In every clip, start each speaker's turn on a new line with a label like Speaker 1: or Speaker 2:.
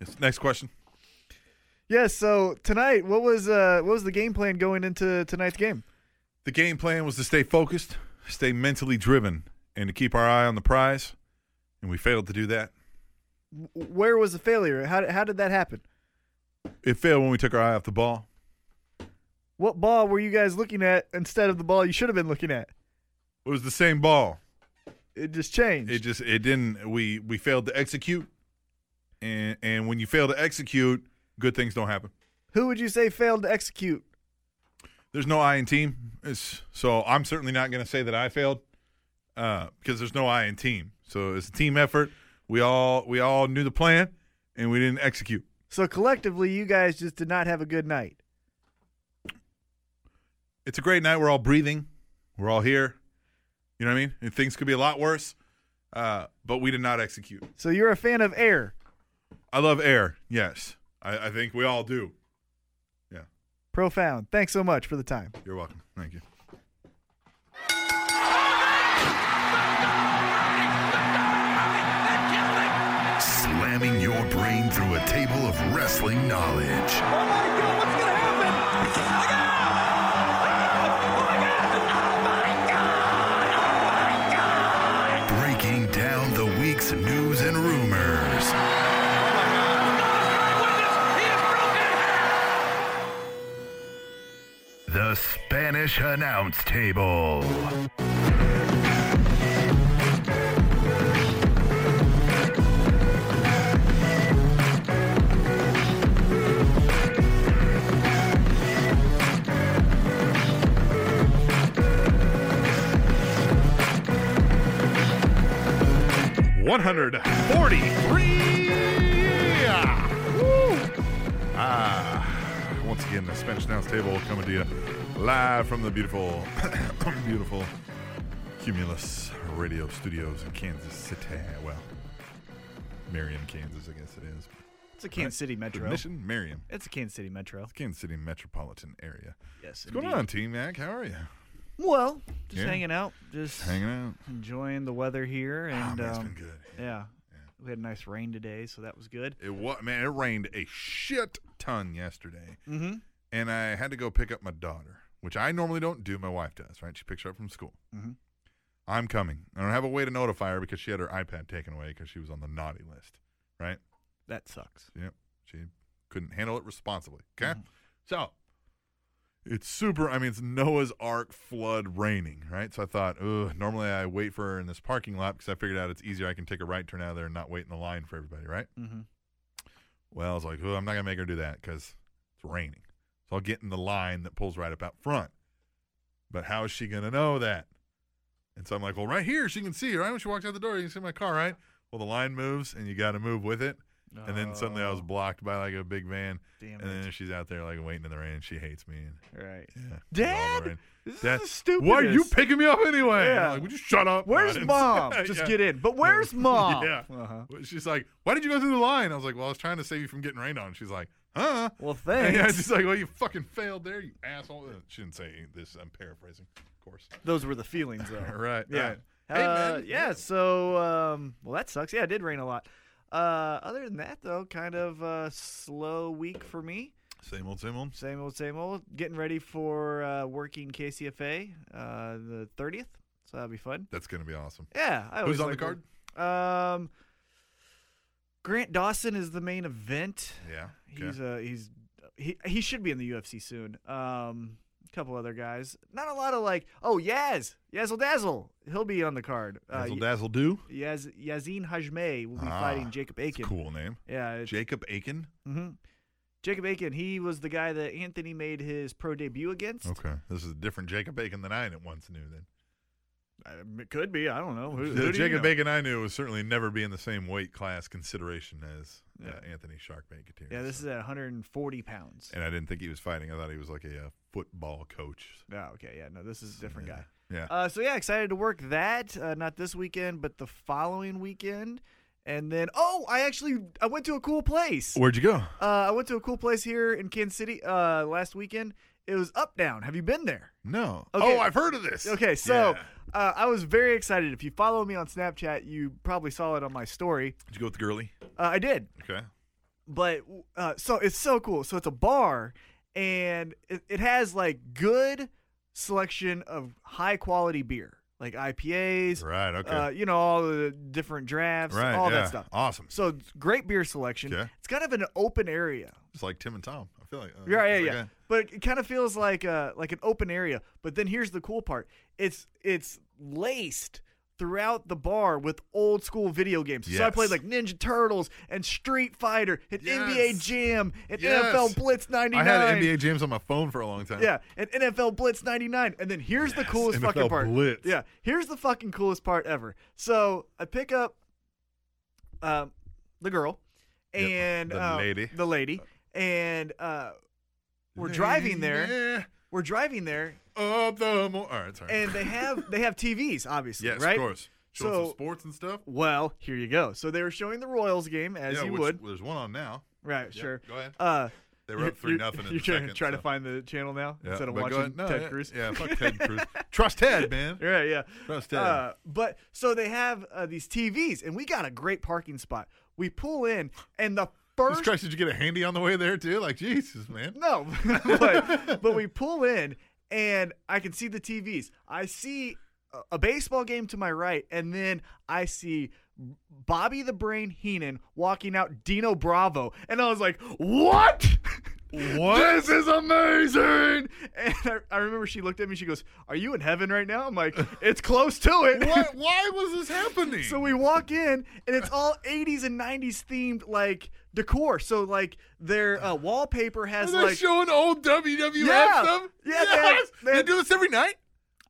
Speaker 1: Yes, Next question.
Speaker 2: Yeah, so tonight, what was uh, what was the game plan going into tonight's game?
Speaker 1: The game plan was to stay focused, stay mentally driven, and to keep our eye on the prize. And we failed to do that.
Speaker 2: W- Where was the failure? How, how did that happen?
Speaker 1: It failed when we took our eye off the ball.
Speaker 2: What ball were you guys looking at instead of the ball you should have been looking at?
Speaker 1: It was the same ball.
Speaker 2: It just changed.
Speaker 1: It just it didn't. We we failed to execute. And and when you fail to execute, good things don't happen.
Speaker 2: Who would you say failed to execute?
Speaker 1: There's no I in team. It's, so I'm certainly not going to say that I failed uh, because there's no I in team. So it's a team effort. We all we all knew the plan, and we didn't execute.
Speaker 2: So collectively, you guys just did not have a good night.
Speaker 1: it's a great night. We're all breathing. We're all here. You know what I mean? And things could be a lot worse, uh, but we did not execute.
Speaker 2: So you're a fan of air.
Speaker 1: I love air. Yes. I, I think we all do. Yeah.
Speaker 2: Profound. Thanks so much for the time.
Speaker 1: You're welcome. Thank you.
Speaker 3: Slamming your brain through a table of wrestling knowledge.
Speaker 4: Oh my god, what's gonna happen? I got Oh my god! Oh my god! Oh my god!
Speaker 3: Breaking down the week's news and rumors.
Speaker 4: Witness, Oh, he is broken!
Speaker 3: The Spanish Announce Table.
Speaker 1: One hundred forty-three. Ah, once again, the Spanish Announce Table coming to you live from the beautiful, beautiful Cumulus Radio Studios in Kansas City. Well, Marion, Kansas, I guess it is.
Speaker 2: It's a Kansas City metro.
Speaker 1: Mission Marion,
Speaker 2: It's a Kansas City metro.
Speaker 1: Kansas City metropolitan area.
Speaker 2: Yes.
Speaker 1: What's going on, Team Mac? How are you?
Speaker 2: Well, just
Speaker 1: Yeah.
Speaker 2: hanging out, just
Speaker 1: Hanging out.
Speaker 2: enjoying the weather here,
Speaker 1: Oh,
Speaker 2: and
Speaker 1: man, it's
Speaker 2: um,
Speaker 1: been good.
Speaker 2: yeah, we had nice rain today, so that was good.
Speaker 1: It wa- man, it rained a shit ton yesterday.
Speaker 2: Mm-hmm.
Speaker 1: and I had to go pick up my daughter, which I normally don't do. My wife does, right? She picks her up from school.
Speaker 2: Mhm.
Speaker 1: I'm coming. I don't have a way to notify her because she had her iPad taken away because she was on the naughty list, right?
Speaker 2: That sucks.
Speaker 1: Yep. She couldn't handle it responsibly. Okay. So it's super. I mean, it's Noah's Ark flood raining, right? So I thought, ugh, normally I wait for her in this parking lot because I figured out it's easier. I can take a right turn out of there and not wait in the line for everybody, right?
Speaker 2: Mm-hmm.
Speaker 1: Well, I was like, oh, I'm not going to make her do that because it's raining. So I'll get in the line that pulls right up out front. But how is she going to know that? And so I'm like, well, right here, she can see, right? When she walks out the door, you can see my car, right? Well, the line moves and you got to move with it. And then suddenly I was blocked by like a big van.
Speaker 2: Oh, Damn
Speaker 1: And then
Speaker 2: it.
Speaker 1: she's out there like waiting in the rain and she hates me. And,
Speaker 2: Right.
Speaker 1: yeah. it's all in the
Speaker 2: Dad,
Speaker 1: rain.
Speaker 2: this
Speaker 1: Dad,
Speaker 2: is stupid.
Speaker 1: Why are you picking me up anyway?
Speaker 2: Yeah.
Speaker 1: I'm Like, Would you shut up?
Speaker 2: Where's
Speaker 1: Ryan?
Speaker 2: mom? Just
Speaker 1: Yeah.
Speaker 2: get in. But where's
Speaker 1: Yeah.
Speaker 2: mom?
Speaker 1: yeah.
Speaker 2: Uh-huh.
Speaker 1: She's like, why did you go through the line? I was like, well, I was trying to save you from getting rained on. She's like, huh?
Speaker 2: Well,
Speaker 1: And
Speaker 2: thanks.
Speaker 1: Yeah, she's like, well, you fucking failed there, you asshole. Uh, She didn't say this. I'm paraphrasing, of course.
Speaker 2: Those were the feelings, though.
Speaker 1: Right.
Speaker 2: Yeah.
Speaker 1: right. Hey,
Speaker 2: Uh,
Speaker 1: man.
Speaker 2: yeah, So, um, well, that sucks. Yeah, it did rain a lot. Uh, other than that, though, kind of uh, slow week for me.
Speaker 1: Same old, same old.
Speaker 2: Same old, same old. Getting ready for uh, working KCFA uh, the thirtieth. So that'll be fun.
Speaker 1: That's gonna be awesome.
Speaker 2: Yeah. I always
Speaker 1: Who's on the
Speaker 2: like
Speaker 1: card?
Speaker 2: work- Um, Grant Dawson is the main event.
Speaker 1: Yeah. okay.
Speaker 2: He's uh he's he he should be in the UFC soon. Um, a couple other guys. Not a lot of like oh Yaz Yazzle Dazzle. He'll be on the card. Uh,
Speaker 1: Dazzle Dazzle Do.
Speaker 2: Yaz Yazin Hajme will be
Speaker 1: Ah,
Speaker 2: fighting Jacob
Speaker 1: It's a
Speaker 2: Aiken.
Speaker 1: cool name.
Speaker 2: Yeah, it's-
Speaker 1: Jacob Aiken.
Speaker 2: mhm. Jacob Aiken. He was the guy that Anthony made his pro debut against.
Speaker 1: Okay. This is a different Jacob Aiken than I at once knew. Then
Speaker 2: Um, it could be. I don't know. Who,
Speaker 1: the
Speaker 2: who do you
Speaker 1: Jacob
Speaker 2: know?
Speaker 1: Aiken I knew was certainly never be in the same weight class consideration as uh,
Speaker 2: Yeah.
Speaker 1: Anthony Shark Banketeer.
Speaker 2: Yeah, this is at 140 pounds.
Speaker 1: And I didn't think he was fighting. I thought he was like a uh, football coach.
Speaker 2: Yeah. Oh, okay. Yeah. No, this is a different
Speaker 1: Yeah.
Speaker 2: guy.
Speaker 1: Yeah.
Speaker 2: Uh, so yeah, excited to work that. Uh, not this weekend, but the following weekend. And then oh, I actually I went to a cool place.
Speaker 1: Where'd you go?
Speaker 2: Uh, I went to a cool place here in Kansas City uh, last weekend. It was Up Down. Have you been there?
Speaker 1: No.
Speaker 2: Okay.
Speaker 1: Oh, I've heard of this.
Speaker 2: Okay, so
Speaker 1: Yeah.
Speaker 2: uh, I was very excited. If you follow me on Snapchat, you probably saw it on my story.
Speaker 1: did you go with the girly?
Speaker 2: Uh, I did.
Speaker 1: Okay.
Speaker 2: but uh, so it's so cool. So it's a bar, and it, it has like good selection of high quality beer, like IPAs,
Speaker 1: Right. Okay.
Speaker 2: uh, you know, all the different drafts,
Speaker 1: right.
Speaker 2: all
Speaker 1: yeah.
Speaker 2: that stuff.
Speaker 1: Awesome.
Speaker 2: So it's great beer selection.
Speaker 1: Okay.
Speaker 2: It's kind of an open area.
Speaker 1: It's like Tim and Tom. I feel like. uh,
Speaker 2: Yeah, yeah,
Speaker 1: okay.
Speaker 2: yeah. But it kind of feels like uh like an open area. But then here's the cool part. It's it's laced throughout the bar with old school video games. So I
Speaker 1: Yes.
Speaker 2: played like Ninja Turtles and Street Fighter and NBA
Speaker 1: Yes.
Speaker 2: Jam and
Speaker 1: Yes.
Speaker 2: NFL Blitz 99.
Speaker 1: I had NBA James on my phone for a long time.
Speaker 2: Yeah, and NFL Blitz 99. And then here's the
Speaker 1: Yes,
Speaker 2: coolest fucking
Speaker 1: NFL
Speaker 2: part.
Speaker 1: Blitz.
Speaker 2: Yeah, here's the fucking coolest part ever. So I pick up um, the girl
Speaker 1: Yep,
Speaker 2: and
Speaker 1: the
Speaker 2: uh,
Speaker 1: lady.
Speaker 2: The lady. And uh, we're driving there. We're driving there,
Speaker 1: Up the mo- All right. Sorry.
Speaker 2: and they have they have TVs, obviously,
Speaker 1: yes,
Speaker 2: right?
Speaker 1: of course. Showing
Speaker 2: So-
Speaker 1: some sports and stuff.
Speaker 2: Well, here you go. So they were showing the Royals game as
Speaker 1: yeah,
Speaker 2: you
Speaker 1: which,
Speaker 2: would,
Speaker 1: There's one on now.
Speaker 2: right?
Speaker 1: Yep,
Speaker 2: sure.
Speaker 1: Go ahead.
Speaker 2: Uh,
Speaker 1: They were up three nothing. in
Speaker 2: You're
Speaker 1: the
Speaker 2: trying
Speaker 1: second,
Speaker 2: to try to
Speaker 1: so-
Speaker 2: find the channel now
Speaker 1: Yeah,
Speaker 2: instead of
Speaker 1: but go
Speaker 2: watching
Speaker 1: ahead. No,
Speaker 2: Ted
Speaker 1: yeah,
Speaker 2: Cruz.
Speaker 1: Yeah, fuck Ted Cruz. Trust Ted, man.
Speaker 2: Right, yeah.
Speaker 1: Trust Ted.
Speaker 2: Uh, but so they have uh, these TVs, and we got a great parking spot. We pull in, and the
Speaker 1: Jesus
Speaker 2: first
Speaker 1: Christ, did you get a handy on the way there too? Like Jesus, man.
Speaker 2: no, but, but we pull in, and I can see the TVs. I see a- a baseball game to my right, and then I see Bobby the Brain Heenan walking out Dino Bravo, and I was like, "What?"
Speaker 1: What? This is amazing.
Speaker 2: And I, I remember she looked at me. She goes, "Are you in heaven right now?" I'm like, "It's close to it."
Speaker 1: What? Why was this happening?
Speaker 2: So we walk in, and it's all 80s and 90s themed like decor. So like their uh, wallpaper
Speaker 1: Are
Speaker 2: has
Speaker 1: they
Speaker 2: like
Speaker 1: showing old WWF
Speaker 2: Yeah.
Speaker 1: stuff?
Speaker 2: Yeah, they-
Speaker 1: yes.
Speaker 2: they-
Speaker 1: They do this every night.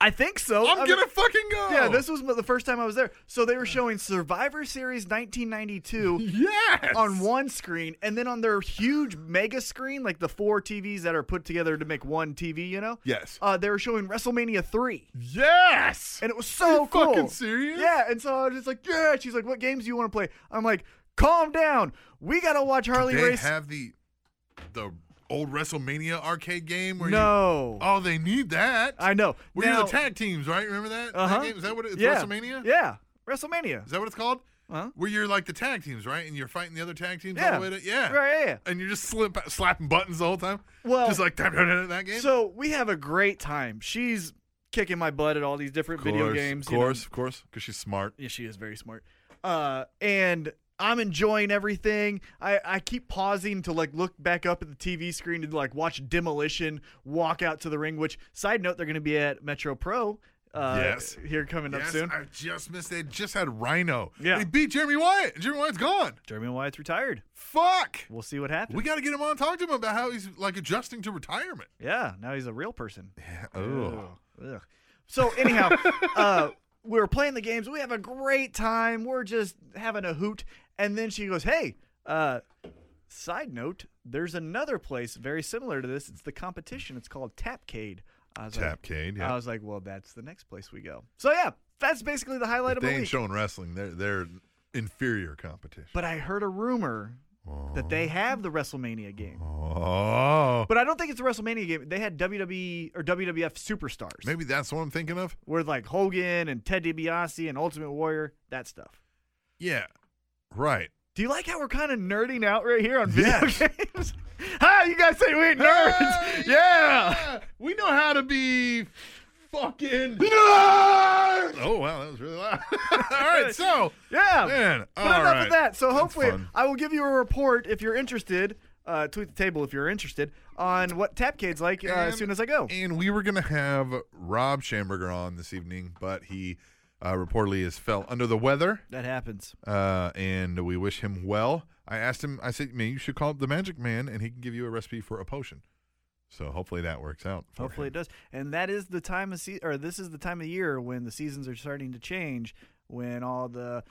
Speaker 2: I think so.
Speaker 1: I'm
Speaker 2: I mean-
Speaker 1: gonna fucking go.
Speaker 2: yeah, this was the first time I was there. So they were showing Survivor Series 1992
Speaker 1: Yes.
Speaker 2: on one screen, and then on their huge mega screen, like the four TVs that are put together to make one TV, you know,
Speaker 1: Yes.
Speaker 2: uh, they were showing WrestleMania 3.
Speaker 1: yes.
Speaker 2: And it was
Speaker 1: Are
Speaker 2: so
Speaker 1: you
Speaker 2: cool.
Speaker 1: fucking serious?
Speaker 2: Yeah, and so I was just like, yeah. She's like, what games do you want to play? I'm like, calm down. We gotta watch Harley
Speaker 1: they
Speaker 2: race.
Speaker 1: have the the old WrestleMania arcade game where
Speaker 2: no,
Speaker 1: you. Oh, they need that.
Speaker 2: I know.
Speaker 1: Where
Speaker 2: now,
Speaker 1: you're the tag teams, right? Remember that? That
Speaker 2: Uh-huh.
Speaker 1: game? Is that what it is?
Speaker 2: yeah,
Speaker 1: WrestleMania?
Speaker 2: Yeah, WrestleMania.
Speaker 1: Is that what it's called?
Speaker 2: Huh?
Speaker 1: Where you're like the tag teams, right? And you're fighting the other tag teams
Speaker 2: Yeah.
Speaker 1: all the way to yeah.
Speaker 2: Right, yeah, yeah.
Speaker 1: And you're just slip, slapping buttons the whole time.
Speaker 2: Well-
Speaker 1: just like that game.
Speaker 2: So we have a great time. She's kicking my butt at all these different video games.
Speaker 1: Of
Speaker 2: you know.
Speaker 1: course, of course, because she's smart.
Speaker 2: Yeah, she is very smart. Uh, and I'm enjoying everything. I, I keep pausing to like look back up at the TV screen to like watch Demolition walk out to the ring. Which side note, they're going to be at Metro Pro. Uh,
Speaker 1: Yes.
Speaker 2: here coming up
Speaker 1: Yes,
Speaker 2: soon.
Speaker 1: I just missed. They just had Rhino.
Speaker 2: Yeah.
Speaker 1: They beat Jeremy Wyatt. Jeremy Wyatt's gone.
Speaker 2: Jeremy Wyatt's retired.
Speaker 1: Fuck.
Speaker 2: We'll see what happens.
Speaker 1: We got to get him on. Talk to him about how he's like adjusting to retirement.
Speaker 2: yeah, now he's a real person.
Speaker 1: Oh.
Speaker 2: Ugh. So anyhow, uh, we were playing the games. We have a great time. We're just having a hoot. And then she goes, "Hey, uh, side note, there's another place very similar to this. It's the competition. It's called Tapcade." I was like,
Speaker 1: Tapcade,
Speaker 2: I
Speaker 1: yeah.
Speaker 2: was like, "Well, that's the next place we go." So yeah, that's basically the highlight of
Speaker 1: They
Speaker 2: my
Speaker 1: ain't
Speaker 2: week.
Speaker 1: showing wrestling. They're they're inferior competition.
Speaker 2: But I heard a rumor that they have the WrestleMania game.
Speaker 1: Oh.
Speaker 2: But I don't think it's a WrestleMania game. They had WWE or WWF Superstars.
Speaker 1: Maybe that's what I'm thinking of.
Speaker 2: with like Hogan and Ted DiBiase and Ultimate Warrior, that stuff.
Speaker 1: Yeah. Right.
Speaker 2: Do you like how we're kind of nerding out right here on video
Speaker 1: Yes.
Speaker 2: games? Hi, you guys say we ain't nerds.
Speaker 1: Hey,
Speaker 2: yeah.
Speaker 1: We know how to be fucking Oh wow, that was really loud. all right, so
Speaker 2: Yeah.
Speaker 1: man,
Speaker 2: But
Speaker 1: all
Speaker 2: enough
Speaker 1: right.
Speaker 2: of that. So
Speaker 1: That's
Speaker 2: hopefully
Speaker 1: fun.
Speaker 2: I will give you a report if you're interested. Uh, tweet the table if you're interested on what Tapcade's like uh, as
Speaker 1: And-
Speaker 2: soon as I go.
Speaker 1: And we were gonna have Rob Schamberger on this evening, but he uh, reportedly has fell under the weather,
Speaker 2: That happens.
Speaker 1: uh, and we wish him well. I asked him. I said, "Man, you should call up the Magic Man, and he can give you a recipe for a potion." So hopefully that works out. for
Speaker 2: Hopefully it
Speaker 1: him.
Speaker 2: does. And that is the time of se- or this is the time of year when the seasons are starting to change, when all the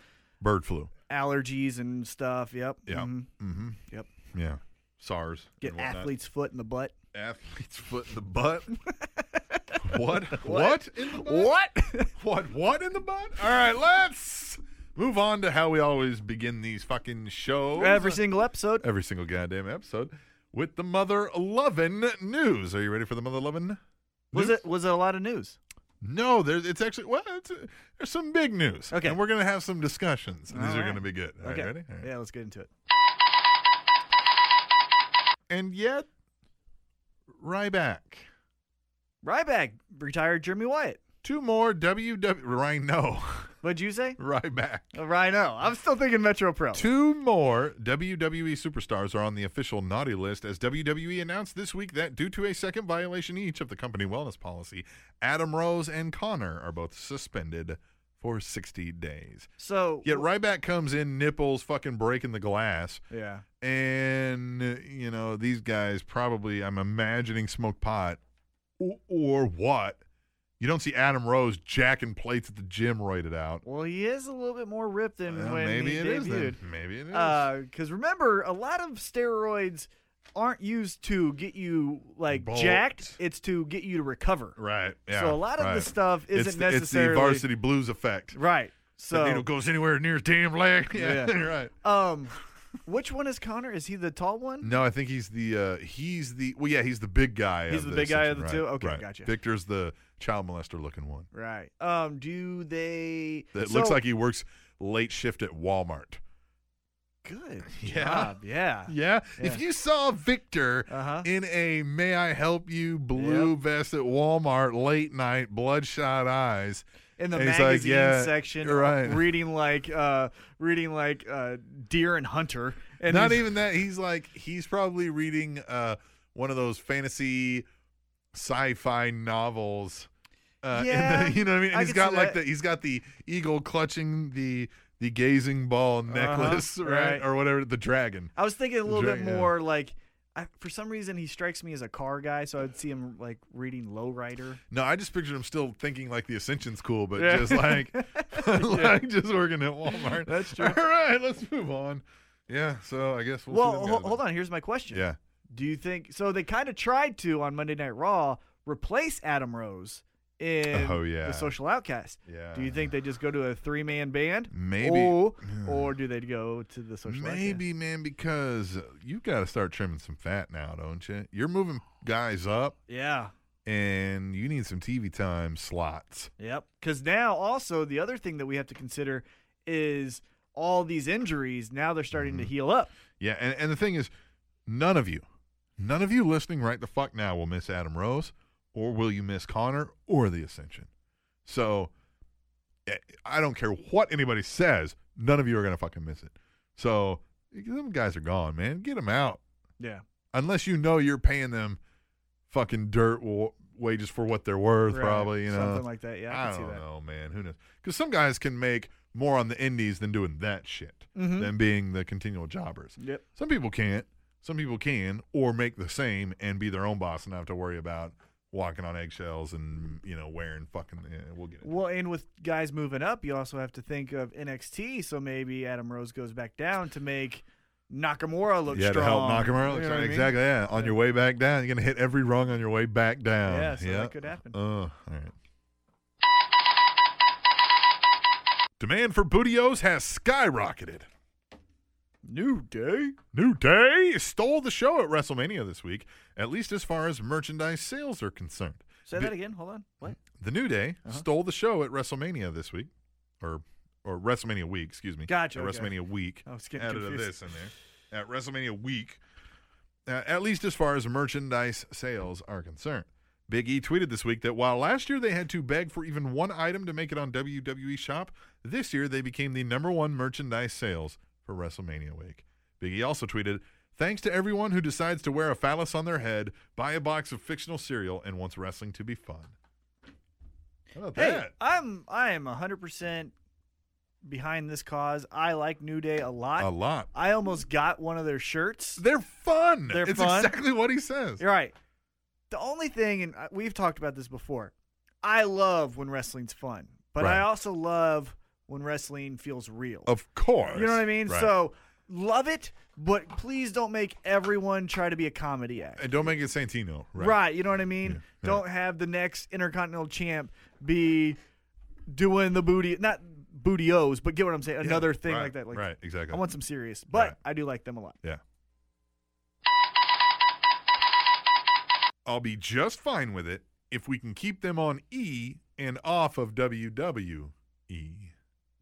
Speaker 1: bird flu.
Speaker 2: allergies and stuff. Yep.
Speaker 1: Yeah.
Speaker 2: Mhm.
Speaker 1: Mm-hmm.
Speaker 2: Yep.
Speaker 1: Yeah. SARS.
Speaker 2: Get
Speaker 1: and whatnot.
Speaker 2: athlete's foot in the butt.
Speaker 1: Athlete's foot in the butt. what? What? in the butt? What? What in the butt? All right, let's move on to how we always begin these fucking shows.
Speaker 2: Every single episode.
Speaker 1: Every single goddamn episode with the mother lovin' news. Are you ready for the mother lovin'?
Speaker 2: Was it was it a lot of news?
Speaker 1: No, there's it's actually well, it's, there's some big news.
Speaker 2: Okay.
Speaker 1: and we're gonna have some discussions. And these
Speaker 2: All
Speaker 1: are
Speaker 2: right.
Speaker 1: gonna be good. All right,
Speaker 2: okay.
Speaker 1: ready? All right.
Speaker 2: Yeah, let's get into it.
Speaker 1: And yet, Ryback.
Speaker 2: Ryback retired Jeremy Wyatt.
Speaker 1: Two more WW Rhino.
Speaker 2: What'd you say?
Speaker 1: Ryback.
Speaker 2: A Rhino. I'm still thinking Metro Pro.
Speaker 1: Two more WWE superstars are on the official naughty list as WWE announced this week that due to a second violation each of the company wellness policy, Adam Rose and Connor are both suspended for 60 days.
Speaker 2: So
Speaker 1: Yet Ryback comes in nipples fucking breaking the glass
Speaker 2: yeah.
Speaker 1: and uh, you know these guys probably I'm imagining smoke pot or, or what. You don't see Adam Rose jacking plates at the gym roided out.
Speaker 2: Well, he is a little bit more ripped than
Speaker 1: Well,
Speaker 2: when
Speaker 1: maybe
Speaker 2: he
Speaker 1: it is.
Speaker 2: debuted. Uh,
Speaker 1: then. Maybe it is.
Speaker 2: Because remember, a lot of steroids aren't used to get you like
Speaker 1: Bulked.
Speaker 2: jacked. It's to get you to recover.
Speaker 1: right. Yeah.
Speaker 2: so a lot of
Speaker 1: right.
Speaker 2: the stuff
Speaker 1: It's
Speaker 2: isn't
Speaker 1: the-
Speaker 2: necessarily
Speaker 1: It's the varsity blues effect.
Speaker 2: right.
Speaker 1: the needle
Speaker 2: So
Speaker 1: goes anywhere near his damn leg. Yeah.
Speaker 2: Yeah.
Speaker 1: right.
Speaker 2: um, which one is Connor? Is he the tall one?
Speaker 1: No, I think he's the uh, he's the well yeah he's the big guy.
Speaker 2: He's
Speaker 1: of
Speaker 2: the big guy of
Speaker 1: section,
Speaker 2: the
Speaker 1: right,
Speaker 2: two? Okay,
Speaker 1: right.
Speaker 2: gotcha.
Speaker 1: Victor's the child molester looking one
Speaker 2: Right. Um. Do they?
Speaker 1: that
Speaker 2: so-
Speaker 1: looks like he works late shift at Walmart.
Speaker 2: good.
Speaker 1: Yeah.
Speaker 2: job, Yeah.
Speaker 1: Yeah. If
Speaker 2: Ah, Yeah.
Speaker 1: you saw Victor
Speaker 2: Uh-huh.
Speaker 1: in a may I help you blue
Speaker 2: Yep.
Speaker 1: vest at Walmart late night, bloodshot eyes.
Speaker 2: in the
Speaker 1: And he's like,
Speaker 2: magazine
Speaker 1: "Yeah,
Speaker 2: section,
Speaker 1: you're right."
Speaker 2: reading like uh, reading like uh, Deer and Hunter, and
Speaker 1: Not
Speaker 2: he's-
Speaker 1: even that. He's like he's probably reading uh one of those fantasy sci-fi novels. Uh, in the-
Speaker 2: Yeah,
Speaker 1: you know what I mean? And
Speaker 2: I
Speaker 1: he's
Speaker 2: could
Speaker 1: got
Speaker 2: see
Speaker 1: like
Speaker 2: that.
Speaker 1: the he's got the eagle clutching the the gazing ball necklace, right?
Speaker 2: Uh-huh, right.
Speaker 1: Or whatever, the dragon.
Speaker 2: I was thinking a little
Speaker 1: Drink, yeah.
Speaker 2: bit more like, I, for some reason he strikes me as a car guy, so I'd see him like reading Lowrider.
Speaker 1: No, I just pictured him still thinking like the Ascension's cool, but
Speaker 2: Yeah.
Speaker 1: just like, like just working at Walmart.
Speaker 2: That's true.
Speaker 1: All right, let's move on. Yeah, so I guess we'll.
Speaker 2: Well,
Speaker 1: see them
Speaker 2: ho-
Speaker 1: guys.
Speaker 2: hold on. Here's my question.
Speaker 1: Yeah,
Speaker 2: Do you think so? They kind of tried to on Monday Night Raw replace Adam Rose in
Speaker 1: Oh, yeah.
Speaker 2: the Social Outcast.
Speaker 1: yeah.
Speaker 2: Do you think they just go to a three man band?
Speaker 1: Maybe.
Speaker 2: Or, or do they go to the Social Outcast?
Speaker 1: Maybe, man, because you got to start trimming some fat now, don't you? You're moving guys up,
Speaker 2: Yeah.
Speaker 1: and you need some TV time slots.
Speaker 2: Yep. Because now, also, the other thing that we have to consider is all these injuries. Now they're starting
Speaker 1: Mm-hmm.
Speaker 2: to heal up.
Speaker 1: Yeah, and, and the thing is, none of you, none of you listening right the fuck now will miss Adam Rose, or will you miss Connor or the Ascension. So eh, I don't care what anybody says, none of you are gonna fucking miss it. So them guys are gone, man. Get them out
Speaker 2: Yeah.
Speaker 1: unless you know you're paying them fucking dirt wa- wages for what they're worth, probably. You know,
Speaker 2: Something like that. Yeah. I,
Speaker 1: I,
Speaker 2: can
Speaker 1: don't
Speaker 2: see that.
Speaker 1: know, man. Who knows? Because some guys can make more on the indies than doing that shit,
Speaker 2: Mhm.
Speaker 1: than being the continual jobbers.
Speaker 2: Yep.
Speaker 1: Some people can't. Some people can, or make the same and be their own boss and not have to worry about walking on eggshells and you know wearing fucking. Yeah, we'll get it.
Speaker 2: Well, and with guys moving up, you also have to think of NXT. So maybe Adam Rose goes back down to make Nakamura look
Speaker 1: Yeah,
Speaker 2: strong.
Speaker 1: to help knock him out.
Speaker 2: You know what I mean?
Speaker 1: Exactly. Yeah, on your way back down, you're gonna hit every rung on your way back down.
Speaker 2: Yeah, so that
Speaker 1: yeah.
Speaker 2: could happen.
Speaker 1: Uh, all right. Demand for bootios has skyrocketed.
Speaker 2: New day.
Speaker 1: New Day stole the show at WrestleMania this week, at least as far as merchandise sales are concerned.
Speaker 2: Say
Speaker 1: Bi-
Speaker 2: that again. Hold on. What?
Speaker 1: The New Day
Speaker 2: Uh-huh.
Speaker 1: stole the show at WrestleMania this week, or or WrestleMania week, excuse me.
Speaker 2: Gotcha,
Speaker 1: At
Speaker 2: okay. Oh.
Speaker 1: WrestleMania week.
Speaker 2: I was getting
Speaker 1: added a
Speaker 2: confused.
Speaker 1: this in there. At WrestleMania week, uh, at least as far as merchandise sales are concerned. Big E tweeted this week that while last year they had to beg for even one item to make it on WWE Shop, this year they became the number one merchandise sales for WrestleMania week. Big E also tweeted, Thanks to everyone who decides to wear a phallus on their head, buy a box of fictional cereal, and wants wrestling to be fun. How about
Speaker 2: Hey,
Speaker 1: that?
Speaker 2: I'm I am 100% behind this cause. I like New Day a lot.
Speaker 1: a lot.
Speaker 2: I almost got one of their shirts.
Speaker 1: They're fun.
Speaker 2: They're
Speaker 1: it's
Speaker 2: fun.
Speaker 1: exactly what he says.
Speaker 2: You're right. The only thing, and uh, we've talked about this before, I love when wrestling's fun, but
Speaker 1: Right.
Speaker 2: I also love when wrestling feels real.
Speaker 1: Of course.
Speaker 2: You know what I mean?
Speaker 1: Right.
Speaker 2: So love it, but please don't make everyone try to be a comedy act.
Speaker 1: And don't make it Santino. Right.
Speaker 2: Right. you know what I mean?
Speaker 1: Yeah.
Speaker 2: Don't have the next intercontinental champ be doing the booty, not booty O's, but get what I'm saying?
Speaker 1: Yeah,
Speaker 2: Another thing
Speaker 1: right,
Speaker 2: like that. Like,
Speaker 1: right. Exactly.
Speaker 2: I want some serious, but
Speaker 1: Right.
Speaker 2: I do like them a lot.
Speaker 1: yeah. I'll be just fine with it if we can keep them on E and off of E. WWE.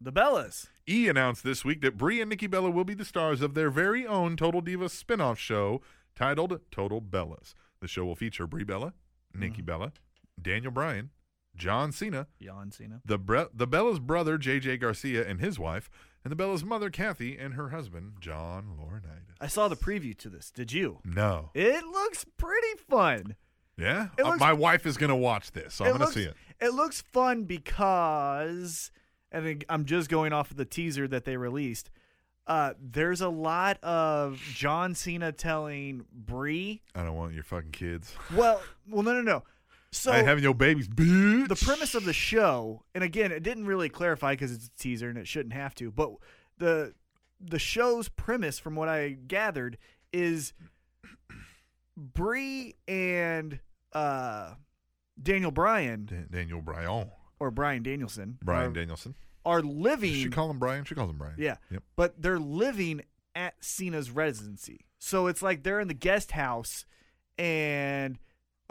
Speaker 2: The Bellas.
Speaker 1: E announced this week that Brie and Nikki Bella will be the stars of their very own Total Divas spin-off show titled Total Bellas. The show will feature Brie Bella, Nikki
Speaker 2: Mm-hmm.
Speaker 1: Bella, Daniel Bryan, John Cena,
Speaker 2: John Cena.
Speaker 1: the Bre- the Bella's brother JJ Garcia and his wife, and the Bella's mother Kathy and her husband John Laurinaitis.
Speaker 2: I saw the preview to this. Did you?
Speaker 1: No,
Speaker 2: It looks pretty fun.
Speaker 1: yeah,
Speaker 2: It
Speaker 1: Uh,
Speaker 2: looks-
Speaker 1: my wife is gonna watch this, so I'm gonna
Speaker 2: looks,
Speaker 1: see it.
Speaker 2: looks fun because, and ag- I'm just going off of the teaser that they released. Uh, there's a lot of John Cena telling Brie.
Speaker 1: I don't want your fucking kids.
Speaker 2: Well, well, no, no, no. So
Speaker 1: I ain't having your babies, bitch.
Speaker 2: the premise of the show, and again, it didn't really clarify because it's a teaser and it shouldn't have to. But the the show's premise, from what I gathered, is Bree and uh, Daniel Bryan
Speaker 1: Dan- Daniel Bryan,
Speaker 2: or Brian Danielson,
Speaker 1: Brian
Speaker 2: are,
Speaker 1: Danielson.
Speaker 2: are
Speaker 1: Does
Speaker 2: living.
Speaker 1: she call him Brian? She calls him Brian.
Speaker 2: yeah,
Speaker 1: Yep.
Speaker 2: but they're living at Cena's residency, so it's like they're in the guest house, and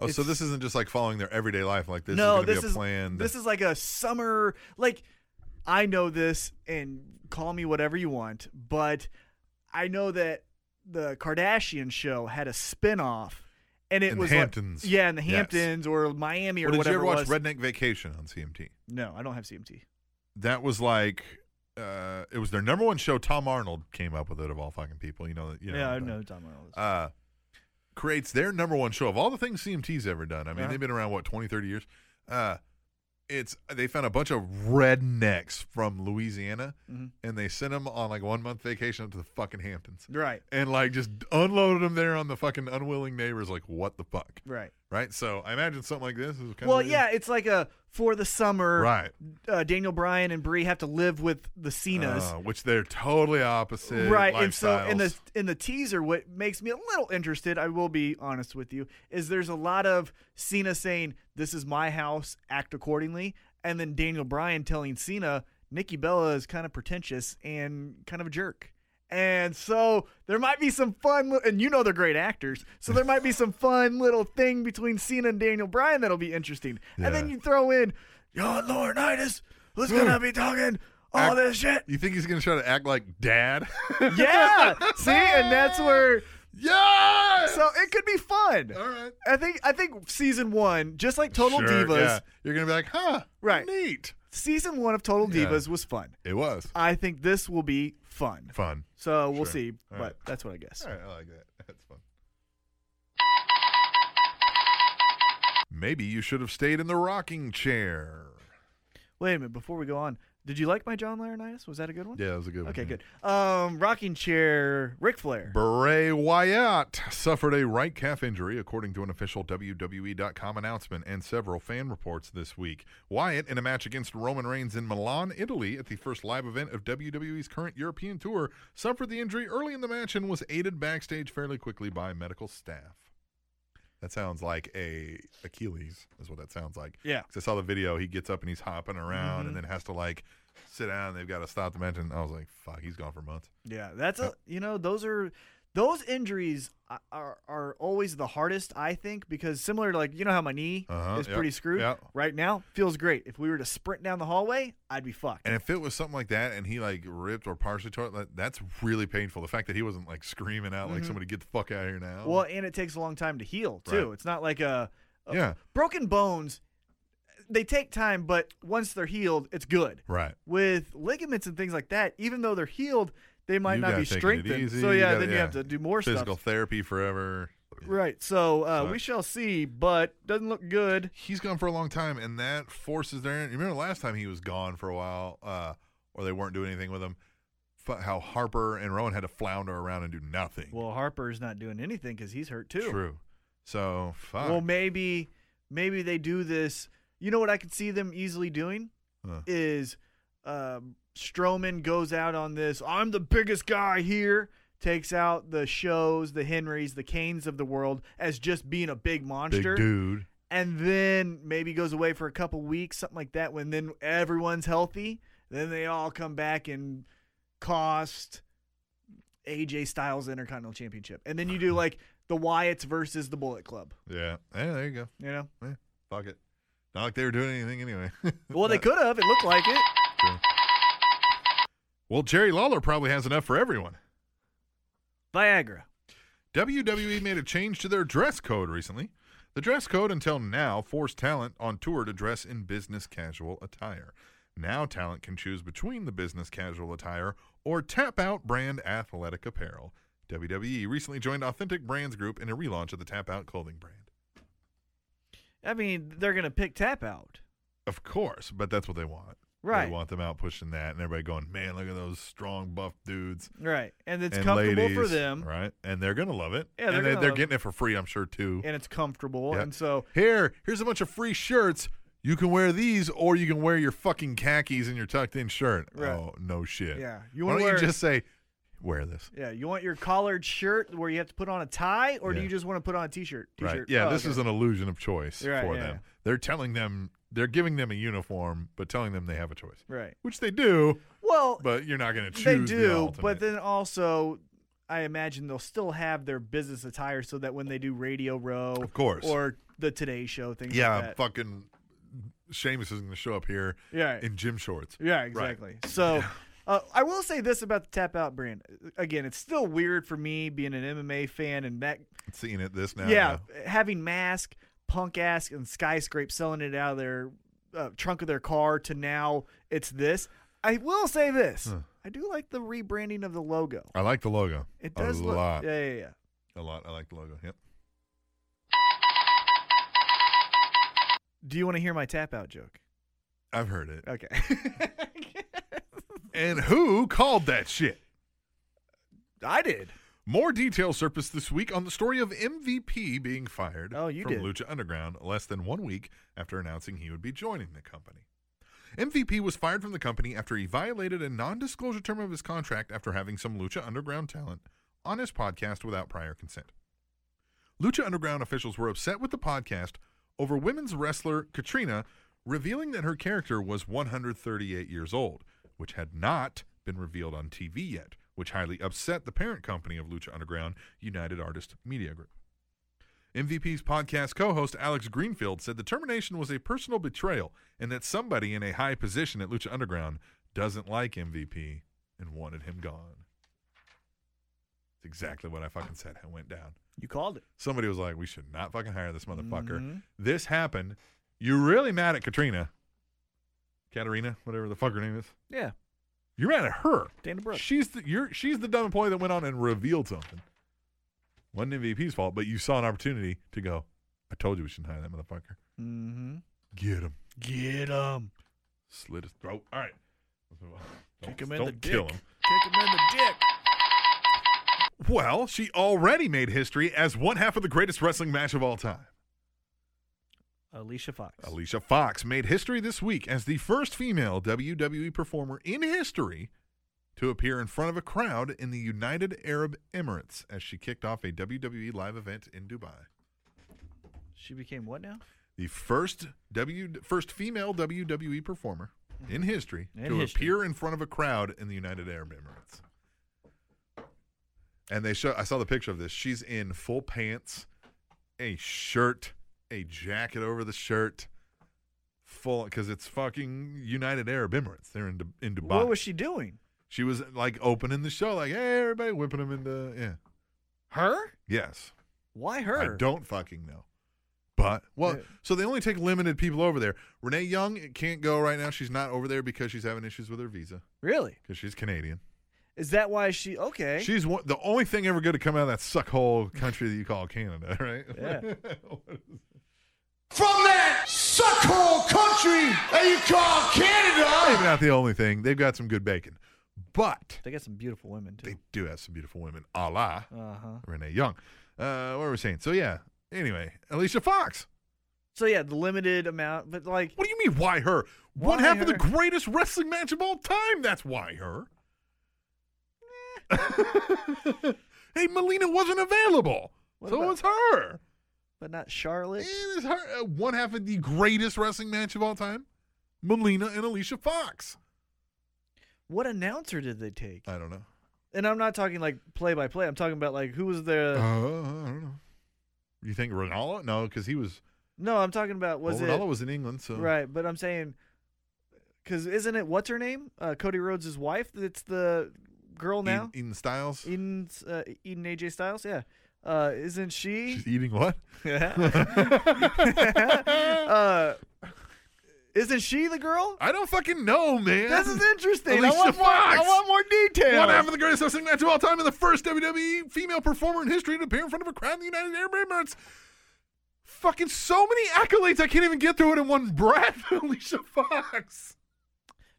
Speaker 1: Oh, so
Speaker 2: It's-
Speaker 1: this isn't just like following their everyday life. Like this
Speaker 2: no,
Speaker 1: is gonna
Speaker 2: this
Speaker 1: be a
Speaker 2: is
Speaker 1: planned.
Speaker 2: this is like a summer. Like I know this, and call me whatever you want, but I know that the Kardashian show had a spinoff, and it
Speaker 1: In the
Speaker 2: was like-
Speaker 1: Hamptons.
Speaker 2: yeah, in the
Speaker 1: Yes.
Speaker 2: Hamptons or Miami or
Speaker 1: Well, did you
Speaker 2: whatever.
Speaker 1: ever
Speaker 2: it
Speaker 1: watch
Speaker 2: was.
Speaker 1: Redneck Vacation on CMT?
Speaker 2: No, I don't have CMT.
Speaker 1: that was like uh, it was their number one show. Tom Arnold came up with it of all fucking people. You know, you know
Speaker 2: yeah, I
Speaker 1: but,
Speaker 2: know Tom Arnold.
Speaker 1: Uh, creates their number one show of all the things CMT's ever done. I mean,
Speaker 2: Uh-huh.
Speaker 1: they've been around what 20, 30 years. Uh, it's they found a bunch of rednecks from Louisiana,
Speaker 2: Mhm.
Speaker 1: and they sent them on like one month vacation up to the fucking Hamptons,
Speaker 2: right,
Speaker 1: and like just unloaded them there on the fucking unwilling neighbors. Like what the fuck,
Speaker 2: right.
Speaker 1: right? So I imagine something like this is kind
Speaker 2: Well,
Speaker 1: of
Speaker 2: yeah, it's like a for the summer.
Speaker 1: right.
Speaker 2: Uh, Daniel Bryan and Brie have to live with the Cenas.
Speaker 1: Uh, which they're totally opposite,
Speaker 2: right and so in
Speaker 1: lifestyles.
Speaker 2: the in the teaser what makes me a little interested i will be honest with you is there's a lot of cena saying this is my house act accordingly and then daniel bryan telling cena nikki bella is kind of pretentious and kind of a jerk and so there might be some fun li- and you know they're great actors so there might be some fun little thing between cena and daniel bryan that'll be interesting and then
Speaker 1: Yeah.
Speaker 2: you throw in john laurinaitis who's gonna be talking all
Speaker 1: Act-
Speaker 2: this shit
Speaker 1: You think he's gonna try to act like dad?
Speaker 2: yeah. See, and that's where
Speaker 1: yeah.
Speaker 2: so it could be fun.
Speaker 1: All right.
Speaker 2: I think I think season one, just like Total
Speaker 1: Uh. Sure,
Speaker 2: Divas,
Speaker 1: yeah. You're gonna be like, huh?
Speaker 2: Right.
Speaker 1: Neat.
Speaker 2: season one of Total
Speaker 1: Yeah.
Speaker 2: Divas was fun.
Speaker 1: It was
Speaker 2: I think this will be fun.
Speaker 1: fun.
Speaker 2: So we'll
Speaker 1: Sure.
Speaker 2: see.
Speaker 1: All
Speaker 2: but
Speaker 1: right.
Speaker 2: that's what I guess.
Speaker 1: All right, I like that. That's fun. Maybe you should have stayed in the rocking chair.
Speaker 2: Wait a minute, before we go on, did you like my John Laurinaitis? Was that a good one?
Speaker 1: Yeah, Mm-hmm. that was a good one.
Speaker 2: Okay, good. Um, rocking chair, Ric Flair.
Speaker 1: Bray Wyatt suffered a right calf injury, according to an official WWE.com announcement and several fan reports this week. Wyatt, in a match against Roman Reigns in Milan, Italy, at the first live event of WWE's current European tour, suffered the injury early in the match and was aided backstage fairly quickly by medical staff. That sounds like a Achilles, is what that sounds like.
Speaker 2: Yeah.
Speaker 1: 'Cause I saw the video. He gets up and he's hopping around, and then has to like sit down. They've got to stop the match, and I was like, "Fuck, he's gone for months."
Speaker 2: Yeah, that's
Speaker 1: Uh,
Speaker 2: a you know those are those injuries are- are are always the hardest I think because similar to like you know how my knee
Speaker 1: Uh-huh,
Speaker 2: is
Speaker 1: yep,
Speaker 2: pretty screwed
Speaker 1: yep.
Speaker 2: right now feels great. If we were to sprint down the hallway, I'd be fucked.
Speaker 1: And if it was something like that, and he like ripped or partially tore it, like, that's really painful. The fact that he wasn't like screaming out like somebody get the fuck out of here now.
Speaker 2: Mm-hmm. well, uh, and it takes a long time to heal too.
Speaker 1: uh, Right.
Speaker 2: It's not like a, a-
Speaker 1: Yeah.
Speaker 2: broken bones. They take time, but once they're healed, it's good.
Speaker 1: right.
Speaker 2: With ligaments and things like that, even though they're healed, they might
Speaker 1: You
Speaker 2: not
Speaker 1: gotta
Speaker 2: be
Speaker 1: take it
Speaker 2: strengthened.
Speaker 1: easy.
Speaker 2: So yeah,
Speaker 1: gotta-
Speaker 2: then you have to do more stuff.
Speaker 1: physical therapy forever.
Speaker 2: Right. So uh,
Speaker 1: So-
Speaker 2: we shall see, but doesn't look good.
Speaker 1: He's gone for a long time, and that forces their. You remember last time he was gone for a while, uh, or they weren't doing anything with him. F- how Harper and Rowan had to flounder around and do nothing.
Speaker 2: Well, Harper's not doing anything because he's hurt too.
Speaker 1: True. So fuck.
Speaker 2: Well, maybe maybe they do this. You know what I could see them easily doing
Speaker 1: Huh.
Speaker 2: is um, Strowman goes out on this. I'm the biggest guy here. Takes out the shows, the Henrys, the Canes of the world as just being a big
Speaker 1: Big
Speaker 2: monster,
Speaker 1: dude.
Speaker 2: and then maybe goes away for a couple weeks, something like that. When then everyone's healthy, then they all come back and cost AJ Styles the Intercontinental Championship, and then you do like the Wyatts versus the Bullet Club.
Speaker 1: Yeah. Yeah. There you go.
Speaker 2: You know,
Speaker 1: Yeah, fuck it. Not like they were doing anything anyway.
Speaker 2: well they
Speaker 1: But-
Speaker 2: could have. It looked like it.
Speaker 1: Well, Jerry Lawler probably has enough for everyone.
Speaker 2: Viagra.
Speaker 1: WWE E made a change to their dress code recently. The dress code until now forced talent on tour to dress in business casual attire. Now talent can choose between the business casual attire or tap out brand athletic apparel. WWE recently joined Authentic Brands Group in a relaunch of the tap out clothing brand.
Speaker 2: I mean, they're gonna pick tap out.
Speaker 1: Of course, but that's what they want.
Speaker 2: Right.
Speaker 1: They want them out pushing that and everybody going, man, look at those strong, buff dudes.
Speaker 2: Right. And it's
Speaker 1: and
Speaker 2: comfortable for
Speaker 1: ladies,"
Speaker 2: them.
Speaker 1: Right. And they're going to love it.
Speaker 2: Yeah,
Speaker 1: and
Speaker 2: they're
Speaker 1: they,
Speaker 2: gonna
Speaker 1: they're
Speaker 2: love it.
Speaker 1: getting it for free, I'm sure, too.
Speaker 2: And it's comfortable.
Speaker 1: Yeah.
Speaker 2: And so
Speaker 1: here, here's a bunch of free shirts. You can wear these, or you can wear your fucking khakis and your tucked-in shirt.
Speaker 2: Right.
Speaker 1: Oh no, shit.
Speaker 2: Yeah. You
Speaker 1: You Why
Speaker 2: wanna
Speaker 1: don't
Speaker 2: wear-
Speaker 1: you just say, wear this?
Speaker 2: yeah, you want your collared shirt where you have to put on a tie, or do
Speaker 1: Yeah.
Speaker 2: you just want to put on a t-shirt? t-shirt?
Speaker 1: Right. Yeah.
Speaker 2: Oh,
Speaker 1: this
Speaker 2: okay.
Speaker 1: is an illusion of choice
Speaker 2: Right,
Speaker 1: for
Speaker 2: yeah.
Speaker 1: them. They're telling them, they're giving them a uniform, but telling them they have a choice,
Speaker 2: right.
Speaker 1: which they do.
Speaker 2: Well,
Speaker 1: But you're not going to
Speaker 2: they
Speaker 1: choose. the
Speaker 2: do, but
Speaker 1: ultimate.
Speaker 2: then also, I imagine they'll still have their business attire so that when they do Radio Row,
Speaker 1: Of course.
Speaker 2: or the Today Show, things
Speaker 1: yeah,
Speaker 2: like that.
Speaker 1: fucking Sheamus is going to show up here
Speaker 2: Yeah.
Speaker 1: in gym shorts.
Speaker 2: Yeah, exactly. So uh, I will say this about the Tap Out brand. Again, it's still weird for me being an MMA fan and that,
Speaker 1: Seeing it this now.
Speaker 2: yeah, having Mask, Punk Ass, and Skyscrape selling it out of their uh, trunk of their car to now it's this. I will say this. I do like the rebranding of the logo.
Speaker 1: I like the logo.
Speaker 2: It does
Speaker 1: a
Speaker 2: look.
Speaker 1: lot.
Speaker 2: Yeah, yeah, yeah.
Speaker 1: A lot. I like the logo. Yep.
Speaker 2: Do you want to hear my tap out joke?
Speaker 1: I've heard it.
Speaker 2: Okay.
Speaker 1: And who called that shit?
Speaker 2: I did.
Speaker 1: More details surfaced this week on the story of MVP being fired
Speaker 2: Oh, you
Speaker 1: from
Speaker 2: did.
Speaker 1: Lucha Underground less than one week after announcing he would be joining the company. MVP was fired from the company after he violated a non disclosure term of his contract after having some Lucha Underground talent on his podcast without prior consent. Lucha Underground officials were upset with the podcast over women's wrestler Katrina revealing that her character was 138 years old, which had not been revealed on TV yet, which highly upset the parent company of Lucha Underground, United Artist Media Group. MVP's podcast co host Alex Greenfield said the termination was a personal betrayal and that somebody in a high position at Lucha Underground doesn't like MVP and wanted him gone. It's exactly what I fucking said. It went down
Speaker 2: You called it.
Speaker 1: somebody was like, "We should not fucking hire this motherfucker."
Speaker 2: Mhm.
Speaker 1: This happened. You're really mad at Katrina, Katarina, whatever the fuck her name is.
Speaker 2: Yeah.
Speaker 1: You're mad at her.
Speaker 2: Dana Brooke.
Speaker 1: She's the you're she's the dumb employee that went on and revealed something. Wasn't MVP's fault, but you saw an opportunity to go. I told you we shouldn't hire that motherfucker.
Speaker 2: Mm-hmm.
Speaker 1: Get him.
Speaker 2: Get him.
Speaker 1: Slit his throat. All right. Let's move on. Don't,
Speaker 2: Kick him in
Speaker 1: don't
Speaker 2: the dick.
Speaker 1: kill him.
Speaker 2: Kick him in the dick.
Speaker 1: Well, she already made history as one half of the greatest wrestling match of all time.
Speaker 2: Alicia Fox.
Speaker 1: Alicia Fox made history this week as the first female WWE performer in history to appear in front of a crowd in the United Arab Emirates as she kicked off a WWE live event in Dubai.
Speaker 2: She became what now?
Speaker 1: The first W first female WWE performer in history
Speaker 2: In
Speaker 1: to
Speaker 2: history.
Speaker 1: appear in front of a crowd in the United Arab Emirates. And they show I saw the picture of this. She's in full pants, a shirt, a jacket over the shirt, full because it's fucking United Arab Emirates. They're in Du- in Dubai.
Speaker 2: What was she doing?
Speaker 1: She was like opening the show, like hey everybody, whipping them into yeah.
Speaker 2: Her?
Speaker 1: Yes,
Speaker 2: Why her?
Speaker 1: I don't fucking know. But well,
Speaker 2: Yeah.
Speaker 1: so they only take limited people over there. Renee Young can't go right now. She's not over there because she's having issues with her visa
Speaker 2: Really?
Speaker 1: because she's Canadian.
Speaker 2: Is that why she? Okay.
Speaker 1: She's one, the only thing ever good to come out of that suckhole country that you call Canada, right?
Speaker 2: Yeah.
Speaker 5: from that suckhole country that you call Canada.
Speaker 1: Maybe not the only thing. They've got some good bacon, but
Speaker 2: they got some beautiful women too.
Speaker 1: they do have some beautiful women, a la
Speaker 2: Uh huh.
Speaker 1: Renee Young. Uh, what were we saying? So yeah. Anyway, Alicia Fox.
Speaker 2: So yeah, the limited amount, but like,
Speaker 1: What do you mean, why her? One
Speaker 2: Why
Speaker 1: half of the
Speaker 2: her?
Speaker 1: greatest wrestling match of all time. That's why her. hey, Melina wasn't available.
Speaker 2: What
Speaker 1: so
Speaker 2: about-
Speaker 1: it's her.
Speaker 2: but not Charlotte.
Speaker 1: It is her. uh, One half of the greatest wrestling match of all time. Melina and Alicia Fox.
Speaker 2: What announcer did they take?
Speaker 1: I don't know.
Speaker 2: And I'm not talking like play by play. I'm talking about like who was the.
Speaker 1: Uh, I don't know. You think Ronaldo? No, because he was.
Speaker 2: no, I'm talking about was
Speaker 1: well, Ronaldo
Speaker 2: it
Speaker 1: was in England, so
Speaker 2: right? But I'm saying, because isn't it what's her name? Uh, Cody Rhodes' wife. That's the girl now.
Speaker 1: Eden Eden Styles.
Speaker 2: Eden, uh, Eden AJ Styles. Yeah. Uh, isn't she?
Speaker 1: She's eating what?
Speaker 2: uh, isn't she the girl?
Speaker 1: I don't fucking know, man.
Speaker 2: This is interesting. I
Speaker 1: Alicia
Speaker 2: want, more, I
Speaker 1: Fox.
Speaker 2: want more detail.
Speaker 1: One half of the greatest wrestling match of all time and the first WWE female performer in history to appear in front of a crowd in the United Arab Emirates. Fucking so many accolades, I can't even get through it in one breath. Alicia Fox.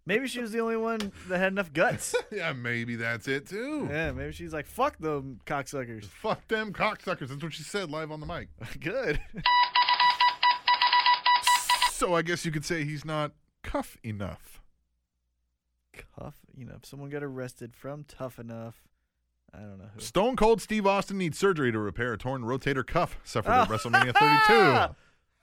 Speaker 2: Maybe she was the only one that had enough guts.
Speaker 1: Yeah, maybe that's it too.
Speaker 2: yeah, maybe she's like, fuck them cocksuckers.
Speaker 1: Fuck them cocksuckers. That's what she said live on the mic.
Speaker 2: Good.
Speaker 1: So I guess you could say he's not cuff enough.
Speaker 2: Cuff, you know, if someone got arrested from Tough Enough, I don't know who.
Speaker 1: Stone Cold Steve Austin needs surgery to repair a torn rotator cuff suffered at
Speaker 2: Oh.
Speaker 1: WrestleMania 32.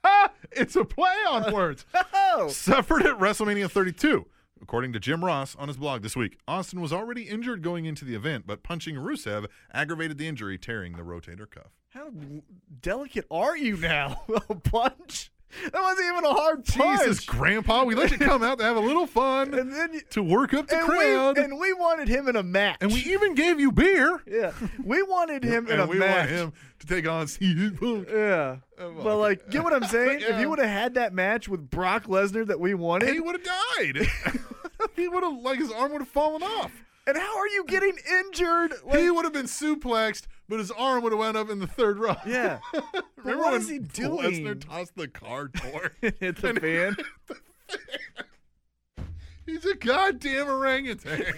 Speaker 1: Ah, it's a play on words.
Speaker 2: Oh!
Speaker 1: suffered at WrestleMania 32. According to Jim Ross on his blog this week, Austin was already injured going into the event, but punching Rusev aggravated the injury, tearing the rotator cuff.
Speaker 2: How w- delicate are you now? a punch? That wasn't even a hard punch.
Speaker 1: Jesus, Grandpa, we let you come out to have a little fun,
Speaker 2: and then you,
Speaker 1: to work up the
Speaker 2: and
Speaker 1: crowd,
Speaker 2: we
Speaker 1: and,
Speaker 2: and we wanted him in a match.
Speaker 1: we even gave you beer.
Speaker 2: yeah, we wanted him in
Speaker 1: and
Speaker 2: a
Speaker 1: we
Speaker 2: match.
Speaker 1: want him to take on CM Punk.
Speaker 2: Yeah,
Speaker 1: well,
Speaker 2: but like, get what I'm saying? If
Speaker 1: Yeah.
Speaker 2: you would have had that match with Brock Lesnar that we wanted,
Speaker 1: And he would have died. he would have like his arm would have fallen off.
Speaker 2: and how are you getting injured? Like,
Speaker 1: he would have been suplexed, but his arm would have wound up in the third row.
Speaker 2: yeah, But
Speaker 1: Remember
Speaker 2: what
Speaker 1: when
Speaker 2: is he doing?
Speaker 1: Lesnar tossed the car door.
Speaker 2: Hit the fan.
Speaker 1: He's a goddamn orangutan.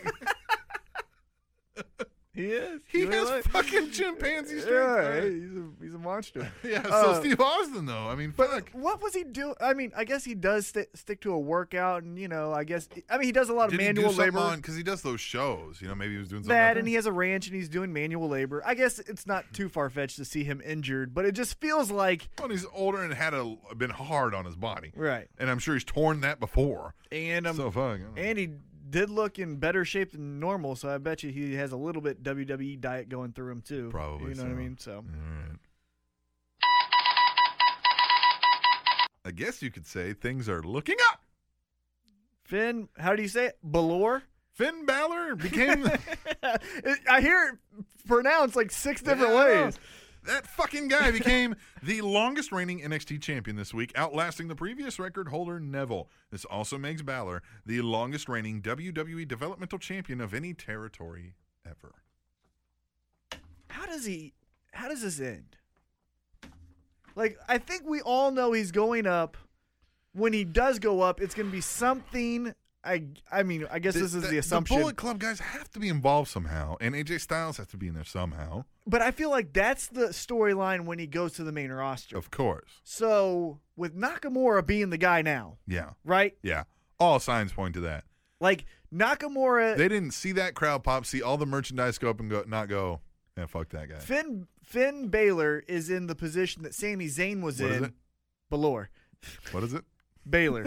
Speaker 2: He is.
Speaker 1: He
Speaker 2: You're
Speaker 1: has
Speaker 2: right.
Speaker 1: fucking chimpanzee strength.
Speaker 2: Yeah,
Speaker 1: right?
Speaker 2: he's a, he's a monster.
Speaker 1: Yeah, so
Speaker 2: Uh,
Speaker 1: Steve Austin though. I mean, fuck.
Speaker 2: What was he doing? I mean, I guess he does sti stick to a workout, and you know, I guess I mean he does a lot of manual labor.
Speaker 1: because he does those shows? You know, maybe he was doing something.
Speaker 2: that, and he has a ranch, and he's doing manual labor. I guess it's not too far fetched to see him injured, but it just feels like
Speaker 1: When he's older and had a been hard on his body,
Speaker 2: right.
Speaker 1: and I'm sure he's torn that before.
Speaker 2: And um,
Speaker 1: so fuck.
Speaker 2: and he did look in better shape than normal, so I bet you he has a little bit WWE diet going through him too.
Speaker 1: Probably
Speaker 2: you know what I
Speaker 1: so.
Speaker 2: mean. So
Speaker 1: Alright. I guess you could say things are looking up.
Speaker 2: Finn, how do you say it? Balor.
Speaker 1: Finn Balor became the-
Speaker 2: I hear it pronounced like six different
Speaker 1: Yeah.
Speaker 2: ways.
Speaker 1: That fucking guy became the longest reigning NXT champion this week, outlasting the previous record holder Neville. This also makes Balor the longest reigning WWE developmental champion of any territory ever.
Speaker 2: how does he how does this end like i think we all know he's going up when he does go up it's going to be something i i mean i guess this is the, assumption
Speaker 1: Bullet Club guys have to be involved somehow, and AJ Styles has to be in there somehow,
Speaker 2: but i feel like that's the storyline when he goes to the main roster
Speaker 1: of course.
Speaker 2: so with nakamura being the guy now
Speaker 1: Yeah,
Speaker 2: right
Speaker 1: yeah. All signs point to that.
Speaker 2: like nakamura
Speaker 1: They didn't see that crowd pop, see all the merchandise go up, and go not go. Yeah, fuck that guy.
Speaker 2: finn finn Balor is in the position that Sami Zayn was
Speaker 1: What is
Speaker 2: in
Speaker 1: it?
Speaker 2: Balor.
Speaker 1: What is it?
Speaker 2: Baylor.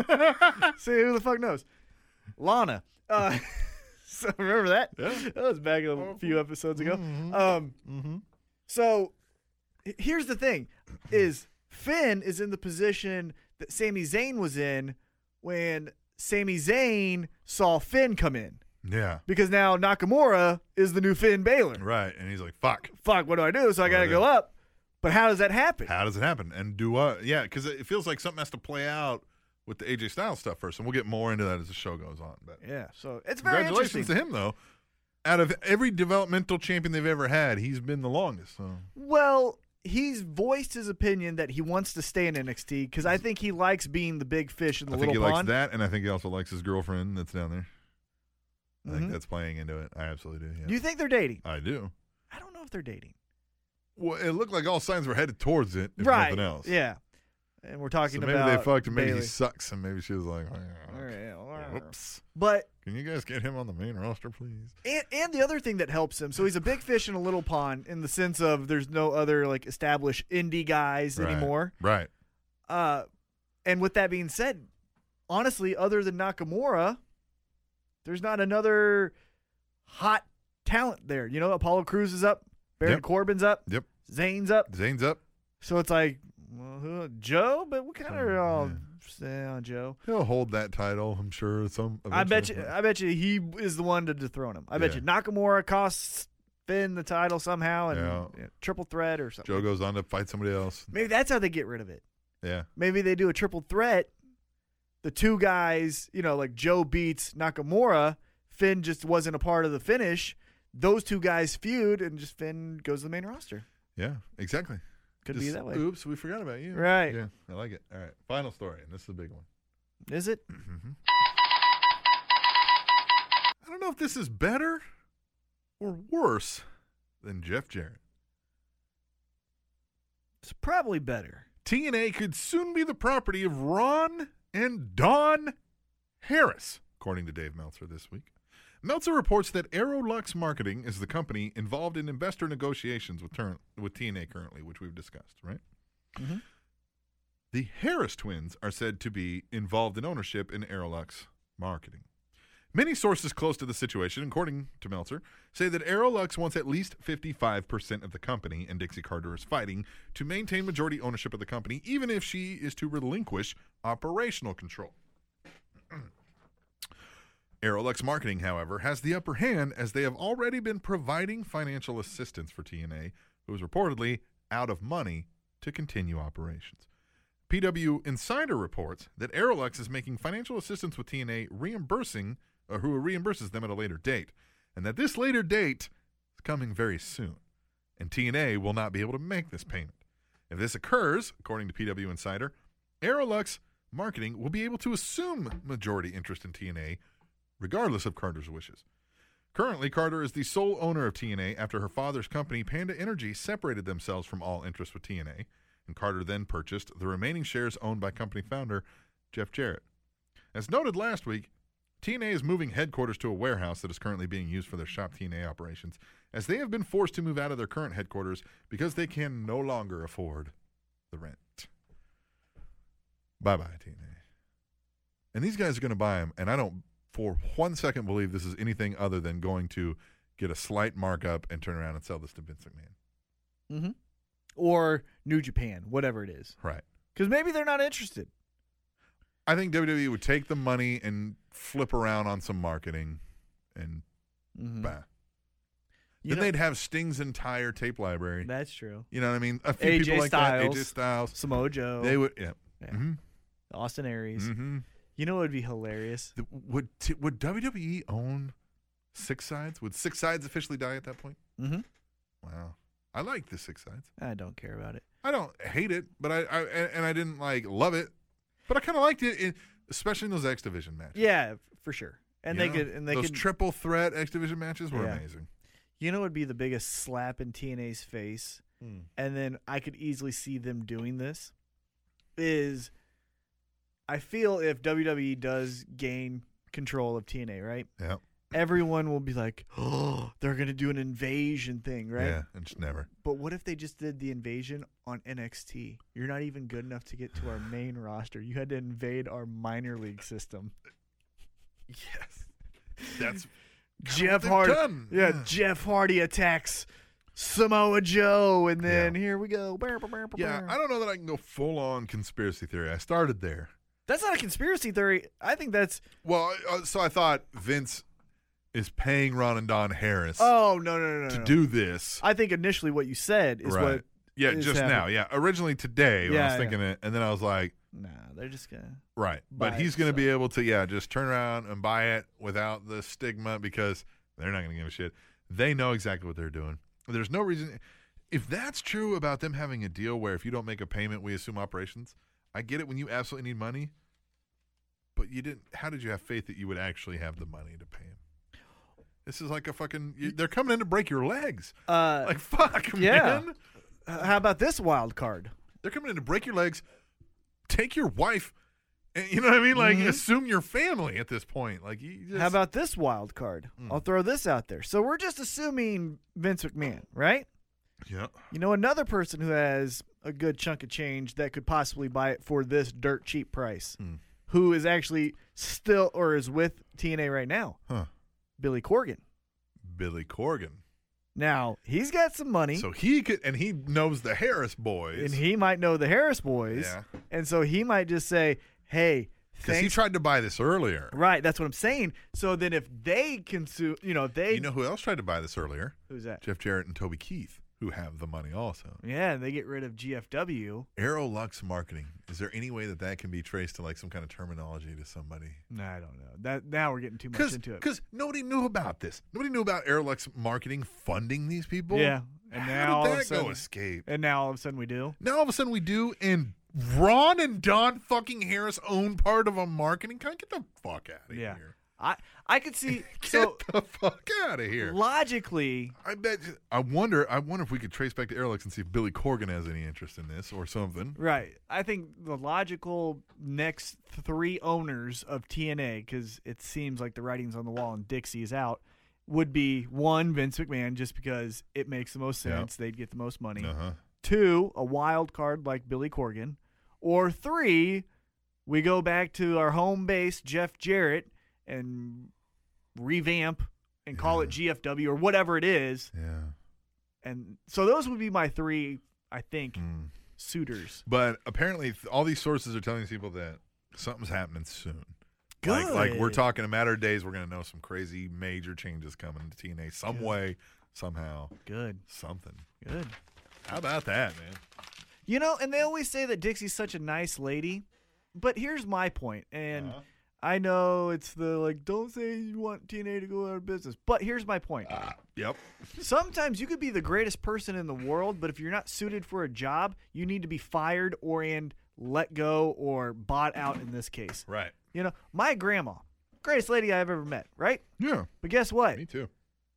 Speaker 2: See who the fuck knows? Lana. Uh, so remember that? That was back
Speaker 1: Oh.
Speaker 2: a few episodes ago.
Speaker 1: Mm-hmm.
Speaker 2: Um, So h- here's the thing: is Finn is in the position that Sami Zayn was in when Sami Zayn saw Finn come in,
Speaker 1: Yeah,
Speaker 2: because now Nakamura is the new Finn Baylor.
Speaker 1: right. Oh, And he's like, fuck.
Speaker 2: Fuck, what do I do? So I got to
Speaker 1: Right.
Speaker 2: go up. But how does that happen?
Speaker 1: how does it happen? And do I? Yeah, because it feels like something has to play out with the AJ Styles stuff first, and we'll get more into that as the show goes on. But
Speaker 2: Yeah. So it's very interesting.
Speaker 1: congratulations to him, though. Out of every developmental champion they've ever had, he's been the longest. So
Speaker 2: Well, he's voiced his opinion that he wants to stay in NXT because I think he likes being the big fish in the
Speaker 1: I think
Speaker 2: little
Speaker 1: he likes
Speaker 2: pond.
Speaker 1: that, and I think he also likes his girlfriend that's down there. I
Speaker 2: Mhm.
Speaker 1: think that's playing into it. I absolutely do. Yeah.
Speaker 2: Do you think they're dating?
Speaker 1: I do.
Speaker 2: I don't know if they're dating.
Speaker 1: Well, it looked like all signs were headed towards it. If
Speaker 2: right.
Speaker 1: Nothing else.
Speaker 2: Yeah. And we're
Speaker 1: So
Speaker 2: talking
Speaker 1: maybe
Speaker 2: about
Speaker 1: they fucked, and maybe
Speaker 2: Bailey.
Speaker 1: he sucks, and maybe she was like, "Oh, yeah,
Speaker 2: All
Speaker 1: okay.
Speaker 2: right, all right.
Speaker 1: "Whoops."
Speaker 2: But
Speaker 1: Can you guys get him on the main roster, please?
Speaker 2: and, and the other thing that helps him, so he's a big fish in a little pond in the sense of there's no other like established indie guys
Speaker 1: Right.
Speaker 2: anymore.
Speaker 1: Right.
Speaker 2: Uh, and with that being said, honestly, other than Nakamura, there's not another hot talent there. You know, Apollo Cruz is up, Baron
Speaker 1: Yep.
Speaker 2: Corbin's up,
Speaker 1: Yep.
Speaker 2: Zane's up.
Speaker 1: Zane's up.
Speaker 2: So it's like, well, who, Joe, but we kind of
Speaker 1: Some-
Speaker 2: are all
Speaker 1: yeah.
Speaker 2: stay on Joe.
Speaker 1: He'll hold that title, I'm sure. Some
Speaker 2: I bet you,
Speaker 1: eventually.
Speaker 2: I bet you, he is the one to dethrone him. I bet
Speaker 1: Yeah.
Speaker 2: you Nakamura costs defend the title somehow and
Speaker 1: Yeah.
Speaker 2: yeah, triple threat or something.
Speaker 1: Joe goes on to fight somebody else.
Speaker 2: Maybe that's how they get rid of it.
Speaker 1: Yeah.
Speaker 2: Maybe they do a triple threat. The two guys, you know, like Joe beats Nakamura. Finn just wasn't a part of the finish. Those two guys feud, and just Finn goes to the main roster.
Speaker 1: Yeah. Exactly.
Speaker 2: Could be
Speaker 1: Just,
Speaker 2: that way.
Speaker 1: Oops, we forgot about you.
Speaker 2: Right.
Speaker 1: Yeah. I like it. All right. Final story, and this is a big one.
Speaker 2: Is it?
Speaker 1: I don't know if this is better or worse than Jeff Jarrett.
Speaker 2: It's probably better.
Speaker 1: TNA could soon be the property of Ron and Don Harris, according to Dave Meltzer this week. Meltzer reports that Aerolux Marketing is the company involved in investor negotiations with, turn- with TNA currently, which we've discussed, right? Mm-hmm.
Speaker 2: Mhm.
Speaker 1: The Harris twins are said to be involved in ownership in Aerolux Marketing. Many sources close to the situation, according to Meltzer, say that Aerolux wants at least 55% of the company, and Dixie Carter is fighting to maintain majority ownership of the company, even if she is to relinquish operational control. Aerolux Marketing, however, has the upper hand as they have already been providing financial assistance for TNA, who is reportedly out of money to continue operations. PW Insider reports that Aerolux is making financial assistance with TNA, reimbursing or who reimburses them at a later date, and that this later date is coming very soon, and TNA will not be able to make this payment. If this occurs, according to PW Insider, Aerolux Marketing will be able to assume majority interest in TNA, regardless of Carter's wishes. Currently, Carter is the sole owner of TNA after her father's company, Panda Energy, separated themselves from all interest with TNA, and Carter then purchased the remaining shares owned by company founder Jeff Jarrett. As noted last week, TNA is moving headquarters to a warehouse that is currently being used for their shop TNA operations, as they have been forced to move out of their current headquarters because they can no longer afford the rent. Bye bye, TNA. And these guys are going to buy them, and I don't for one second believe this is anything other than going to get a slight markup and turn around and sell this to Vince McMahon.
Speaker 2: Mm-hmm. Or New Japan, whatever it is,
Speaker 1: Right.
Speaker 2: because maybe they're not interested.
Speaker 1: I think WWE would take the money and flip around on some marketing and bah.
Speaker 2: Mhm. You
Speaker 1: Then
Speaker 2: know-
Speaker 1: Mm-hmm. they'd have Sting's entire tape library.
Speaker 2: that's true.
Speaker 1: You know what I mean? A few
Speaker 2: AJ
Speaker 1: people like that. AJ
Speaker 2: Styles.
Speaker 1: Styles.
Speaker 2: Samoa Joe,
Speaker 1: They would. Yeah.
Speaker 2: Yeah.
Speaker 1: Mm-hmm.
Speaker 2: Austin Aries.
Speaker 1: Mm-hmm.
Speaker 2: You know what would be hilarious?
Speaker 1: Would t- would WWE own Six Sides? Would Six Sides officially die at that point?
Speaker 2: Mm-hmm.
Speaker 1: Wow. I like the Six Sides.
Speaker 2: I don't care about it.
Speaker 1: I don't hate it, but I, I and and I didn't like love it, but I kind of liked it, in, especially in those X Division matches.
Speaker 2: Yeah, for sure. And
Speaker 1: You
Speaker 2: they
Speaker 1: know?
Speaker 2: could, and they
Speaker 1: those
Speaker 2: could.
Speaker 1: triple threat X Division matches were
Speaker 2: Yeah.
Speaker 1: amazing.
Speaker 2: you know, what would be the biggest slap in TNA's face, and then I could easily see them doing this. Is I feel if WWE does gain control of TNA, right?
Speaker 1: Yeah.
Speaker 2: Everyone will be like, "Oh, they're gonna do an invasion thing, right?"
Speaker 1: Yeah, and just never.
Speaker 2: But what if they just did the invasion on NXT? You're not even good enough to get to our main roster. You had to invade our minor league system.
Speaker 1: Yes. That's
Speaker 2: Jeff
Speaker 1: they've
Speaker 2: Hardy.
Speaker 1: done.
Speaker 2: Yeah,
Speaker 1: Yeah.
Speaker 2: Jeff Hardy attacks Samoa Joe, and then
Speaker 1: Yeah.
Speaker 2: here we go. Brr, brr, brr, brr,
Speaker 1: yeah.
Speaker 2: brr.
Speaker 1: I don't know that I can go full on conspiracy theory. I started there.
Speaker 2: that's not a conspiracy theory. I think that's.
Speaker 1: Well, uh, so I thought Vince is paying Ron and Don Harris
Speaker 2: Oh no no no no.
Speaker 1: to
Speaker 2: no.
Speaker 1: do this.
Speaker 2: I think initially what you said is
Speaker 1: right.
Speaker 2: what.
Speaker 1: yeah,
Speaker 2: is
Speaker 1: just
Speaker 2: happening.
Speaker 1: now. Yeah. Originally today when I was
Speaker 2: Yeah, yeah.
Speaker 1: thinking it, and then I was like,
Speaker 2: Nah, they're just gonna.
Speaker 1: right. But
Speaker 2: Buy
Speaker 1: he's
Speaker 2: it,
Speaker 1: going to
Speaker 2: so.
Speaker 1: be able to, yeah, just turn around and buy it without the stigma because they're not going to give a shit. They know exactly what they're doing. There's no reason. If that's true about them having a deal where if you don't make a payment, we assume operations, I get it when you absolutely need money. But you didn't. How did you have faith that you would actually have the money to pay him? This is like a fucking. You, they're coming in to break your legs.
Speaker 2: Uh,
Speaker 1: Like fuck,
Speaker 2: yeah.
Speaker 1: man.
Speaker 2: h- how about this wild card?
Speaker 1: They're coming in to break your legs, take your wife, and you know what I mean? Like, assume your family at this point. Like, you just,
Speaker 2: Mm-hmm. How about this wild card?
Speaker 1: Hmm.
Speaker 2: I'll throw this out there. So we're just assuming Vince McMahon, right?
Speaker 1: yeah,
Speaker 2: You know, another person who has a good chunk of change that could possibly buy it for this dirt cheap price,
Speaker 1: Hmm.
Speaker 2: who is actually still or is with TNA right now,
Speaker 1: huh?
Speaker 2: Billy Corgan.
Speaker 1: Billy Corgan.
Speaker 2: Now, he's got some money,
Speaker 1: So he could, and he knows the Harris boys.
Speaker 2: and he might know the Harris boys.
Speaker 1: Yeah.
Speaker 2: And so he might just say, hey,
Speaker 1: Because he
Speaker 2: Thanks-
Speaker 1: tried to buy this earlier.
Speaker 2: Right, that's what I'm saying. So then if they consume, you know, they
Speaker 1: You know who else tried to buy this earlier?
Speaker 2: who's that?
Speaker 1: Jeff Jarrett and Toby Keith, who have the money also.
Speaker 2: Yeah, they get rid of GFW.
Speaker 1: Aero Lux Marketing. Is there any way that that can be traced to like some kind of terminology to somebody?
Speaker 2: No, I don't know. That now we're getting too much
Speaker 1: Because
Speaker 2: into it.
Speaker 1: nobody knew about this. Nobody knew about Aero Lux Marketing funding these people.
Speaker 2: Yeah, and now
Speaker 1: How
Speaker 2: all
Speaker 1: did
Speaker 2: of
Speaker 1: that
Speaker 2: a sudden,
Speaker 1: go escape?
Speaker 2: and now all of a sudden we do.
Speaker 1: Now all of a sudden we do, and Ron and Don fucking Harris own part of a marketing. Can I get the fuck out of
Speaker 2: Yeah,
Speaker 1: here?
Speaker 2: I I could see.
Speaker 1: Get
Speaker 2: so
Speaker 1: the fuck out of here.
Speaker 2: logically,
Speaker 1: I bet. I wonder. I wonder if we could trace back to Airlux and see if Billy Corgan has any interest in this or something.
Speaker 2: Right. I think the logical next three owners of TNA, because it seems like the writing's on the wall and Dixie is out, would be one, Vince McMahon, just because it makes the most
Speaker 1: Yeah.
Speaker 2: sense. They'd get the most money.
Speaker 1: Uh huh.
Speaker 2: Two, a wild card like Billy Corgan. Or three, we go back to our home base, Jeff Jarrett, and revamp and call it GFW or whatever it is.
Speaker 1: Yeah.
Speaker 2: And so those would be my three, I think,
Speaker 1: Mm.
Speaker 2: suitors.
Speaker 1: But apparently, th- all these sources are telling people that something's happening soon. Like, like we're
Speaker 2: Good.
Speaker 1: talking a matter of days. We're gonna know some crazy major changes coming to TNA some way, somehow,
Speaker 2: Good.
Speaker 1: something.
Speaker 2: Good.
Speaker 1: How about that, man?
Speaker 2: You know, and they always say that Dixie's such a nice lady, but here's my point, and I know it's the like, don't say you want TNA to go out of business, but here's my point.
Speaker 1: Yep.
Speaker 2: Sometimes you could be the greatest person in the world, but if you're not suited for a job, you need to be fired or and let go or bought out in this case.
Speaker 1: Right.
Speaker 2: You know, my grandma, greatest lady I've ever met, right?
Speaker 1: Yeah.
Speaker 2: But guess what?
Speaker 1: Me too.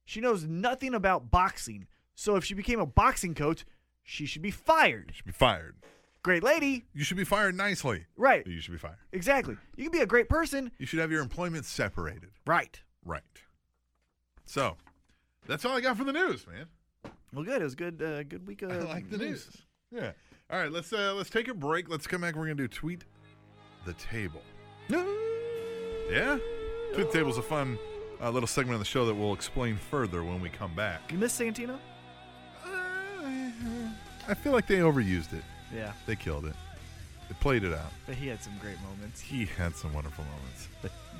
Speaker 2: She knows nothing about boxing. So if she became a boxing coach, she should be fired.
Speaker 1: Should be fired.
Speaker 2: Great lady,
Speaker 1: You should be fired nicely.
Speaker 2: right?
Speaker 1: You should be fired.
Speaker 2: Exactly. You can be a great person.
Speaker 1: You should have your employment separated.
Speaker 2: Right.
Speaker 1: Right. So, that's all I got for the news, man.
Speaker 2: Well, good. It was good. Uh, good week. Of
Speaker 1: I like the news. Yeah. All right, let's uh let's take a break. Let's come back. We're gonna do tweet the table. Yeah. Tweet the table's a fun uh, little segment of the show that we'll explain further when we come back.
Speaker 2: You miss Santino?
Speaker 1: I feel like they overused it.
Speaker 2: Yeah,
Speaker 1: They killed it. They played it out.
Speaker 2: but he had some great moments.
Speaker 1: He had some wonderful moments.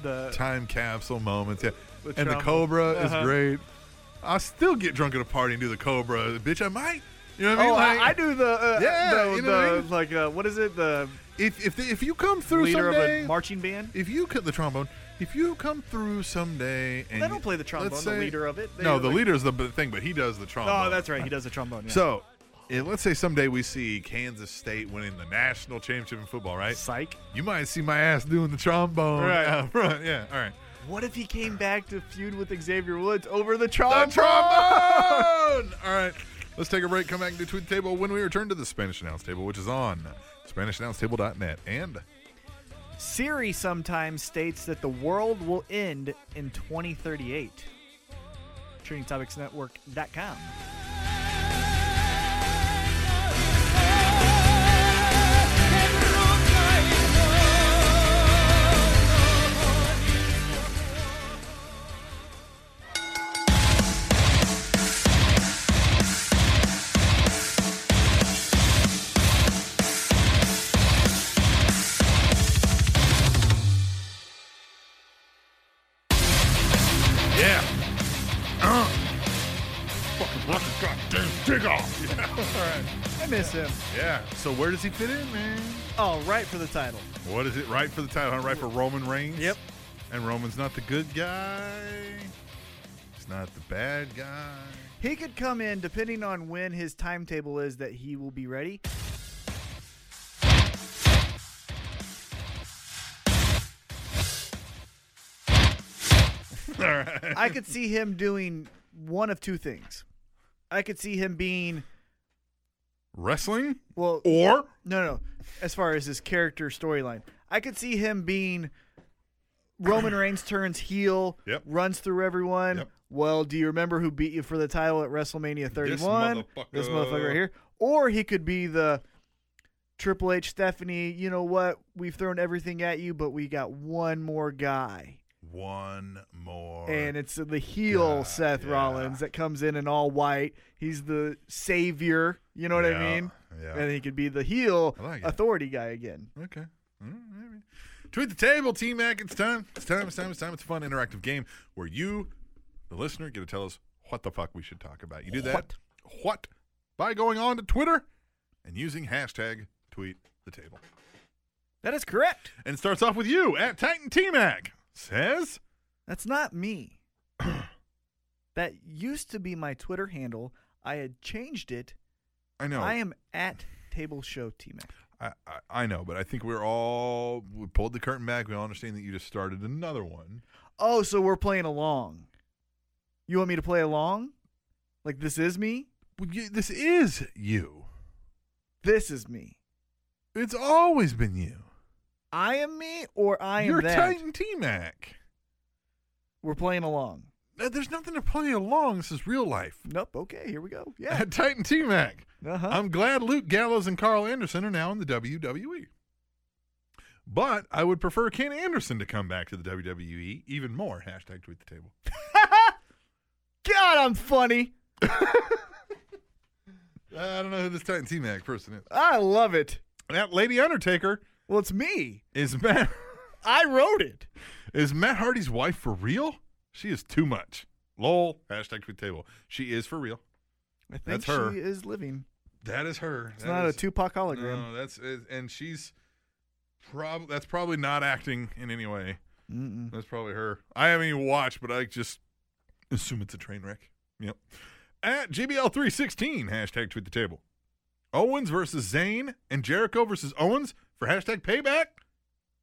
Speaker 2: The
Speaker 1: Time capsule moments. Yeah.
Speaker 2: The
Speaker 1: and the
Speaker 2: trauma.
Speaker 1: Cobra
Speaker 2: Uh-huh.
Speaker 1: is great. I still get drunk at a party and do the Cobra. Bitch, I might. You know what I mean?
Speaker 2: oh, I,
Speaker 1: Like-
Speaker 2: I do the uh,
Speaker 1: Yeah,
Speaker 2: the,
Speaker 1: you know what I
Speaker 2: the-
Speaker 1: mean?
Speaker 2: like uh, what is it the
Speaker 1: if if, if you come through
Speaker 2: leader
Speaker 1: someday,
Speaker 2: of a marching band?
Speaker 1: if you cut the trombone, if you come through someday, and
Speaker 2: They don't
Speaker 1: you-
Speaker 2: play the trombone,
Speaker 1: let's
Speaker 2: the
Speaker 1: say-
Speaker 2: leader of it. They
Speaker 1: no,
Speaker 2: are
Speaker 1: the
Speaker 2: like-
Speaker 1: leader is the b- thing, but he does the trombone.
Speaker 2: Oh, that's right. He does the trombone. Yeah.
Speaker 1: So, eh, let's say someday we see Kansas State winning the national championship in football, right?
Speaker 2: psych.
Speaker 1: You might see my ass doing the trombone
Speaker 2: Right.
Speaker 1: out front. Yeah, all right.
Speaker 2: What if he came back to feud with Xavier Woods over the
Speaker 1: The
Speaker 2: trombone?
Speaker 1: trombone. all right. Let's take a break. Come back and do tweet the table when we return to the Spanish announce table, which is on SpanishAnnounceTable.net and
Speaker 2: Siri sometimes states that the world will end in 2038. TrainingTopicsNetwork.com.
Speaker 1: yeah. Uh.
Speaker 3: What a goddamn dig off!
Speaker 2: I miss him.
Speaker 1: Yeah. So where does he fit in, man?
Speaker 2: All right for the title.
Speaker 1: What is it? Right for the title, huh? Right for Roman Reigns.
Speaker 2: Yep.
Speaker 1: And Roman's not the good guy. He's not the bad guy.
Speaker 2: He could come in depending on when his timetable is that he will be ready. I could see him doing one of two things. I could see him being
Speaker 1: Wrestling
Speaker 2: well
Speaker 1: or
Speaker 2: No, no. As far as his character storyline, I could see him being Roman Reigns turns heel,
Speaker 1: Yep.
Speaker 2: runs through everyone.
Speaker 1: Yep.
Speaker 2: Well, do you remember who beat you for the title at WrestleMania 31?
Speaker 1: motherfucker.
Speaker 2: right here. Or he could be the Triple H Stephanie, you know what? We've thrown everything at you, but we got one more guy.
Speaker 1: one more.
Speaker 2: And it's the heel
Speaker 1: God,
Speaker 2: Seth
Speaker 1: yeah.
Speaker 2: Rollins that comes in in all white. He's the savior, you know what
Speaker 1: Yeah,
Speaker 2: I mean?
Speaker 1: yeah.
Speaker 2: And he could be the heel
Speaker 1: I like it.
Speaker 2: authority guy again.
Speaker 1: okay. Mm, maybe. Tweet the table, Team Mac. It's time. It's time. It's time. It's time. It's a fun, interactive game where you, the listener, get to tell us what the fuck we should talk about. You do that. What? By going on to Twitter and using hashtag tweet the table.
Speaker 2: That is correct.
Speaker 1: And it starts off with you at Titan T Mac says,
Speaker 2: That's not me. that used to be my Twitter handle. I had changed it.
Speaker 1: I know.
Speaker 2: I am at Table Show T Mac.
Speaker 1: I, I, I know, but I think we're all we pulled the curtain back. We all understand that you just started another one.
Speaker 2: Oh, so we're playing along. You want me to play along? Like this is me?
Speaker 1: Well, you, this is you.
Speaker 2: This is me.
Speaker 1: It's always been you.
Speaker 2: I am me or I am
Speaker 1: You're
Speaker 2: that.
Speaker 1: Titan T Mac.
Speaker 2: We're playing along.
Speaker 1: No, There's nothing to play along. This is real life.
Speaker 2: Nope. Okay, here we go. Yeah.
Speaker 1: At Titan T Mac.
Speaker 2: Uh-huh.
Speaker 1: I'm glad Luke Gallows and Carl Anderson are now in the WWE. But I would prefer Ken Anderson to come back to the WWE even more. Hashtag tweet the table.
Speaker 2: God, I'm funny.
Speaker 1: I don't know who this Titan T Mac person is.
Speaker 2: I love it.
Speaker 1: That Lady Undertaker
Speaker 2: Well, it's me.
Speaker 1: is Matt
Speaker 2: I wrote it.
Speaker 1: is Matt Hardy's wife for real? She is too much. Lol. Hashtag tweet the table. She is for real.
Speaker 2: I think
Speaker 1: That's her.
Speaker 2: she is living.
Speaker 1: That is her.
Speaker 2: It's not a Tupac
Speaker 1: No,
Speaker 2: hologram.
Speaker 1: that's it- and she's probably that's probably not acting in any way.
Speaker 2: Mm-mm.
Speaker 1: That's probably her. I haven't even watched, but I just assume it's a train wreck. Yep. At GBL316, hashtag tweet the table. Owens versus Zane and Jericho versus Owens for hashtag payback.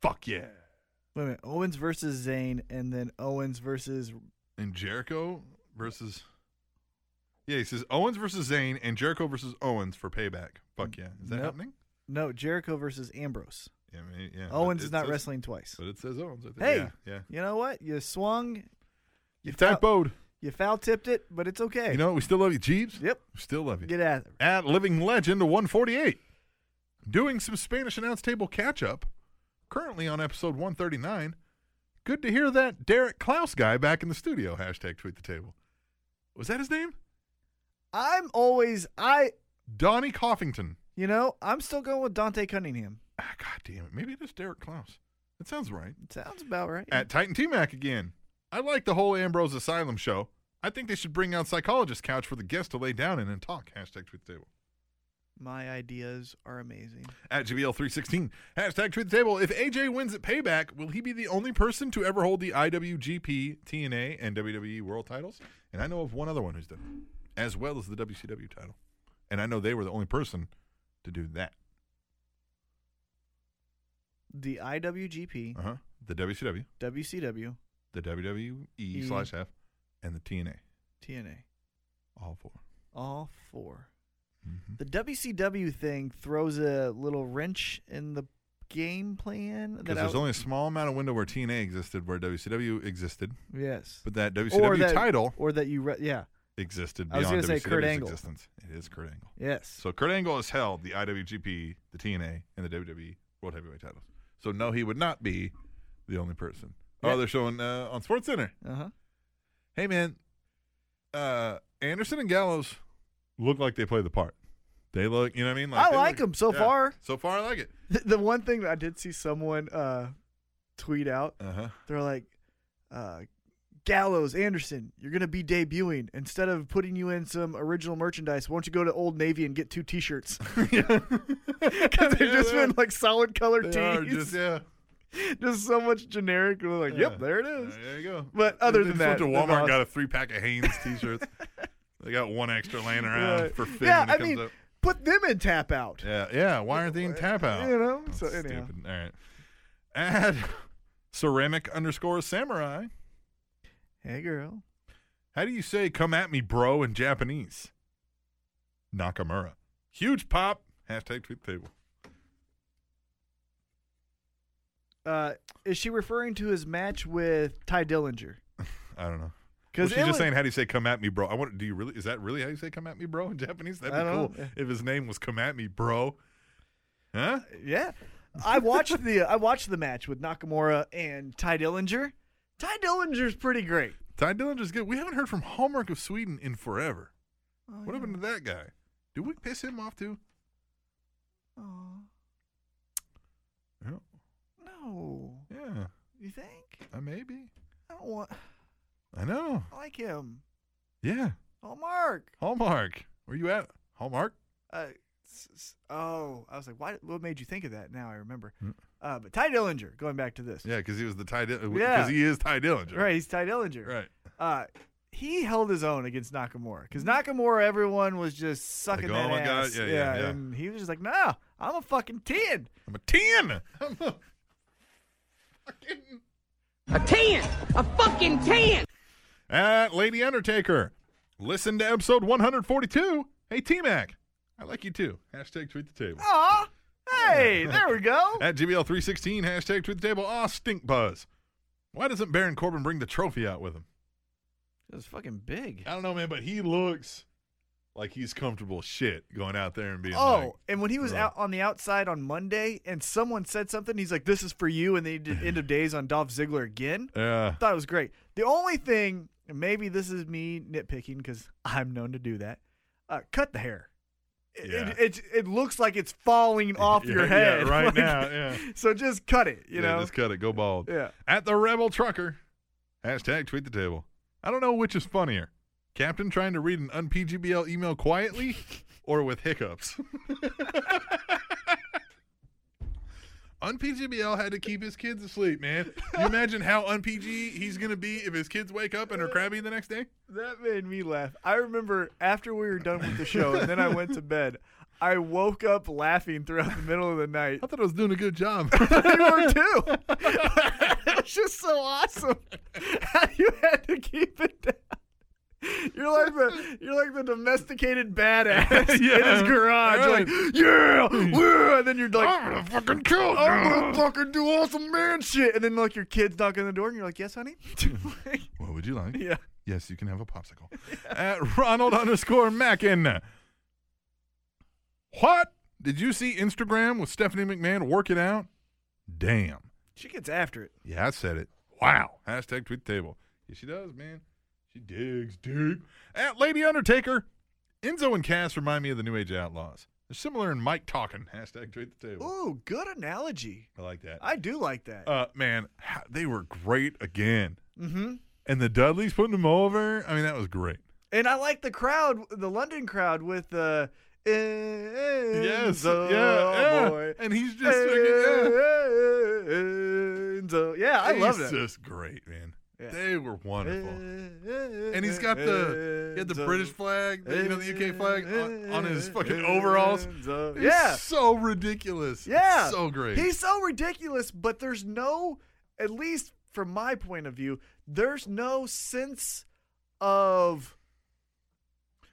Speaker 1: Fuck yeah.
Speaker 2: Wait a minute. Owens versus Zayn, and then Owens versus.
Speaker 1: And Jericho versus. Yeah, he says Owens versus Zane and Jericho versus Owens for payback. Fuck yeah. Is that
Speaker 2: Nope.
Speaker 1: happening?
Speaker 2: No, Jericho versus Ambrose.
Speaker 1: Yeah, I mean, yeah. but
Speaker 2: Owens
Speaker 1: it
Speaker 2: is not
Speaker 1: says-
Speaker 2: wrestling twice.
Speaker 1: But it says Owens. I think.
Speaker 2: Hey,
Speaker 1: Yeah. yeah.
Speaker 2: you know what? You swung,
Speaker 1: You
Speaker 2: foul-
Speaker 1: typoed.
Speaker 2: you foul tipped it, but it's okay.
Speaker 1: You know, what? we still love you, Jeeves.
Speaker 2: Yep.
Speaker 1: We still love you.
Speaker 2: Get at it.
Speaker 1: At Living Legend 148, doing some Spanish announce table catch up, currently on episode 139. Good to hear that Derek Klaus guy back in the studio. Hashtag tweet the table. Was that his name?
Speaker 2: I'm always I.
Speaker 1: Donnie Coffington.
Speaker 2: You know, I'm still going with Dante Cunningham.
Speaker 1: Ah, God damn it. Maybe it is Derek Klaus. That sounds right.
Speaker 2: It sounds about right.
Speaker 1: At Titan T Mac again. I like the whole Ambrose Asylum show. I think they should bring out psychologist couch for the guests to lay down in and talk. Hashtag tweet the table.
Speaker 2: My ideas are amazing.
Speaker 1: at GBL316. Hashtag tweet the table. If AJ wins at payback, will he be the only person to ever hold the IWGP, TNA, and WWE world titles? And I know of one other one who's done it, as well as the WCW title. And I know they were the only person to do that.
Speaker 2: The IWGP,
Speaker 1: Uh huh. The WCW,
Speaker 2: WCW,
Speaker 1: the WWE
Speaker 2: E.
Speaker 1: slash F, and the TNA.
Speaker 2: TNA.
Speaker 1: All four.
Speaker 2: All 4
Speaker 1: Mhm.
Speaker 2: The WCW thing throws a little wrench in the game plan. That
Speaker 1: Because there's
Speaker 2: I-
Speaker 1: only a small amount of window where TNA existed, where WCW existed,
Speaker 2: yes.
Speaker 1: but that
Speaker 2: or
Speaker 1: WCW
Speaker 2: that,
Speaker 1: title
Speaker 2: or that you re- yeah
Speaker 1: existed
Speaker 2: I was
Speaker 1: beyond
Speaker 2: gonna say Kurt
Speaker 1: WCW's
Speaker 2: Angle.
Speaker 1: existence. It is Kurt Angle.
Speaker 2: yes.
Speaker 1: So Kurt Angle has held the IWGP, the TNA, and the WWE World Heavyweight titles. So no, he would not be the only person.
Speaker 2: Yeah.
Speaker 1: Oh, they're showing uh, on Sports Center.
Speaker 2: uh huh.
Speaker 1: Hey man, uh, Anderson and Gallows look like they play the part. They look, you know what I mean?
Speaker 2: I
Speaker 1: they
Speaker 2: like
Speaker 1: look-
Speaker 2: 'em so far.
Speaker 1: So far, I like it.
Speaker 2: The, the one thing that I did see someone uh, tweet out,
Speaker 1: Uh huh.
Speaker 2: they're like, uh, Gallows Anderson, you're gonna be debuting. Instead of putting you in some original merchandise, why don't you go to Old Navy and get two T-shirts? Because they've just been like solid colored
Speaker 1: They are
Speaker 2: tees,
Speaker 1: just
Speaker 2: just,
Speaker 1: yeah.
Speaker 2: so much generic. We're like,
Speaker 1: Yeah.
Speaker 2: yep, there it is.
Speaker 1: Uh, there you go.
Speaker 2: But other
Speaker 1: They
Speaker 2: than
Speaker 1: just went
Speaker 2: that,
Speaker 1: to
Speaker 2: they're
Speaker 1: Walmart
Speaker 2: not-
Speaker 1: and got a three pack of Hanes T-shirts. they got one extra laying around
Speaker 2: Right.
Speaker 1: for Finn
Speaker 2: yeah,
Speaker 1: when he
Speaker 2: I
Speaker 1: comes
Speaker 2: mean,
Speaker 1: up.
Speaker 2: put them in tap out.
Speaker 1: Yeah, yeah. Why aren't they in tap out?
Speaker 2: You know,
Speaker 1: That's
Speaker 2: so anyhow.
Speaker 1: All right. Add ceramic underscore samurai.
Speaker 2: Hey, girl.
Speaker 1: How do you say "come at me, bro" in Japanese? Nakamura. Huge pop. Hashtag tweet the table.
Speaker 2: Uh, is she referring to his match with Ty Dillinger?
Speaker 1: I don't know. Well,
Speaker 2: 'Cause
Speaker 1: she's
Speaker 2: it
Speaker 1: just
Speaker 2: was-
Speaker 1: saying, "How do you say come at me, bro?" I want. Do you really? Is that really how you say "come at me, bro" in Japanese? That'd
Speaker 2: I
Speaker 1: be
Speaker 2: don't
Speaker 1: cool
Speaker 2: know.
Speaker 1: if his name was "come at me, bro." Huh?
Speaker 2: Yeah, I watched the I watched the match with Nakamura and Ty Dillinger. Ty Dillinger's pretty great.
Speaker 1: Ty Dillinger's good. We haven't heard from Hallmark of Sweden in forever.
Speaker 2: Oh,
Speaker 1: what happened to that guy? Did we piss him off too?
Speaker 2: Oh,
Speaker 1: Yeah.
Speaker 2: no, No.
Speaker 1: Yeah,
Speaker 2: You think?
Speaker 1: uh, maybe.
Speaker 2: I don't want.
Speaker 1: I know.
Speaker 2: I like him.
Speaker 1: Yeah,
Speaker 2: Oh, Mark.
Speaker 1: Hallmark. Where you at, Hallmark?
Speaker 2: Uh, s- s- oh, I was like, why, what made you think of that? Now I remember. Uh, but Ty Dillinger, going back to this.
Speaker 1: Hmm. Yeah, because he was the Ty. Because
Speaker 2: Yeah.
Speaker 1: he is Ty Dillinger.
Speaker 2: Right, he's Ty Dillinger.
Speaker 1: Right.
Speaker 2: Uh, he held his own against Nakamura because Nakamura, everyone was just sucking
Speaker 1: Like, oh
Speaker 2: that
Speaker 1: my God,
Speaker 2: ass.
Speaker 1: yeah, yeah, yeah.
Speaker 2: And he was just like, no, I'm a fucking 10.
Speaker 1: I'm a ten. I'm a fucking
Speaker 6: A ten! A fucking ten!
Speaker 1: at Lady Undertaker. Listen to episode 142. Hey T Mac, I like you too. Hashtag tweet the table.
Speaker 2: Aw, hey, there we go.
Speaker 1: At GBL316, hashtag tweet the table. Aw, stink buzz. Why doesn't Baron Corbin bring the trophy out with him?
Speaker 2: It was fucking big.
Speaker 1: I don't know, man, but he looks like he's comfortable as shit going out there and being like, uh,
Speaker 2: Oh, and when he was
Speaker 1: Right.
Speaker 2: out on the outside on Monday and someone said something, he's like, this is for you. And then he did End of Days on Dolph Ziggler again.
Speaker 1: yeah,
Speaker 2: thought it was great. The only thing, and maybe this is me nitpicking because I'm known to do that. Uh, cut the hair. It,
Speaker 1: Yeah.
Speaker 2: it, it it looks like it's falling off
Speaker 1: Yeah,
Speaker 2: your
Speaker 1: yeah,
Speaker 2: head
Speaker 1: right
Speaker 2: Like,
Speaker 1: now, yeah.
Speaker 2: So just cut it. You
Speaker 1: yeah,
Speaker 2: know.
Speaker 1: just cut it, go bald.
Speaker 2: Yeah.
Speaker 1: At the Rebel Trucker, hashtag tweet the table. I don't know which is funnier, Captain trying to read an unPGBL email quietly, or with hiccups. UnPGBL had to keep his kids asleep, man. You imagine how unPG he's gonna be if his kids wake up and are crabby the next day?
Speaker 2: That made me laugh. I remember after we were done with the show, and then I went to bed. I woke up laughing throughout the middle of the night.
Speaker 1: I thought I was doing a good job.
Speaker 2: you were too. it was just so awesome. How you had to keep it down. You're like the you're like the domesticated badass in
Speaker 1: Yeah.
Speaker 2: his garage.
Speaker 1: Right.
Speaker 2: Like, yeah, woo," and then you're like,
Speaker 1: gonna fucking kill you.
Speaker 2: I'm gonna fucking do awesome man shit. And then like your kids knock on the door, and you're like, yes, honey.
Speaker 1: What would you like?
Speaker 2: yeah.
Speaker 1: Yes, you can have a popsicle. At Ronald underscore Mackin. What? Did you see Instagram with Stephanie McMahon working out? Damn.
Speaker 2: She gets after it.
Speaker 1: Yeah, I said it. Wow. Hashtag tweet the table. Yeah, she does, man. She digs deep. At Lady Undertaker. Enzo and Cass remind me of the New Age Outlaws. They're similar in Mike talking. Hashtag tweet the table.
Speaker 2: Ooh, good analogy.
Speaker 1: I like that.
Speaker 2: I do like that.
Speaker 1: Uh, man, ha- they were great again.
Speaker 2: mm-hmm.
Speaker 1: And the Dudleys putting them over. I mean, that was great.
Speaker 2: And I like the crowd, the London crowd with the. Uh,
Speaker 1: Yes.
Speaker 2: Enzo,
Speaker 1: yeah, yeah.
Speaker 2: Oh, boy.
Speaker 1: And he's just fucking, yeah.
Speaker 2: Enzo. Yeah, I love
Speaker 1: He's
Speaker 2: that.
Speaker 1: just great, man.
Speaker 2: Yeah.
Speaker 1: They were wonderful.
Speaker 2: And
Speaker 1: and he's got the he had
Speaker 2: Eh,
Speaker 1: the British flag, the, you know, the UK flag on, on his fucking overalls. It was
Speaker 2: eh, Yeah.
Speaker 1: so ridiculous.
Speaker 2: Yeah.
Speaker 1: so great.
Speaker 2: He's so ridiculous, but there's no, at least from my point of view, there's no sense of.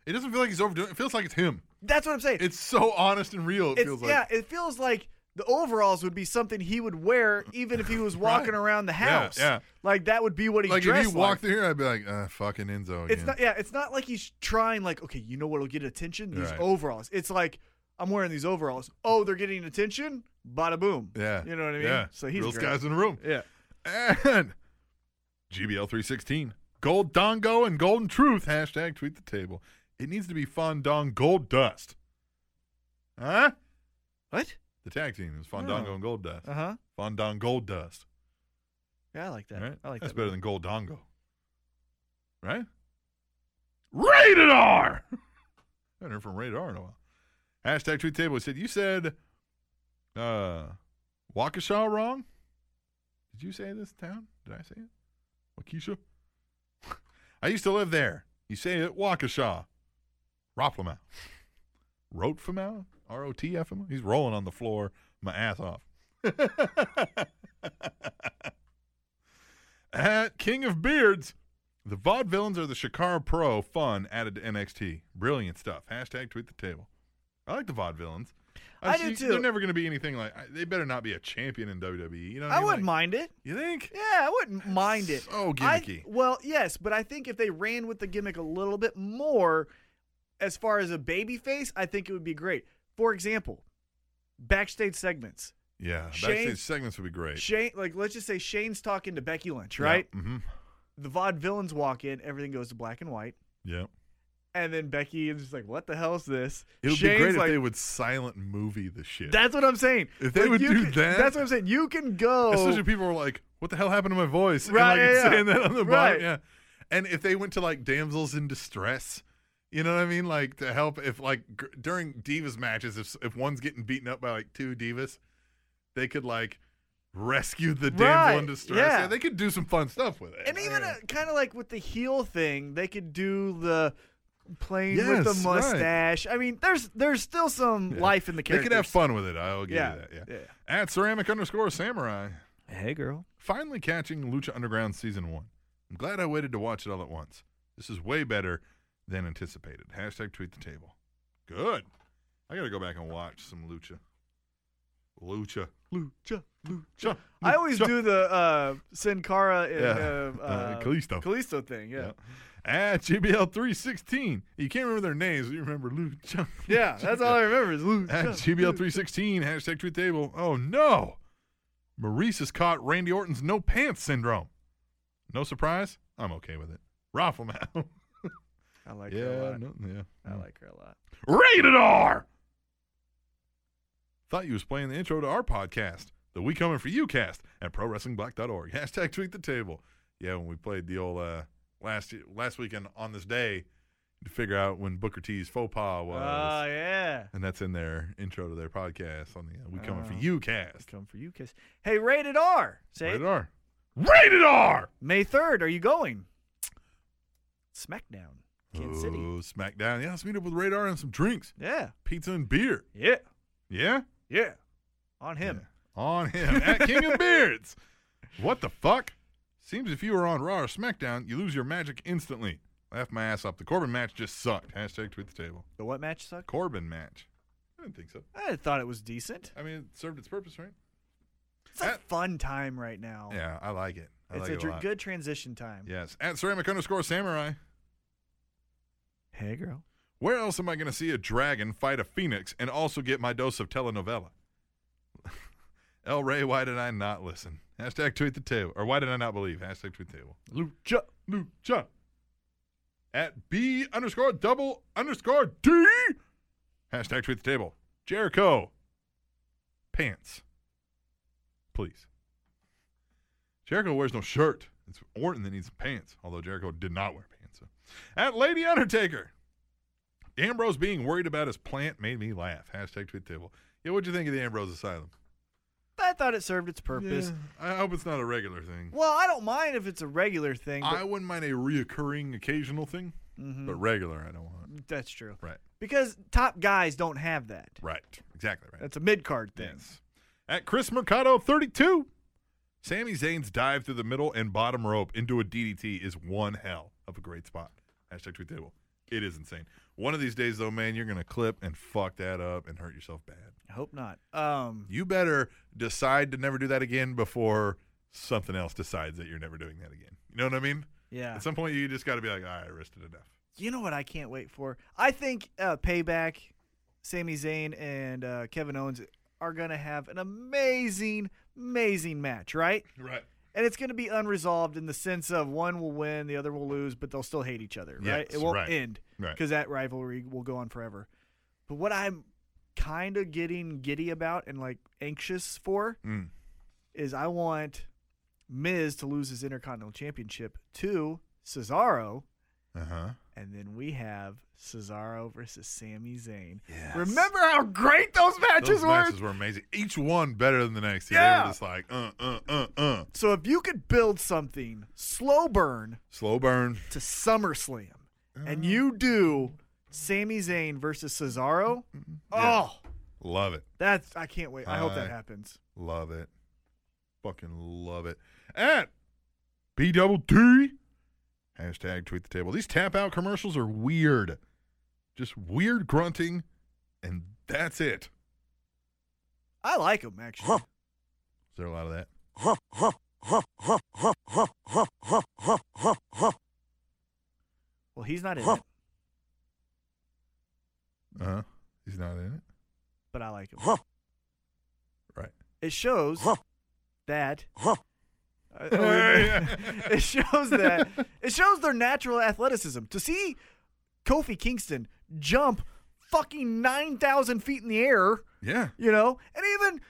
Speaker 1: it doesn't feel like he's overdoing. It It feels like it's him.
Speaker 2: That's what I'm saying.
Speaker 1: It's so honest and real. It
Speaker 2: It's-
Speaker 1: feels like
Speaker 2: yeah, it feels like the overalls would be something he would wear even if he was walking around the house.
Speaker 1: yeah.
Speaker 2: Like that would be what he
Speaker 1: like if
Speaker 2: dressed
Speaker 1: you
Speaker 2: like.
Speaker 1: walked through here, I'd be like, uh, fucking Enzo again.
Speaker 2: It's not yeah, it's not like he's trying like, okay, you know what'll get attention? These
Speaker 1: Right.
Speaker 2: overalls. It's like I'm wearing these overalls. Oh, they're getting attention? Bada boom.
Speaker 1: yeah,
Speaker 2: You know what I mean?
Speaker 1: Yeah,
Speaker 2: So he's
Speaker 1: real
Speaker 2: great.
Speaker 1: guys in the room.
Speaker 2: Yeah.
Speaker 1: And GBL three sixteen. Gold Dongo and Golden Truth. Hashtag tweet the table. It needs to be Fondong Gold Dust. Huh?
Speaker 2: What?
Speaker 1: The tag team is Fondongo and Gold Dust.
Speaker 2: Oh. Uh huh.
Speaker 1: Fondong Gold Dust.
Speaker 2: Yeah, I like that.
Speaker 1: Right?
Speaker 2: I like
Speaker 1: That's
Speaker 2: that.
Speaker 1: better than Gold Dongo. Right? Rated R! I haven't heard from Rated R in a while. Hashtag tweet the table. It said, You said uh, Waukesha wrong? Did you say this town? Did I say it? Waukesha? I used to live there. You say it Waukesha. Roplama. Rotfama? R O T F M? He's rolling on the floor, my ass off. At King of Beards, the vaudevillains are the Shakar Pro fun added to NXT. Brilliant stuff. Hashtag tweet the table. I like the vaudevillains.
Speaker 2: I do
Speaker 1: see-
Speaker 2: too.
Speaker 1: They're never going to be anything like. I- They better not be a champion in WWE. You know, what
Speaker 2: I
Speaker 1: mean?
Speaker 2: wouldn't
Speaker 1: Like,
Speaker 2: mind it.
Speaker 1: You think?
Speaker 2: Yeah, I wouldn't mind it.
Speaker 1: So
Speaker 2: I-
Speaker 1: gimmicky.
Speaker 2: well, yes, but I think if they ran with the gimmick a little bit more, as far as a baby face, I think it would be great. For example, backstage segments.
Speaker 1: Yeah,
Speaker 2: Shane-
Speaker 1: backstage segments would be great.
Speaker 2: Shane, like, let's just say Shane's talking to Becky Lynch, right?
Speaker 1: Mm-hmm.
Speaker 2: The vaudevillains walk in, everything goes to black and white.
Speaker 1: Yeah.
Speaker 2: And then Becky is just like, "What the hell is this?"
Speaker 1: It would
Speaker 2: Shane's
Speaker 1: be great
Speaker 2: like,
Speaker 1: if they would silent movie the shit.
Speaker 2: That's what I'm saying.
Speaker 1: If they would
Speaker 2: you
Speaker 1: do
Speaker 2: can-
Speaker 1: that-
Speaker 2: that's what I'm saying. You can go.
Speaker 1: Especially people were like, "What the hell happened to my voice?" And,
Speaker 2: Right,
Speaker 1: like,
Speaker 2: yeah, yeah.
Speaker 1: saying that on the
Speaker 2: Right.
Speaker 1: bottom, yeah. And if they went to like damsels in distress, you know what I mean, like to help if like gr- during divas matches, if if one's getting beaten up by like two divas, they could like rescue the damsel
Speaker 2: Right,
Speaker 1: in distress.
Speaker 2: yeah.
Speaker 1: they could do some fun stuff with it.
Speaker 2: and even
Speaker 1: yeah.
Speaker 2: kind of like with the heel thing, they could do the playing with the
Speaker 1: Yes, right.
Speaker 2: mustache. I mean, there's there's still some life in
Speaker 1: they
Speaker 2: the characters.
Speaker 1: could have fun with it. I'll give
Speaker 2: Yeah,
Speaker 1: you that.
Speaker 2: yeah.
Speaker 1: yeah. At ceramic underscore samurai.
Speaker 2: Hey, girl.
Speaker 1: finally catching Lucha Underground season one. I'm glad I waited to watch it all at once. This is way better than anticipated. Hashtag tweet the table. Good. I gotta go back and watch some Lucha. Lucha.
Speaker 2: Lucha, lucha.
Speaker 1: Lucha.
Speaker 2: I always
Speaker 1: Lucha.
Speaker 2: do the uh, Sin Cara and
Speaker 1: Yeah.
Speaker 2: uh,
Speaker 1: Uh,
Speaker 2: uh,
Speaker 1: Kalisto.
Speaker 2: Kalisto thing. Yeah.
Speaker 1: Yeah. At GBL316. You can't remember their names, but you remember Lucha.
Speaker 2: Yeah, that's all I remember is Lucha.
Speaker 1: At GBL316, hashtag tweet the table. Oh no! Maurice has caught Randy Orton's no pants syndrome. No surprise, I'm okay with it. Raffle out.
Speaker 2: I like her a
Speaker 1: yeah,
Speaker 2: lot.
Speaker 1: no, yeah. Mm.
Speaker 2: I like her a lot.
Speaker 1: Rated R. Thought you was playing the intro to our podcast, the We Coming For You cast at ProWrestlingBlack.org. Hashtag tweet the table. Yeah, when we played the old uh, last last weekend on this day to figure out when Booker T's faux pas
Speaker 2: Oh
Speaker 1: was.
Speaker 2: yeah.
Speaker 1: and that's in their intro to their podcast on the uh, We Coming For
Speaker 2: Oh.
Speaker 1: You cast.
Speaker 2: Come for you, kiss. Hey, rated R. Say it.
Speaker 1: Rated R. Rated R.
Speaker 2: May 3rd, are you going? SmackDown, Kansas City.
Speaker 1: Oh, SmackDown. Yeah, let's meet up with Radar and some drinks,
Speaker 2: Yeah.
Speaker 1: pizza and beer.
Speaker 2: Yeah.
Speaker 1: Yeah.
Speaker 2: Yeah. On him.
Speaker 1: on him at King of Beards. What the fuck? Seems if you were on Raw or SmackDown, you lose your magic instantly. Laugh my ass up. The Corbin match just sucked. Hashtag tweet the table.
Speaker 2: The what match sucked?
Speaker 1: Corbin match. I didn't think so.
Speaker 2: I thought it was decent.
Speaker 1: I mean, it served its purpose, right?
Speaker 2: It's a
Speaker 1: Uh,
Speaker 2: fun time right now.
Speaker 1: Yeah, I like it. I
Speaker 2: Oh. it's
Speaker 1: like
Speaker 2: a,
Speaker 1: it
Speaker 2: tr-
Speaker 1: a lot.
Speaker 2: good transition time.
Speaker 1: Yes. At ceramic underscore samurai.
Speaker 2: Hey, girl.
Speaker 1: Where else am I going to see a dragon fight a phoenix and also get my dose of telenovela? El Rey, why did I not listen? Hashtag tweet the table. Or why did I not believe? Hashtag tweet the table.
Speaker 2: Lucha.
Speaker 1: Lucha. At B underscore double underscore D. Hashtag tweet the table. Jericho. Pants. Please. Jericho wears no shirt. It's Orton that needs some pants, although Jericho did not wear pants. so. At Lady Undertaker. Ambrose being worried about his plant made me laugh. Hashtag tweet the table. Yeah, what'd you think of the Ambrose Asylum?
Speaker 2: I thought it served its purpose.
Speaker 1: I hope it's not a regular thing.
Speaker 2: Well, I don't mind if it's a regular thing, but Mm-hmm.
Speaker 1: I wouldn't mind a reoccurring occasional thing, but regular I don't want.
Speaker 2: that's true.
Speaker 1: Right.
Speaker 2: Because top guys don't have that.
Speaker 1: Right. Exactly right.
Speaker 2: That's a mid card thing.
Speaker 1: Yes. At Chris Mercado 32. Sammy Zayn's dive through the middle and bottom rope into a DDT is one hell of a great spot. Hashtag tweet the table. It is insane. One of these days, though, man, you're going to clip and fuck that up and hurt yourself bad.
Speaker 2: I hope not. Um,
Speaker 1: You better decide to never do that again before something else decides that you're never doing that again. You know what I mean?
Speaker 2: yeah.
Speaker 1: At some point, you just got to be like, all right, I risked it enough.
Speaker 2: You know what I can't wait for? I think uh, Payback, Sami Zayn, and uh, Kevin Owens are going to have an amazing, amazing match, right?
Speaker 1: Right.
Speaker 2: And it's going to be unresolved in the sense of one will win, the other will lose, but they'll still hate each other, right?
Speaker 1: Yes,
Speaker 2: It won't
Speaker 1: right.
Speaker 2: end
Speaker 1: Right.
Speaker 2: because that rivalry will go on forever. But what I'm kind of getting giddy about and like anxious for
Speaker 1: Mm.
Speaker 2: is I want Miz to lose his Intercontinental Championship to Cesaro.
Speaker 1: Uh huh.
Speaker 2: And then we have Cesaro versus Sami Zayn. Remember how great those
Speaker 1: Those
Speaker 2: matches were?
Speaker 1: matches were amazing. Each one better than the next. Yeah. They
Speaker 2: Yeah.
Speaker 1: were just like, uh, uh, uh, uh.
Speaker 2: So if you could build something slow burn
Speaker 1: Slow burn.
Speaker 2: to SummerSlam and you do Sami Zayn versus Cesaro, oh,
Speaker 1: Love it.
Speaker 2: that's I can't wait. I hope
Speaker 1: I-
Speaker 2: that happens.
Speaker 1: Love it. Fucking love it. At B double T. Hashtag tweet the table. These tap out commercials are weird. Just weird grunting, and that's it.
Speaker 2: I like him actually.
Speaker 1: Is there a lot of that?
Speaker 2: Well, he's not in it,
Speaker 1: Uh huh. He's not in it.
Speaker 2: but I like him.
Speaker 1: Right.
Speaker 2: It shows that Uh, oh,
Speaker 1: Yeah,
Speaker 2: it shows that it shows their natural athleticism. To see Kofi Kingston jump fucking 9,000 feet in the air,
Speaker 1: Yeah.
Speaker 2: you know? And even,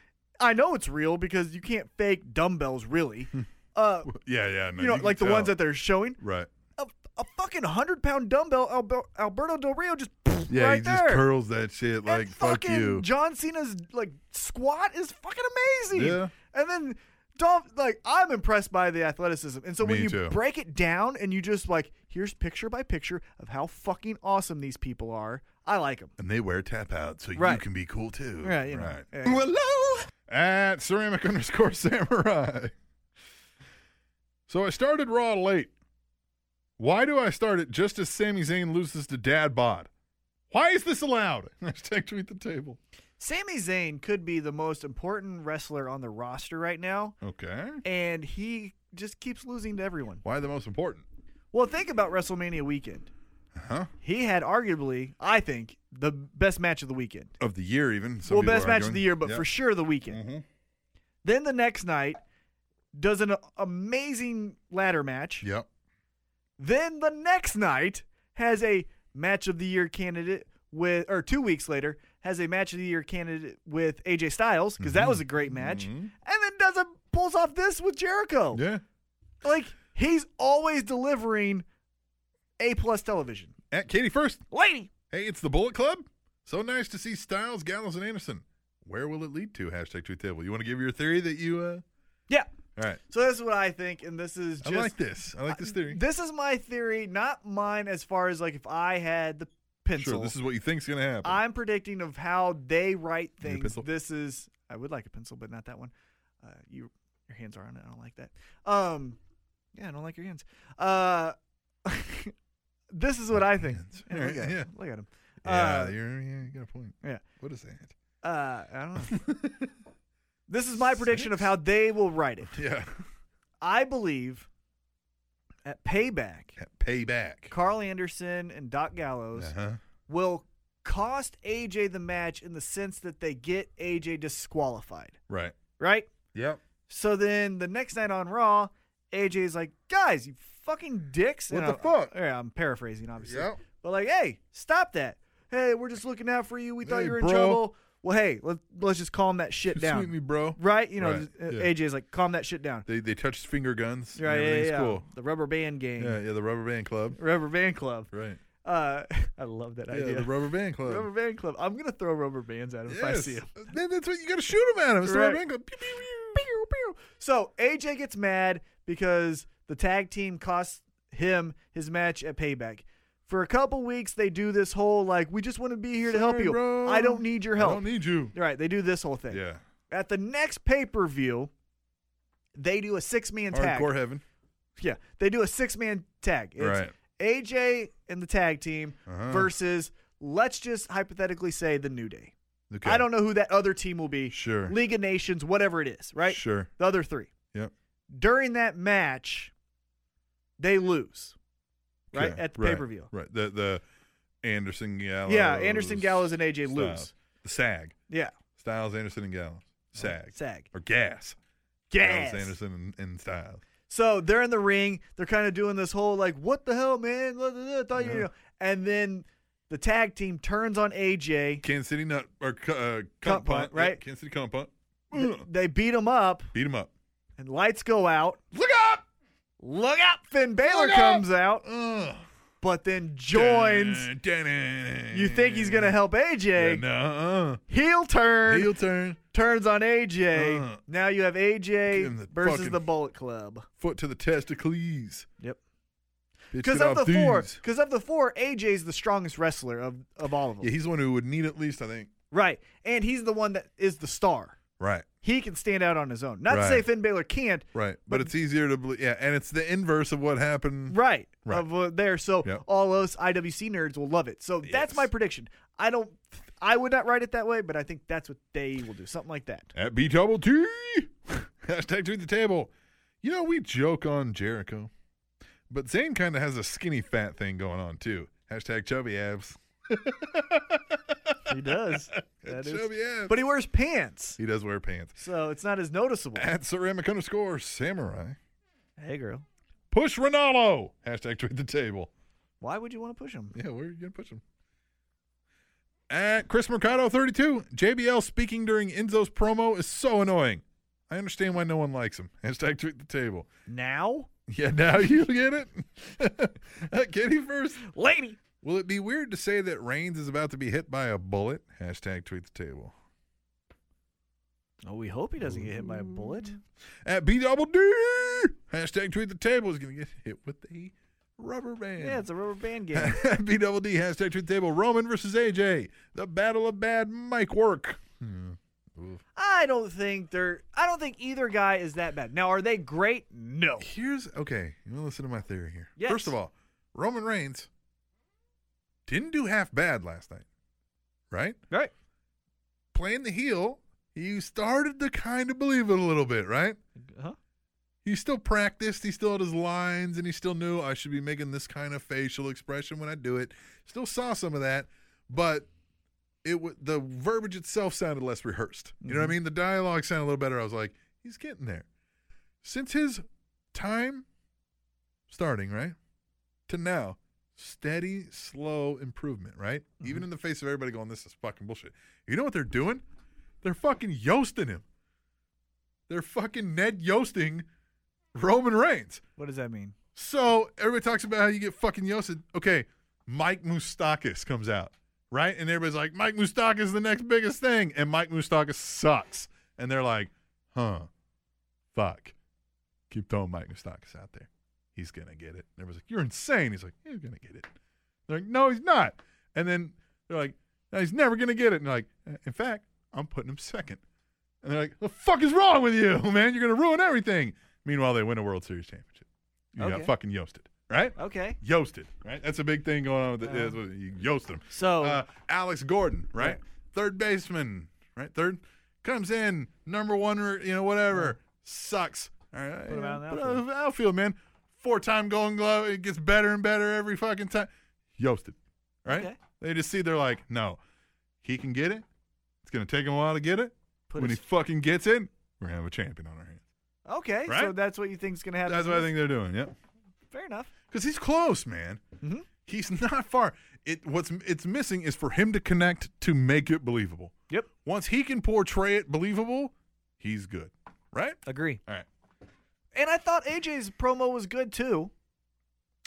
Speaker 2: I know it's real because you can't fake dumbbells, really. uh,
Speaker 1: Yeah, yeah. No,
Speaker 2: you know,
Speaker 1: Hmm. can
Speaker 2: like the
Speaker 1: tell.
Speaker 2: ones that they're showing.
Speaker 1: Right.
Speaker 2: A, a fucking 100 pound dumbbell, Alber- Alberto Del Rio just
Speaker 1: Yeah,
Speaker 2: right
Speaker 1: he
Speaker 2: there.
Speaker 1: just curls that shit like
Speaker 2: and
Speaker 1: fuck
Speaker 2: fucking
Speaker 1: you.
Speaker 2: John Cena's like squat is fucking amazing.
Speaker 1: Yeah.
Speaker 2: And then Dolph, like I'm impressed by the athleticism. And so when
Speaker 1: Me
Speaker 2: you
Speaker 1: too.
Speaker 2: break it down and you just like here's picture by picture of how fucking awesome these people are. I like them.
Speaker 1: and they wear tap out, so you
Speaker 2: Right.
Speaker 1: can be cool too.
Speaker 2: Yeah, you know.
Speaker 1: right.
Speaker 2: Yeah.
Speaker 1: At ceramic underscore samurai. So I started Raw late. Why do I start it just as Sami Zayn loses to Dad Bod? Why is this allowed? Hashtag tweet the table.
Speaker 2: Sami Zayn could be the most important wrestler on the roster right now,
Speaker 1: Okay.
Speaker 2: and he just keeps losing to everyone.
Speaker 1: Why the most important?
Speaker 2: Well, think about WrestleMania weekend.
Speaker 1: Huh?
Speaker 2: He had arguably, I think, the best match of the weekend.
Speaker 1: Of the year, even. Some
Speaker 2: well,
Speaker 1: people
Speaker 2: best
Speaker 1: are
Speaker 2: match
Speaker 1: arguing.
Speaker 2: of the year, but
Speaker 1: Yep.
Speaker 2: for sure the weekend.
Speaker 1: Mhm.
Speaker 2: Then the next night does an amazing ladder match.
Speaker 1: Yep.
Speaker 2: Then the next night has a match of the year candidate with, or two weeks later has a match of the year candidate with AJ Styles because
Speaker 1: Mm-hmm.
Speaker 2: that was a great match, and then does a pulls off this with Jericho.
Speaker 1: Yeah.
Speaker 2: Like he's always delivering a plus television.
Speaker 1: At Katie first.
Speaker 2: Lady,
Speaker 1: Hey, it's the Bullet Club. So nice to see Styles, Gallows, and Anderson. Where will it lead to? Hashtag tweet table. You want to give your theory that you? uh
Speaker 2: yeah.
Speaker 1: All right.
Speaker 2: So this is what I think, and this is just
Speaker 1: I like this. I like this theory.
Speaker 2: This is my theory, not mine. As far as like if I had the pencil,
Speaker 1: sure. This is what you think's gonna happen.
Speaker 2: I'm predicting of how they write
Speaker 1: Need a
Speaker 2: things.
Speaker 1: pencil?
Speaker 2: This is I would like a pencil, but not that one. Uh, you your hands are on it. I don't like that. Um, yeah, I don't like your hands. Uh, this is what I think.
Speaker 1: hands.
Speaker 2: Yeah,
Speaker 1: All
Speaker 2: look,
Speaker 1: right,
Speaker 2: at him.
Speaker 1: yeah.
Speaker 2: look at him.
Speaker 1: yeah,
Speaker 2: Uh,
Speaker 1: you're, yeah, you got a point.
Speaker 2: yeah.
Speaker 1: What is that?
Speaker 2: Uh, I don't know. this is my prediction of how they will write it.
Speaker 1: Yeah.
Speaker 2: I believe at payback.
Speaker 1: Payback.
Speaker 2: Carl Anderson and Doc Gallows
Speaker 1: Uh-huh.
Speaker 2: will cost AJ the match in the sense that they get AJ disqualified,
Speaker 1: Right.
Speaker 2: right?
Speaker 1: Yep.
Speaker 2: So then the next night on Raw, AJ's like, guys, you fucking dicks.
Speaker 1: What
Speaker 2: And
Speaker 1: the
Speaker 2: I'm-
Speaker 1: fuck?
Speaker 2: Yeah, I'm paraphrasing, obviously.
Speaker 1: Yep.
Speaker 2: But like, hey, stop that. Hey, we're just looking out for you. We thought
Speaker 1: Hey,
Speaker 2: you were in
Speaker 1: bro.
Speaker 2: trouble. Well, hey, let, let's just calm that shit
Speaker 1: Sweet me,
Speaker 2: down.
Speaker 1: bro.
Speaker 2: Right? You know,
Speaker 1: Right,
Speaker 2: just- uh,
Speaker 1: yeah.
Speaker 2: AJ's like, calm that shit down.
Speaker 1: They they touched finger guns. and
Speaker 2: Right, yeah, yeah,
Speaker 1: everything's
Speaker 2: yeah.
Speaker 1: cool.
Speaker 2: The rubber band gang.
Speaker 1: Yeah, yeah. The rubber band club.
Speaker 2: Rubber band club.
Speaker 1: Right.
Speaker 2: Uh, I love that
Speaker 1: Yeah,
Speaker 2: idea.
Speaker 1: the rubber band club.
Speaker 2: Rubber band club. I'm gonna throw rubber bands at him if I see him.
Speaker 1: Then that's what you got to shoot them at him. It's the
Speaker 2: Right.
Speaker 1: rubber band club. Pew, pew, pew.
Speaker 2: So AJ gets mad because the tag team costs him his match at Payback. For a couple weeks, they do this whole like, we just want to be here to help
Speaker 1: Sorry,
Speaker 2: you.
Speaker 1: bro.
Speaker 2: I don't need your
Speaker 1: I
Speaker 2: help.
Speaker 1: don't need you.
Speaker 2: right? They do this whole thing.
Speaker 1: Yeah.
Speaker 2: At the next pay per view, they do a six man tag.
Speaker 1: Hardcore heaven.
Speaker 2: Yeah, they do a six man tag. It's
Speaker 1: Right.
Speaker 2: AJ and the tag team
Speaker 1: Uh-huh.
Speaker 2: versus let's just hypothetically say the New Day.
Speaker 1: Okay.
Speaker 2: I don't know who that other team will be.
Speaker 1: Sure.
Speaker 2: League of Nations, whatever it is, right?
Speaker 1: Sure.
Speaker 2: The other three.
Speaker 1: Yep.
Speaker 2: During that match, they lose, right?
Speaker 1: Okay,
Speaker 2: At the
Speaker 1: right,
Speaker 2: pay per view.
Speaker 1: Right. The the Anderson Gallows.
Speaker 2: Yeah, Anderson Gallows and AJ
Speaker 1: Styles.
Speaker 2: lose.
Speaker 1: The SAG.
Speaker 2: Yeah.
Speaker 1: Styles, Anderson, and Gallows. SAG.
Speaker 2: Oh, SAG.
Speaker 1: Or GAS.
Speaker 2: Gas.
Speaker 1: Gallows, Anderson, and, and Styles.
Speaker 2: So they're in the ring. They're kind of doing this whole like, what the hell, man? Blah, blah, blah, thought you- you know. And then the tag team turns on AJ.
Speaker 1: Kansas City Nut or cu- uh,
Speaker 2: Cunt
Speaker 1: Cunt
Speaker 2: punt,
Speaker 1: Punt.
Speaker 2: right?
Speaker 1: Yeah, Kansas City Cunt Punt.
Speaker 2: Th-
Speaker 1: Ugh.
Speaker 2: They beat him up,
Speaker 1: Beat him up.
Speaker 2: and lights go out.
Speaker 1: Look up.
Speaker 2: Look out! Finn Balor
Speaker 1: Look out!
Speaker 2: comes out,
Speaker 1: Ugh.
Speaker 2: but then joins.
Speaker 1: Dun, dun, dun.
Speaker 2: You think he's gonna help
Speaker 1: Yeah,
Speaker 2: AJ?
Speaker 1: No.
Speaker 2: Heel turn.
Speaker 1: Uh, heel turn.
Speaker 2: turns on AJ.
Speaker 1: Uh,
Speaker 2: now you have AJ
Speaker 1: give him the
Speaker 2: versus
Speaker 1: fucking-
Speaker 2: the Bullet Club.
Speaker 1: Foot to the testicles.
Speaker 2: Yep.
Speaker 1: Bitch,
Speaker 2: Because
Speaker 1: get
Speaker 2: of
Speaker 1: off
Speaker 2: the four,
Speaker 1: these.
Speaker 2: because of the four, AJ's the strongest wrestler of of all of them.
Speaker 1: Yeah, he's the one who would need at least, I think.
Speaker 2: Right, and he's the one that is the star.
Speaker 1: Right.
Speaker 2: He can stand out on his own. Not to
Speaker 1: Right.
Speaker 2: say Finn Balor can't.
Speaker 1: Right. But, it's easier to believe. Yeah. And it's the inverse of what happened.
Speaker 2: Right.
Speaker 1: Right.
Speaker 2: Of uh, there, so
Speaker 1: Yep.
Speaker 2: all us IWC nerds will love it. So that's
Speaker 1: Yes.
Speaker 2: my prediction. I don't, I would not write it that way, but I think that's what they will do, something like that.
Speaker 1: At B Double T. Hashtag tweet the table. You know, we joke on Jericho, but Zayn kind of has a skinny fat thing going on, too. Hashtag chubby abs.
Speaker 2: He does. that is.
Speaker 1: chubby abs.
Speaker 2: But he wears pants,
Speaker 1: he does wear pants.
Speaker 2: so it's not as noticeable.
Speaker 1: At ceramic underscore samurai.
Speaker 2: Hey, girl.
Speaker 1: Push Ronaldo. Hashtag tweet the table.
Speaker 2: Why would you want to push him?
Speaker 1: Yeah, where are you going to push him? At Chris Mercado 32, JBL speaking during Enzo's promo is so annoying. I understand why no one likes him. Hashtag tweet the table.
Speaker 2: Now,
Speaker 1: Yeah, now you get it? Kitty first.
Speaker 2: lady.
Speaker 1: Will it be weird to say that Reigns is about to be hit by a bullet? Hashtag tweet the table.
Speaker 2: Oh, we hope he doesn't get hit by a bullet.
Speaker 1: At B double D, hashtag tweet the table is going to get hit with a rubber band.
Speaker 2: Yeah, it's a rubber band game.
Speaker 1: B double D hashtag tweet the table. Roman versus AJ. The battle of bad mic work. Hmm.
Speaker 2: I don't think they're. I don't think either guy is that bad. Now, are they great? No.
Speaker 1: Here's okay. You want to listen to my theory here.
Speaker 2: Yes.
Speaker 1: First of all, Roman Reigns didn't do half bad last night, right?
Speaker 2: Right.
Speaker 1: Playing the heel, he started to kind of believe it a little bit, right?
Speaker 2: Huh?
Speaker 1: He still practiced. He still had his lines, and he still knew I should be making this kind of facial expression when I do it. Still saw some of that, but it w- the verbiage itself sounded less rehearsed. You know what I mean? The dialogue sounded a little better. I was like, he's getting there. Since his time starting right to now, steady, slow improvement. Right, even in the face of everybody going, this is fucking bullshit. You know what they're doing? They're fucking yoasting him. They're fucking Ned Yoasting Roman Reigns.
Speaker 2: What does that mean?
Speaker 1: So everybody talks about how you get fucking Yosted. Okay, Mike Moustakis comes out, right? And everybody's like, Mike Moustakis is the next biggest thing. And Mike Moustakis sucks. And they're like, huh, fuck. Keep throwing Mike Moustakis out there. He's going to get it. And everybody's like, you're insane. He's like, he's going to get it. They're like, no, he's not. And then they're like, no, he's never going to get it. And they're like, in fact, I'm putting him second. And they're like, the fuck is wrong with you, man? You're going to ruin everything. Meanwhile, they win a World Series championship. You got
Speaker 2: Okay.
Speaker 1: fucking yoasted, right?
Speaker 2: Okay.
Speaker 1: Yoasted, right? That's a big thing going on with the, that's what- you yoasted him.
Speaker 2: So-
Speaker 1: uh, Alex Gordon, right?
Speaker 2: Uh-huh. Oh. Yeah.
Speaker 1: Third baseman, right? Third comes in number one, or you know whatever sucks. All right,
Speaker 2: Put him out in the
Speaker 1: put
Speaker 2: outfield.
Speaker 1: him out in the outfield, man. Four-time Golden Glove, it gets better and better every fucking time. Yoasted, right?
Speaker 2: Okay.
Speaker 1: They just see they're like, no, he can get it. It's gonna take him a while to get it.
Speaker 2: Put
Speaker 1: when
Speaker 2: his-
Speaker 1: he fucking gets it, we're gonna have a champion on our hands.
Speaker 2: Okay. So
Speaker 1: Right?
Speaker 2: that's what you think's gonna happen.
Speaker 1: That's what I think they're doing. Yep.
Speaker 2: Fair enough.
Speaker 1: because he's close, man.
Speaker 2: Mhm.
Speaker 1: He's not far. It what's it's missing is for him to connect to make it believable.
Speaker 2: Yep.
Speaker 1: Once he can portray it believable, he's good, right?
Speaker 2: Agree.
Speaker 1: All right.
Speaker 2: And I thought AJ's promo was good too.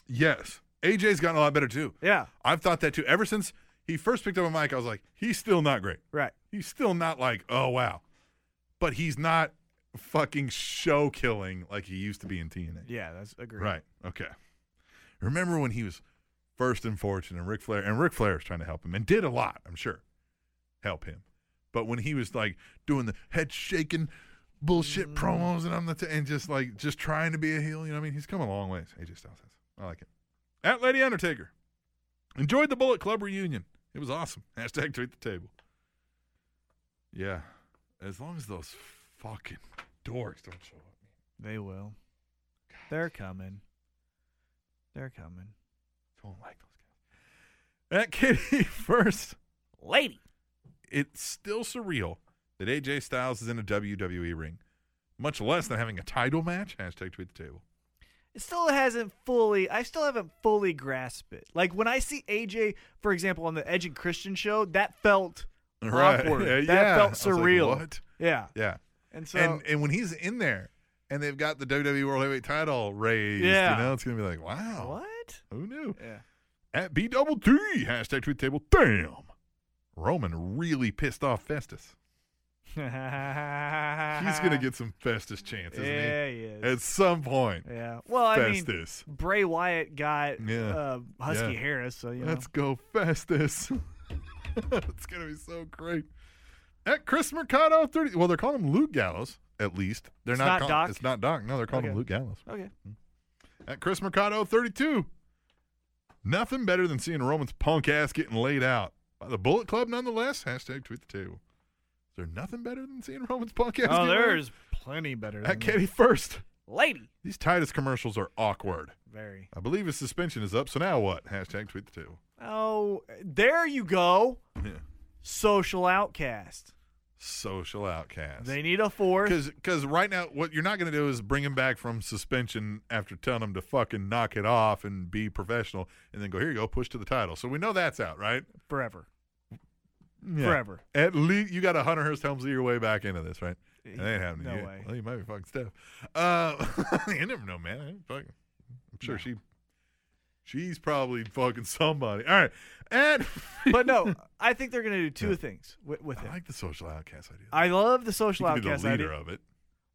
Speaker 1: Yes, AJ's gotten a lot better too.
Speaker 2: Yeah.
Speaker 1: I've thought that too ever since he first picked up a mic. I was like, he's still not great.
Speaker 2: Right.
Speaker 1: He's still not like, oh wow, but he's not fucking show killing like he used to be in TNA.
Speaker 2: Yeah. That's agree.
Speaker 1: Right. Okay. Remember when he was first in fortune and Ric Flair and Ric Flair was trying to help him and did a lot, I'm sure. Help him. But when he was like doing the head shaking bullshit promos and I'm the t- and just like just trying to be a heel, you know what I mean? He's come a long ways. AJ Styles has. I like it. At Lady Undertaker. Enjoyed the Bullet Club reunion. It was awesome. Hashtag tweet the table. Yeah. As long as those fucking dorks don't show up.
Speaker 2: They will. They're coming. They're coming.
Speaker 1: Don't like those guys. That kitty first.
Speaker 2: Lady.
Speaker 1: It's still surreal that AJ Styles is in a WWE ring, much less than having a title match. Hashtag tweet the table.
Speaker 2: It still hasn't fully. I still haven't fully grasped it. Like when I see AJ, for example, on the Edge and Christian show, that felt awkward.
Speaker 1: Yeah,
Speaker 2: that
Speaker 1: yeah. I
Speaker 2: felt
Speaker 1: was like,
Speaker 2: surreal.
Speaker 1: what?
Speaker 2: Yeah.
Speaker 1: Yeah.
Speaker 2: And so
Speaker 1: and and when he's in there and they've got the WWE World Heavyweight title raised,
Speaker 2: Yeah.
Speaker 1: you know, it's gonna be like, wow.
Speaker 2: what?
Speaker 1: Who knew?
Speaker 2: Yeah.
Speaker 1: At B double T, hashtag tweet the table. Damn. Roman really pissed off Festus. He's
Speaker 2: Ah.
Speaker 1: gonna get some Festus chance, isn't
Speaker 2: Yeah,
Speaker 1: he?
Speaker 2: he is.
Speaker 1: At some point.
Speaker 2: Yeah. Well, I mean,
Speaker 1: Festus.
Speaker 2: Bray Wyatt got
Speaker 1: Yeah.
Speaker 2: uh, Husky
Speaker 1: Yeah.
Speaker 2: Harris, so you know.
Speaker 1: Let's go Festus. it's gonna be so great. At Chris Mercado thirty. Well, they're calling him Luke Gallows. At least they're
Speaker 2: It's
Speaker 1: not.
Speaker 2: not
Speaker 1: call-
Speaker 2: Doc?
Speaker 1: It's not Doc. No, they're calling him
Speaker 2: Okay.
Speaker 1: Luke Gallows.
Speaker 2: okay.
Speaker 1: At Chris Mercado thirty-two. Nothing better than seeing Roman's punk ass getting laid out by the Bullet Club, nonetheless. Hashtag tweet the table. Is there nothing better than seeing Roman's punk ass?
Speaker 2: Oh,
Speaker 1: getting laid?
Speaker 2: there's plenty better. Than
Speaker 1: At
Speaker 2: that.
Speaker 1: Katie first.
Speaker 6: Lady.
Speaker 1: These Titus commercials are awkward.
Speaker 2: Very.
Speaker 1: I believe his suspension is up, so now what? Hashtag tweet the table.
Speaker 2: Oh, there you go.
Speaker 1: Yeah.
Speaker 2: Social outcast.
Speaker 1: social outcast.
Speaker 2: They need a fourth.
Speaker 1: Because because right now, what you're not going to do is bring him back from suspension after telling him to fucking knock it off and be professional, and then go here you go push to the title. So we know that's out, right?
Speaker 2: Forever.
Speaker 1: Yeah.
Speaker 2: Forever.
Speaker 1: At least you got a Hunter Hearst Helmsley your way back into this, right? It ain't happening.
Speaker 2: no
Speaker 1: yet.
Speaker 2: way.
Speaker 1: Well, you might be fucking Steph. Uh, you never know, man. I ain't fucking, I'm sure she. She's probably fucking somebody. All right, and
Speaker 2: But no, I think they're going to do two things with, with
Speaker 1: I
Speaker 2: him.
Speaker 1: like the social outcast idea.
Speaker 2: I love the
Speaker 1: He
Speaker 2: social
Speaker 1: could be
Speaker 2: outcast
Speaker 1: the leader
Speaker 2: idea.
Speaker 1: of it.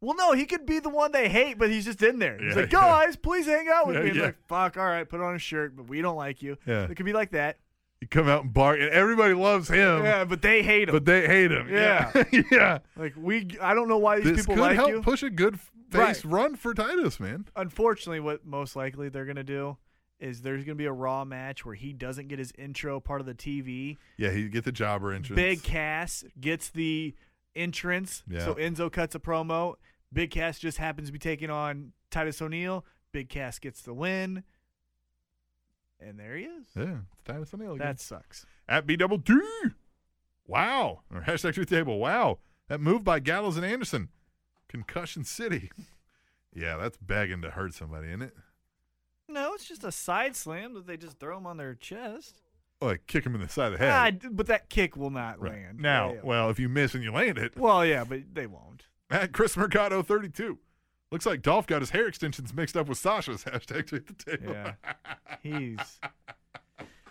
Speaker 2: Well, no, he could be the one they hate, but he's just in there. He's
Speaker 1: Yeah,
Speaker 2: like,
Speaker 1: yeah.
Speaker 2: guys, please hang out with
Speaker 1: Yeah,
Speaker 2: me. And
Speaker 1: yeah.
Speaker 2: like, fuck, all right, put on a shirt, but we don't like you.
Speaker 1: Yeah.
Speaker 2: It could be like that.
Speaker 1: You come out and bark, and everybody loves him.
Speaker 2: Yeah, but they hate him.
Speaker 1: Um, but they hate him. yeah. Yeah.
Speaker 2: like we, I don't know why these
Speaker 1: This
Speaker 2: people
Speaker 1: could
Speaker 2: like
Speaker 1: help
Speaker 2: you.
Speaker 1: push a good f-
Speaker 2: Right.
Speaker 1: face run for Titus, man.
Speaker 2: Unfortunately, what most likely they're gonna do is there's gonna be a raw match where he doesn't get his intro part of the TV.
Speaker 1: Yeah, he get the jobber entrance.
Speaker 2: Big Cass gets the entrance,
Speaker 1: Yeah.
Speaker 2: so Enzo cuts a promo. Big Cass just happens to be taking on Titus O'Neil. Big Cass gets the win, and there he is.
Speaker 1: Yeah, it's Titus O'Neil. again.
Speaker 2: That sucks.
Speaker 1: at B double D. Wow. Or hashtag truth table. Wow. That move by Gallows and Anderson. Concussion City. yeah, that's begging to hurt somebody, isn't it?
Speaker 2: No, it's just a side slam that they just throw him on their chest.
Speaker 1: Like Oh, kick him in the side of the head.
Speaker 2: Ah, d- but that kick will not
Speaker 1: Right.
Speaker 2: land.
Speaker 1: Now,
Speaker 2: Yeah.
Speaker 1: well, if you miss and you land it,
Speaker 2: well, yeah, but they won't.
Speaker 1: at Chris Mercado 32. Looks like Dolph got his hair extensions mixed up with Sasha's hashtag truth the table.
Speaker 2: Yeah. He's.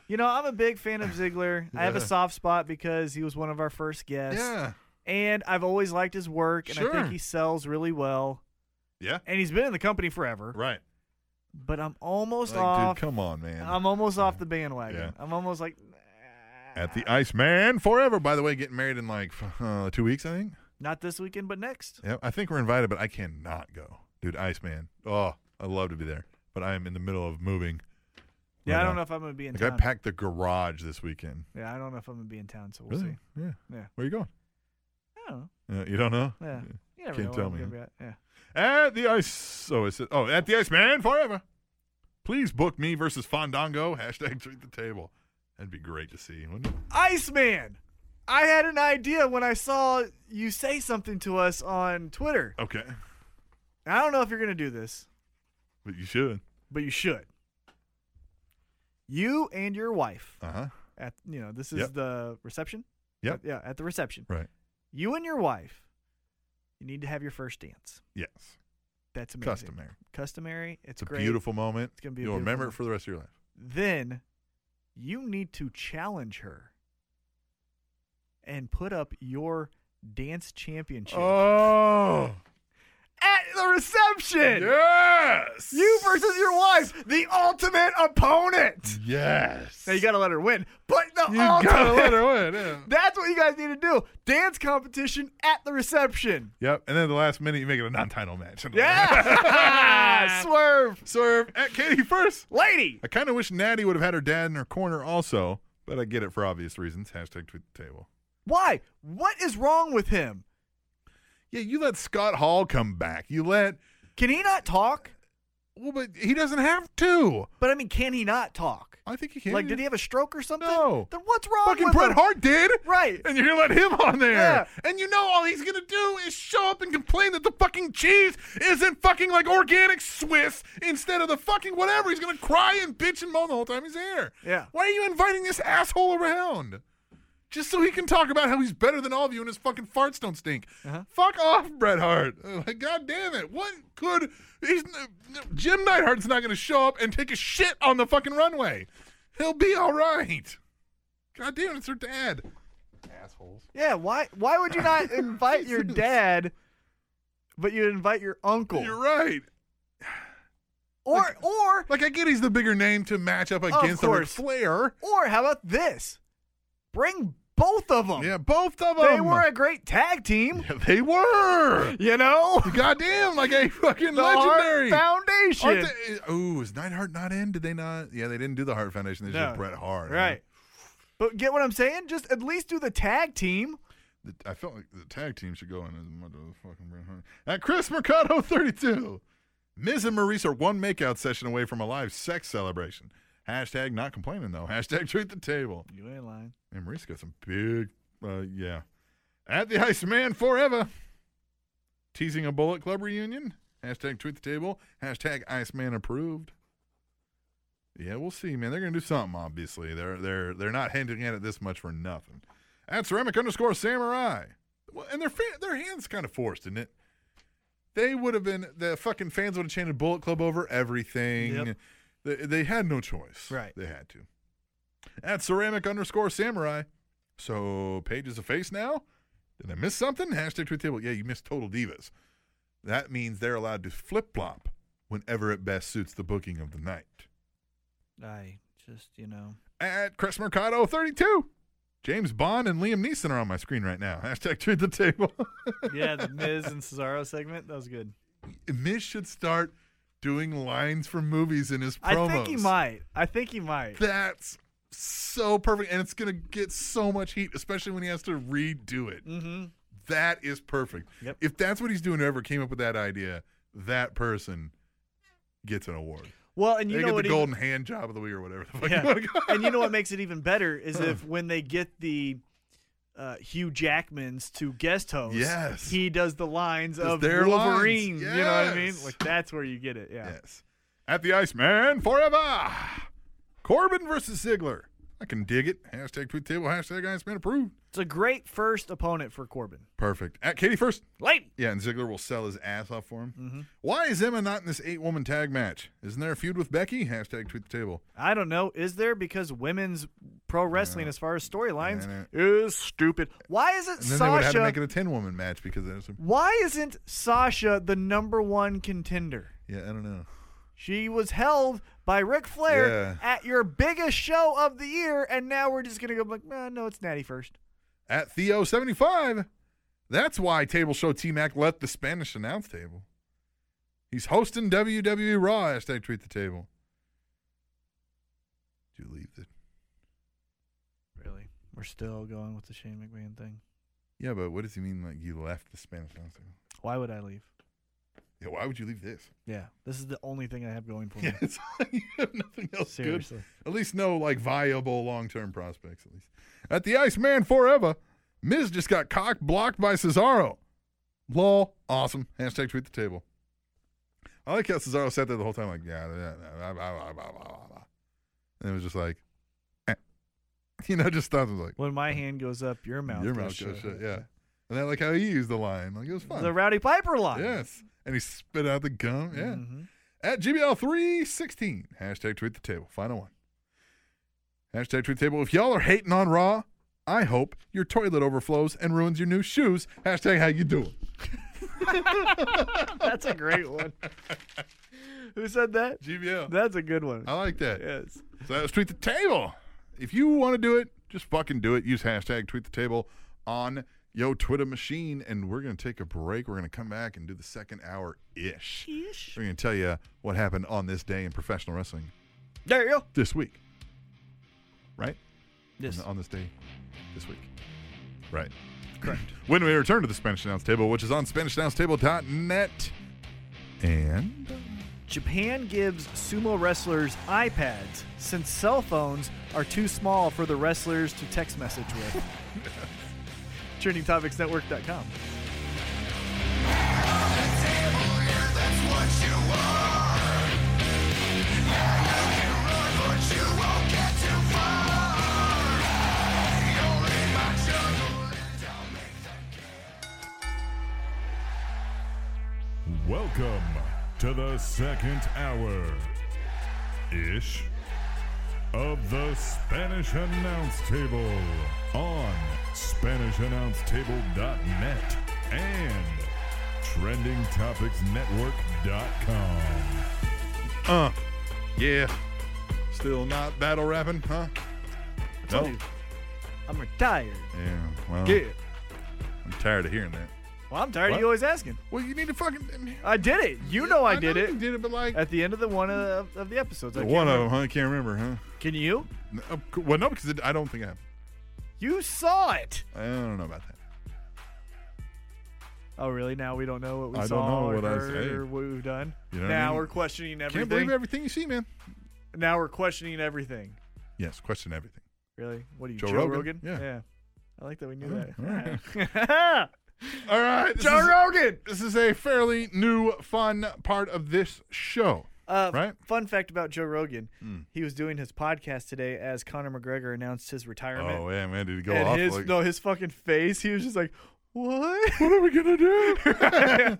Speaker 2: You know, I'm a big fan of Ziggler. I have a soft spot because he was one of our first guests.
Speaker 1: Yeah.
Speaker 2: And I've always liked his work, and I
Speaker 1: Sure.
Speaker 2: think he sells really well.
Speaker 1: Yeah.
Speaker 2: And he's been in the company forever.
Speaker 1: Right.
Speaker 2: But I'm almost
Speaker 1: Like,
Speaker 2: off.
Speaker 1: dude, come on, man.
Speaker 2: I'm almost off the bandwagon.
Speaker 1: Yeah.
Speaker 2: I'm almost like,
Speaker 1: At the Iceman Forever, by the way, getting married in like uh, two weeks, I think.
Speaker 2: not this weekend, but next.
Speaker 1: Yeah, I think we're invited, but I cannot go, dude. Iceman. Oh, I love to be there, but I am in the middle of moving.
Speaker 2: Yeah,
Speaker 1: right
Speaker 2: I don't
Speaker 1: now.
Speaker 2: know if I'm going to be in
Speaker 1: Like I
Speaker 2: town.
Speaker 1: packed the garage this weekend.
Speaker 2: yeah, I don't know if I'm going to be in town, so we'll see.
Speaker 1: Yeah.
Speaker 2: Yeah.
Speaker 1: Where you going?
Speaker 2: I don't know.
Speaker 1: Uh, you don't know?
Speaker 2: Yeah. You never
Speaker 1: Can't
Speaker 2: know
Speaker 1: tell
Speaker 2: where
Speaker 1: me,
Speaker 2: I'm
Speaker 1: huh?
Speaker 2: gonna be at.
Speaker 1: At the ice. Oh, it's oh at the Iceman Forever. Please book me versus Fandango. Hashtag treat the table. That'd be great to see. wouldn't it?
Speaker 2: Yeah. Iceman! I had an idea when I saw you say something to us on Twitter.
Speaker 1: Okay,
Speaker 2: I don't know if you're going to do this,
Speaker 1: but you should.
Speaker 2: but you should. You and your wife
Speaker 1: Uh huh.
Speaker 2: at you know, this is
Speaker 1: Yep.
Speaker 2: the reception?
Speaker 1: Yep.
Speaker 2: Yeah, at the reception.
Speaker 1: Right.
Speaker 2: You and your wife you need to have your first dance.
Speaker 1: Yes.
Speaker 2: That's amazing.
Speaker 1: Customary.
Speaker 2: Customary. It's,
Speaker 1: It's a
Speaker 2: great.
Speaker 1: beautiful moment.
Speaker 2: It's gonna be a
Speaker 1: You'll
Speaker 2: beautiful
Speaker 1: remember
Speaker 2: moment.
Speaker 1: it for the rest of your life.
Speaker 2: Then you need to challenge her and put up your dance championship.
Speaker 1: Oh.
Speaker 2: at the reception.
Speaker 1: Yes.
Speaker 2: You versus your wife, the ultimate opponent.
Speaker 1: Yes.
Speaker 2: Now you gotta let her win, but the
Speaker 1: Mm. You
Speaker 2: ultimate.
Speaker 1: gotta let her win. Yeah.
Speaker 2: That's what you guys need to do. Dance competition at the reception.
Speaker 1: Yep. And then the last minute, you make it a non-title match.
Speaker 2: Yeah. Swerve,
Speaker 1: Serve at uh, Katie first.
Speaker 2: lady.
Speaker 1: I kind of wish Natty would have had her dad in her corner also, but I get it for obvious reasons. Hashtag tweet the table.
Speaker 2: Why? What is wrong with him?
Speaker 1: Yeah, you let Scott Hall come back. You let
Speaker 2: Can he not talk?
Speaker 1: well, but he doesn't have to.
Speaker 2: But I mean, can he not talk?
Speaker 1: I think he can.
Speaker 2: Like, did he have a stroke or something?
Speaker 1: No.
Speaker 2: Then what's wrong
Speaker 1: Fucking
Speaker 2: with
Speaker 1: Bret
Speaker 2: him?
Speaker 1: Hart did.
Speaker 2: Right.
Speaker 1: And you're gonna let him on there.
Speaker 2: Yeah.
Speaker 1: And you know all he's gonna do is show up and complain that the fucking cheese isn't fucking like organic Swiss instead of the fucking whatever. He's gonna cry and bitch and moan the whole time he's there.
Speaker 2: Yeah.
Speaker 1: Why are you inviting this asshole around? Just so he can talk about how he's better than all of you and his fucking farts don't stink. Fuck off, Bret Hart. Uh, Like, God damn it. What could. He's, Jim Neidhart's not going to show up and take a shit on the fucking runway. He'll be all right. God damn it, it's her dad. Assholes.
Speaker 2: Yeah. Why? Why would you not invite your dad? But you invite your uncle,
Speaker 1: You're right.
Speaker 2: or or
Speaker 1: Like, I get he's the bigger name to match up against the Ric
Speaker 2: course.
Speaker 1: Flair.
Speaker 2: Or how about this? Bring both of them.
Speaker 1: Yeah, both of them.
Speaker 2: Um, they were a great tag team.
Speaker 1: Yeah, they were.
Speaker 2: You know,
Speaker 1: Goddamn, like a fucking
Speaker 2: the
Speaker 1: legendary.
Speaker 2: Hart Foundation.
Speaker 1: Aren't they- ooh, is Neidhart not in? Did they not? Yeah, they didn't do the Hart Foundation. They just
Speaker 2: No.
Speaker 1: did Bret Hart.
Speaker 2: Right. But get what I'm saying? Just at least do the tag team.
Speaker 1: The- I felt like the tag team should go in as motherfucking Bret Hart. At Chris Mercado 32, Miz and Maurice are one makeout session away from a live sex celebration. Hashtag not complaining though. Hashtag treat the table.
Speaker 2: You ain't lying.
Speaker 1: And Maurice got some big, uh, yeah. At the Iceman forever. Teasing a Bullet Club reunion. Hashtag tweet the table. Hashtag Iceman approved. Yeah, we'll see, man. They're gonna do something, obviously. They're they're they're not hinting at it this much for nothing. At ceramic underscore samurai. Well, and their fa- their hands kind of forced, isn't it? They would have been the fucking fans would have chanted Bullet Club over everything.
Speaker 2: Yep.
Speaker 1: They, they had no choice.
Speaker 2: Right.
Speaker 1: They had to. At ceramic underscore samurai. So Paige is a face now? Did I miss something? Hashtag tweet table. Yeah, you missed Total Divas. That means they're allowed to flip flop whenever it best suits the booking of the night.
Speaker 2: I just, you know.
Speaker 1: At Chris Mercado 32. James Bond and Liam Neeson are on my screen right now. Hashtag tweet the table.
Speaker 2: Yeah, the Miz and Cesaro segment. That was good.
Speaker 1: Miz should start doing lines from movies in his promos.
Speaker 2: I think he might. I think he might.
Speaker 1: That's so perfect. And it's going to get so much heat, especially when he has to redo it.
Speaker 2: Mm-hmm.
Speaker 1: That is perfect.
Speaker 2: Yep.
Speaker 1: If that's what he's doing, whoever came up with that idea, that person gets an award.
Speaker 2: Well, and you
Speaker 1: they
Speaker 2: know
Speaker 1: get the
Speaker 2: what?
Speaker 1: golden hand job of the week or whatever the fuck you
Speaker 2: even,
Speaker 1: want to
Speaker 2: yeah.
Speaker 1: call it.
Speaker 2: and you know what makes it even better is if when they get the uh, Hugh Jackmans to guest host,
Speaker 1: Yes.
Speaker 2: he does the lines of
Speaker 1: their lines.
Speaker 2: Wolverine. You know what I mean?
Speaker 1: Yes.
Speaker 2: Like that's where you get it. Yeah.
Speaker 1: Yes. At the Iceman forever. Corbin versus Ziggler. I can dig it. Hashtag tweet table. Hashtag Iceman approved.
Speaker 2: It's a great first opponent for Corbin.
Speaker 1: Perfect. At Katie first.
Speaker 2: Late.
Speaker 1: Yeah, and Ziggler will sell his ass off for him.
Speaker 2: Mm-hmm.
Speaker 1: Why is Emma not in this eight woman tag match? Isn't there a feud with Becky? Hashtag tweet the table.
Speaker 2: I don't know. Is there because women's pro wrestling, as far as storylines,
Speaker 1: Yeah,
Speaker 2: is stupid? Why isn't
Speaker 1: And then they would have
Speaker 2: Sasha?
Speaker 1: to make it a ten woman match because there's some
Speaker 2: why isn't Sasha the number one contender?
Speaker 1: Yeah, I don't know.
Speaker 2: She was held by Ric Flair at your biggest show of the year, and now we're just gonna go like, nah, no, it's Natty first.
Speaker 1: At Theo seventy five. That's why Table Show T Mac left the Spanish announce table. He's hosting WWE Raw. Hashtag tweet the table. Do you leave the
Speaker 2: Really, we're still going with the Shane McMahon thing.
Speaker 1: Yeah, but what does he mean? Like you left the Spanish announce table?
Speaker 2: Why would I leave?
Speaker 1: Yeah, why would you leave this?
Speaker 2: Yeah, this is the only thing I have going for me.
Speaker 1: Yeah, it's you have nothing else
Speaker 2: Seriously.
Speaker 1: good. At least no like viable long term prospects. At least at the Iceman forever, Miz just got cock blocked by Cesaro. Lol, awesome. Hashtag tweet the table. I like how Cesaro sat there the whole time, like yeah, yeah, yeah, blah, blah, blah, blah, blah, blah. and it was just like, eh. you know, just thought it was like
Speaker 2: When my hand goes up, your mouth.
Speaker 1: your
Speaker 2: goes
Speaker 1: mouth goes
Speaker 2: shut.
Speaker 1: shut, yeah. And I like how he used the line, like it was fun.
Speaker 2: The Rowdy Piper line.
Speaker 1: Yes. And he spit out the gum. Yeah.
Speaker 2: Mhm.
Speaker 1: At GBL316. Hashtag tweet the table. Final one. Hashtag tweet the table. If y'all are hating on Raw, I hope your toilet overflows and ruins your new shoes. Hashtag how you doing.
Speaker 2: That's a great one. Who said that?
Speaker 1: GBL.
Speaker 2: That's a good one.
Speaker 1: I like that.
Speaker 2: Yes.
Speaker 1: So that was tweet the table. If you want to do it, just fucking do it. Use hashtag tweet the table on yo Twitter machine, and we're gonna take a break. We're gonna come back and do the second hour ish. Ish. We're gonna tell you what happened on this day in professional wrestling
Speaker 2: There you go.
Speaker 1: this week, right?
Speaker 2: Yes.
Speaker 1: On, on this day, this week, right? Correct. when we return to the Spanish announce table, which is on SpanishAnnounceTable.net, and
Speaker 2: Japan gives sumo wrestlers iPads since cell phones are too small for the wrestlers to text message with. TrendingTopicsNetwork.com.
Speaker 7: Welcome to the second hour ish of the Spanish Announce Table on SpanishAnnounceTable.net and TrendingTopicsNetwork.com.
Speaker 1: uh, yeah, still not battle rapping, huh? No. Oh.
Speaker 2: I'm retired.
Speaker 1: Yeah. Well,
Speaker 2: Yeah.
Speaker 1: I'm tired of hearing that.
Speaker 2: Well, I'm tired
Speaker 1: What?
Speaker 2: of you always asking.
Speaker 1: Well, you need to fucking. I mean,
Speaker 2: I did it. You know I, did
Speaker 1: know
Speaker 2: it.
Speaker 1: You did it, but like
Speaker 2: At the end of the one of, of the episodes. I can't
Speaker 1: one of them,
Speaker 2: remember.
Speaker 1: huh? I can't remember, huh?
Speaker 2: Can you?
Speaker 1: No, of cou- well, no, because it, I don't think I have.
Speaker 2: You saw it.
Speaker 1: I don't know about that.
Speaker 2: Oh, really? Now we don't know what we
Speaker 1: I don't
Speaker 2: saw
Speaker 1: know
Speaker 2: or
Speaker 1: what I
Speaker 2: heard
Speaker 1: say.
Speaker 2: or what we've done.
Speaker 1: You know what I
Speaker 2: now
Speaker 1: mean?
Speaker 2: we're questioning
Speaker 1: Can't believe
Speaker 2: everything.
Speaker 1: everything you see, man.
Speaker 2: now we're questioning everything.
Speaker 1: Yes, question everything.
Speaker 2: Really? What are you,
Speaker 1: Joe
Speaker 2: Joe,
Speaker 1: Rogan?
Speaker 2: Rogan?
Speaker 1: Yeah.
Speaker 2: yeah. I like that we knew that.
Speaker 1: All right. This
Speaker 2: Joe
Speaker 1: is,
Speaker 2: Rogan.
Speaker 1: this is a fairly new, fun part of this show.
Speaker 2: Uh,
Speaker 1: Right? Hmm.
Speaker 2: Fun fact about Joe Rogan: he was doing his podcast today as Conor McGregor announced his retirement.
Speaker 1: Oh, yeah, man. Did he go
Speaker 2: and
Speaker 1: off?
Speaker 2: his
Speaker 1: like-
Speaker 2: no, his fucking face. He was just like, "What?
Speaker 1: What are we going to do?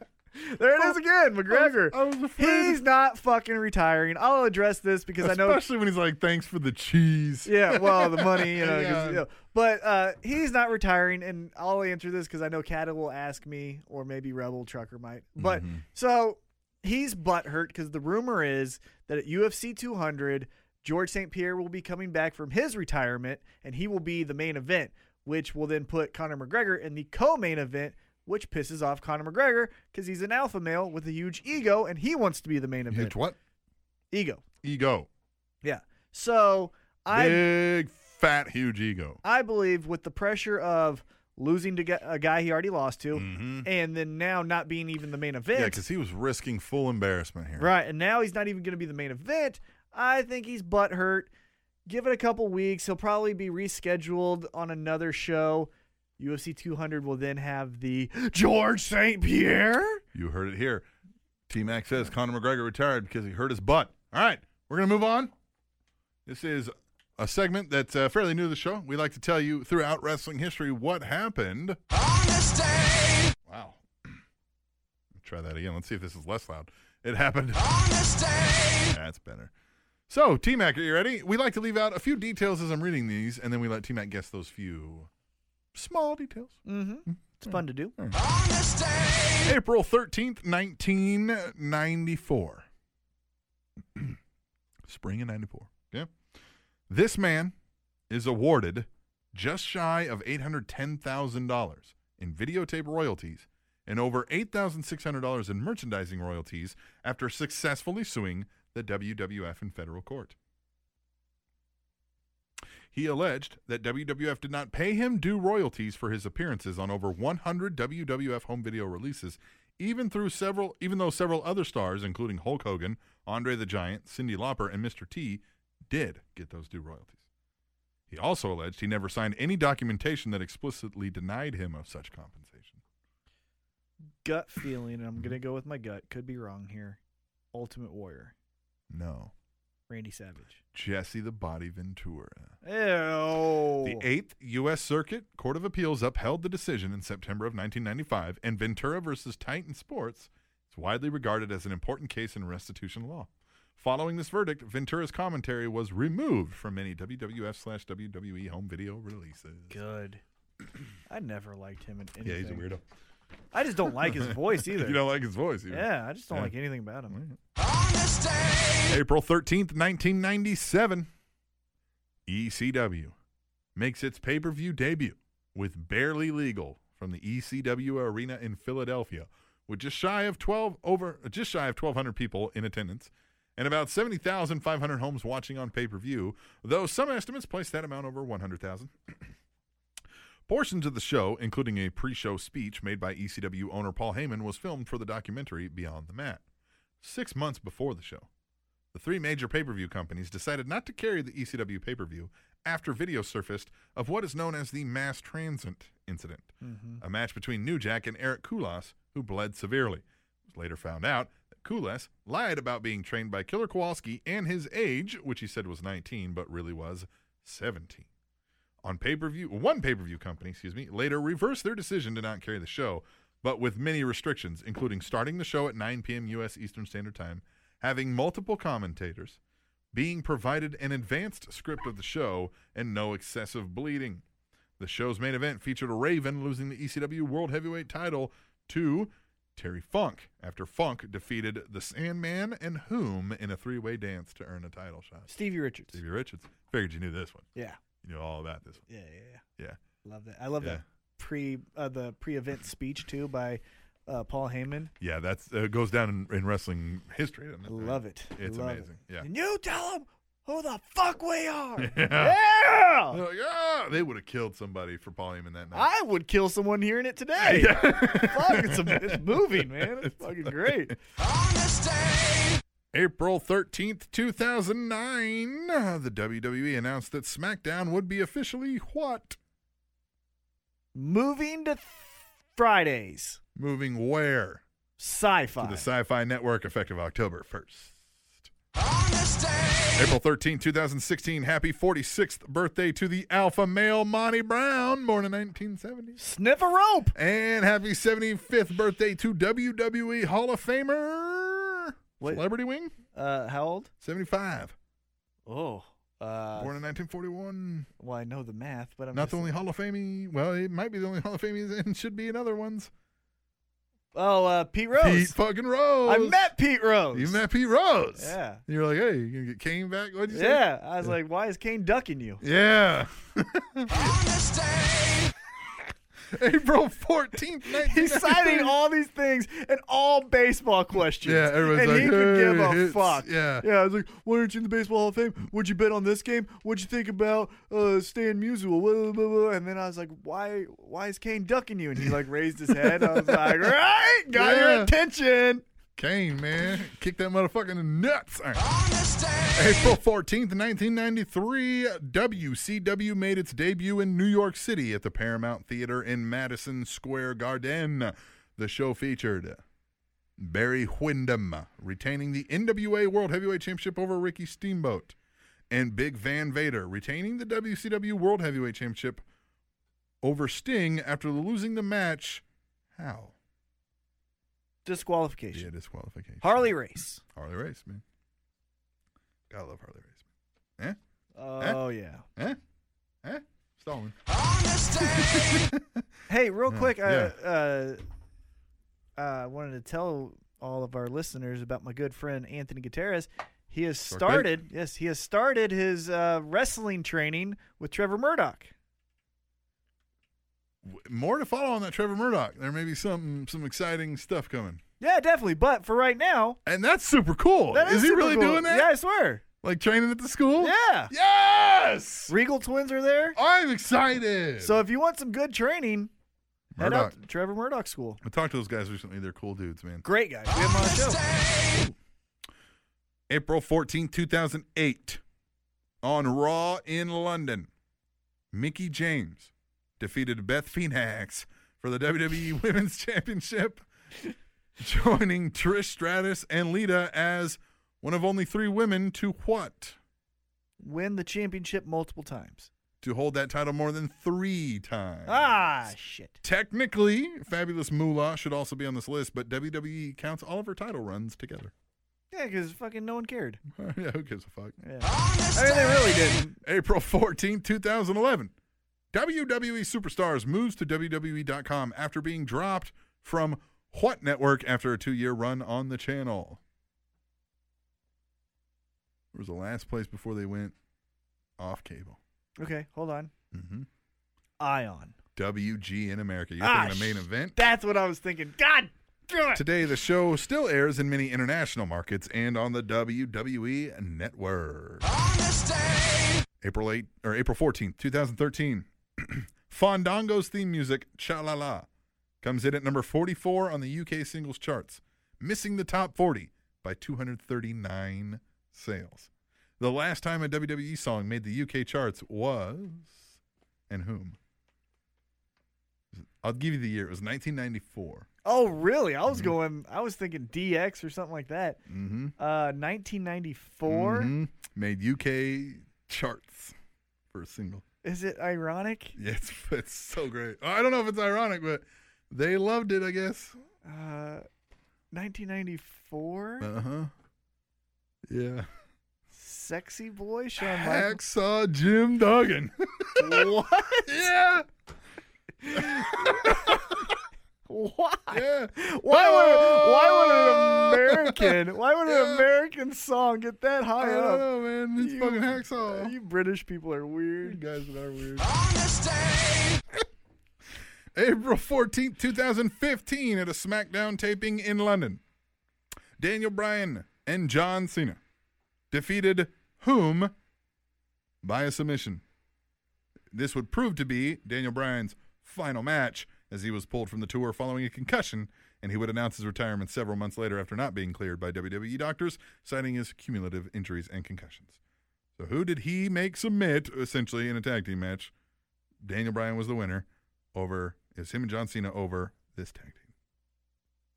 Speaker 1: Oh,
Speaker 2: there it is again, McGregor.
Speaker 1: I was afraid.
Speaker 2: He's not fucking retiring. I'll address this because I know
Speaker 1: Especially when he's like, thanks for the cheese.
Speaker 2: Yeah, well, the money, you know. 'cause,
Speaker 1: Yeah.
Speaker 2: you know. But uh, he's not retiring, and I'll answer this because I know Cata will ask me, or maybe Rebel Trucker might. But
Speaker 1: Mm-hmm.
Speaker 2: so he's butthurt because the rumor is that at UFC 200, George St. Pierre will be coming back from his retirement, and he will be the main event, which will then put Conor McGregor in the co-main event. Which pisses off Conor McGregor because he's an alpha male with a huge ego and he wants to be the main event.
Speaker 1: Huge what?
Speaker 2: Ego.
Speaker 1: Ego.
Speaker 2: Yeah. So I
Speaker 1: Big, fat, huge ego.
Speaker 2: I believe with the pressure of losing to gu- a guy he already lost to, and then now not being even the main
Speaker 1: Mm-hmm. Yeah,
Speaker 2: event,
Speaker 1: because he was risking full embarrassment here.
Speaker 2: right? And now he's not even going to be the main event. I think he's butt hurt. Give it a couple weeks; he'll probably be rescheduled on another show. UFC 200 will then have the George St. Pierre.
Speaker 1: You heard it here. T Mac says Conor McGregor retired because he hurt his butt. All right, we're going to move on. This is a segment that's uh, fairly new to the show. We like to tell you throughout wrestling history what happened.
Speaker 4: On this day,
Speaker 1: Wow. Try that again. Let's see if this is less loud. It happened.
Speaker 4: on this day,
Speaker 1: That's better. So, T Mac, are you ready? We like to leave out a few details as I'm reading these, and then we let T Mac guess those few small details.
Speaker 2: Mm-hmm.
Speaker 1: Mm-hmm.
Speaker 2: It's fun to do.
Speaker 4: on this day,
Speaker 1: April 13th, 1994. Spring of 94. Yeah. This man is awarded just shy of $810,000 in videotape royalties and over $8,600 in merchandising royalties after successfully suing the WWF in federal court. He alleged that WWF did not pay him due royalties for his appearances on over 100 WWF home video releases, even through several, even though several other stars, including Hulk Hogan, Andre the Giant, Cindy Lauper, and Mr. T, did get those due royalties. He also alleged he never signed any documentation that explicitly denied him of such compensation.
Speaker 2: Gut feeling, and I'm gonna go with my gut. Could be wrong here. Ultimate Warrior,
Speaker 1: No,
Speaker 2: Randy Savage.
Speaker 1: Jesse the Body Ventura.
Speaker 2: Ew.
Speaker 1: The Eighth U.S. Circuit Court of Appeals upheld the decision in September of 1995, and Ventura versus Titan Sports is widely regarded as an important case in restitution law. Following this verdict, Ventura's commentary was removed from many WWF slash WWE home video releases.
Speaker 2: good. I never liked him in anything.
Speaker 1: Yeah, he's a weirdo.
Speaker 2: I just don't like his voice either.
Speaker 1: You don't like his voice, even.
Speaker 2: yeah, I just don't
Speaker 1: Yeah.
Speaker 2: like anything about him.
Speaker 4: on this day,
Speaker 1: April 13th, 1997, ECW E makes its pay per view debut with Barely Legal from the ECW Arena in Philadelphia, with just shy of 12 over just shy of 1,200 people in attendance and about 70,500 homes watching on pay per view, though some estimates place that amount over 100,000. Portions of the show, including a pre show speech made by ECW owner Paul Heyman, was filmed for the documentary Beyond the Mat. Six months before the show, the three major pay per view companies decided not to carry the E ECW pay per view after video surfaced of what is known as the mass transit incident,
Speaker 2: Mm-hmm.
Speaker 1: a match between New Jack and Eric Kulas, who bled severely. It was later found out that Kulas lied about being trained by Killer Kowalski and his age, which he said was 19, but really was 17 on pay-per-view one pay-per-view company excuse me later reversed their decision to not carry the show but with many restrictions including starting the show at 9 p.m us eastern standard time having multiple commentators being provided an advanced script of the show and no excessive bleeding the show's main event featured a raven losing the ecw world heavyweight title to terry funk after funk defeated the sandman and whom in a three-way dance to earn a title shot
Speaker 2: Stevie Richards.
Speaker 1: stevie richards figured you knew this one
Speaker 2: Yeah.
Speaker 1: you knew all about this one
Speaker 2: yeah, yeah,
Speaker 1: yeah
Speaker 2: yeah. Love that. I love
Speaker 1: Yeah.
Speaker 2: that pre uh, the pre-event speech too by uh, Paul Heyman.
Speaker 1: Yeah, that's uh, goes down in, in wrestling history. doesn't
Speaker 2: I
Speaker 1: it?
Speaker 2: love it.
Speaker 1: It's
Speaker 2: Love
Speaker 1: amazing.
Speaker 2: It.
Speaker 1: Yeah.
Speaker 2: And you tell him who the fuck we are.
Speaker 1: Yeah.
Speaker 2: Yeah.
Speaker 1: They're like, "Ah," they would have killed somebody for Paul Heyman that night.
Speaker 2: I would kill someone hearing it today. fuck, it's, a, it's moving, man. It's fucking great.
Speaker 4: on this day,
Speaker 1: April 13th, E 2009, the WWE announced that SmackDown would be officially what?
Speaker 2: Moving to th- Fridays,
Speaker 1: Moving where?
Speaker 2: sci-fi.
Speaker 1: To the Sci Fi Network, effective October 1st. April 13, 2016. Happy 46th birthday to the alpha male Monty Brown, born in 1970.
Speaker 2: Sniff a rope.
Speaker 1: And happy 75th birthday to WWE Hall of Famer
Speaker 2: Wait.
Speaker 1: Celebrity Wing,
Speaker 2: Uh, how old?
Speaker 1: 75,
Speaker 2: Oh, uh,
Speaker 1: born in 1941.
Speaker 2: well, I know the math, but I'm
Speaker 1: Not
Speaker 2: just-
Speaker 1: the only Hall of Fame. Well, it might be the only Hall of Fame, and should be in other ones.
Speaker 2: Oh, uh, Pete Rose.
Speaker 1: Pete fucking Rose.
Speaker 2: I met Pete Rose.
Speaker 1: You met Pete Rose.
Speaker 2: Yeah.
Speaker 1: You're like, hey, you gonna get Kane back? What'd you say?
Speaker 2: Yeah, I was like, why is Kane ducking you?
Speaker 1: Yeah. April 14th, 1993.
Speaker 2: He's citing all these things and all baseball questions.
Speaker 1: Yeah, everyone's
Speaker 2: and
Speaker 1: like,
Speaker 2: he could give
Speaker 1: "Hey,
Speaker 2: a
Speaker 1: hits."
Speaker 2: fuck.
Speaker 1: Yeah.
Speaker 2: yeah. I was like, why aren't you in the Baseball Hall of Fame? What'd you bet on this game? What'd you think about uh, Stan Musial? Blah, blah, blah, blah. And then I was like, why? Why is Kane ducking you? And he like raised his head. I was like, right, got
Speaker 1: Yeah.
Speaker 2: your attention.
Speaker 1: Kane, man. Kick that motherfucker in the nuts. All right. April 14th, 1993, WCW made its debut in New York City at the Paramount Theater in Madison Square Garden. The show featured Barry Windham retaining the NWA World Heavyweight Championship over Ricky Steamboat, and Big Van Vader retaining the WCW World Heavyweight Championship over Sting after losing the match. How?
Speaker 2: Disqualification.
Speaker 1: Yeah, disqualification.
Speaker 2: Harley race.
Speaker 1: Harley Race, man. Gotta love Harley Race, man.
Speaker 2: Oh yeah.
Speaker 1: Eh? Eh? Eh? Stalling.
Speaker 2: Hey, real
Speaker 1: Yeah,
Speaker 2: quick, I
Speaker 1: yeah.
Speaker 2: uh, uh, I wanted to tell all of our listeners about my good friend Anthony Gutierrez. He has
Speaker 1: Short
Speaker 2: started, yes, he has started his uh, wrestling training with Trevor Murdoch.
Speaker 1: W- More to follow on that Trevor Murdoch. There may be some some exciting stuff coming.
Speaker 2: Yeah, definitely. But for right now,
Speaker 1: And that's super cool.
Speaker 2: that is
Speaker 1: Oh, he
Speaker 2: super
Speaker 1: really
Speaker 2: cool.
Speaker 1: doing that?
Speaker 2: Yeah, I swear.
Speaker 1: Like training at the school?
Speaker 2: Yeah,
Speaker 1: Yes!
Speaker 2: Regal twins are there.
Speaker 1: I'm excited.
Speaker 2: So if you want some good training, head
Speaker 1: Murdoch.
Speaker 2: out to Trevor Murdoch School.
Speaker 1: I talked to those guys recently. They're cool dudes, man.
Speaker 2: Great guy. We have him on the show.
Speaker 1: April 14, 2008, on Raw in London, Mickey James defeated Beth Phoenix for the WWE Women's Championship, joining Trish Stratus and Lita as one of only three women to what?
Speaker 2: Win the championship multiple times.
Speaker 1: To hold that title more than three times.
Speaker 2: Ah, shit.
Speaker 1: Technically, Fabulous Moolah should also be on this list, but WWE counts all of her title runs together.
Speaker 2: Yeah, because fucking no one cared.
Speaker 1: yeah, who gives a fuck?
Speaker 2: Yeah. I mean, they really didn't.
Speaker 1: April 14, 2011. WWE E Superstars moves to WWE.com after being dropped from what network after a two year run on the channel? It was the last place before they went off cable.
Speaker 2: Okay, hold on.
Speaker 1: Mm-hmm.
Speaker 2: Ion.
Speaker 1: WG in America. You're
Speaker 2: Ah,
Speaker 1: thinking a main
Speaker 2: sh-
Speaker 1: event?
Speaker 2: That's what I was thinking. God damn it.
Speaker 1: Today, the show still airs in many international markets and on the WWE Network. April 8 or April 14th, 2013. Fandango's theme music, Cha La La, comes in at number 44 on the UK singles charts, missing the top 40 by 239 sales. The last time a WWE song made the UK charts was, and whom? I'll give you the year. It was 1994.
Speaker 2: Oh, really? I was going, I was thinking DX or something like that.
Speaker 1: Mm-hmm.
Speaker 2: Uh, 1994.
Speaker 1: Mhm. made UK charts for a single.
Speaker 2: Is it ironic?
Speaker 1: Yeah, it's, it's so great. I don't know if it's ironic, but they loved it, I guess.
Speaker 2: Uh, 1994.
Speaker 1: Uh huh. Yeah.
Speaker 2: Sexy boy Shawn Michaels.
Speaker 1: Hacksaw Jim Duggan.
Speaker 2: what?
Speaker 1: yeah.
Speaker 2: Why?
Speaker 1: Yeah.
Speaker 2: Why
Speaker 1: Oh!
Speaker 2: would, why would an American? Why would
Speaker 1: Yeah.
Speaker 2: an American song get that
Speaker 1: I
Speaker 2: high
Speaker 1: don't
Speaker 2: up?
Speaker 1: know, man. It's
Speaker 2: You-
Speaker 1: fucking Hacksaw.
Speaker 2: You British people are
Speaker 1: You
Speaker 2: weird.
Speaker 1: guys are weird. April 14th, 2015, at a SmackDown taping in London, Daniel Bryan and John Cena defeated whom by a submission. This would prove to be Daniel Bryan's final match as he was pulled from the tour following a concussion, and he would announce his retirement several months later after not being cleared by WWE doctors, citing his cumulative injuries and concussions. So, who did he make submit essentially in a tag team match? Daniel Bryan was the winner over. It's him and John Cena over this tag team.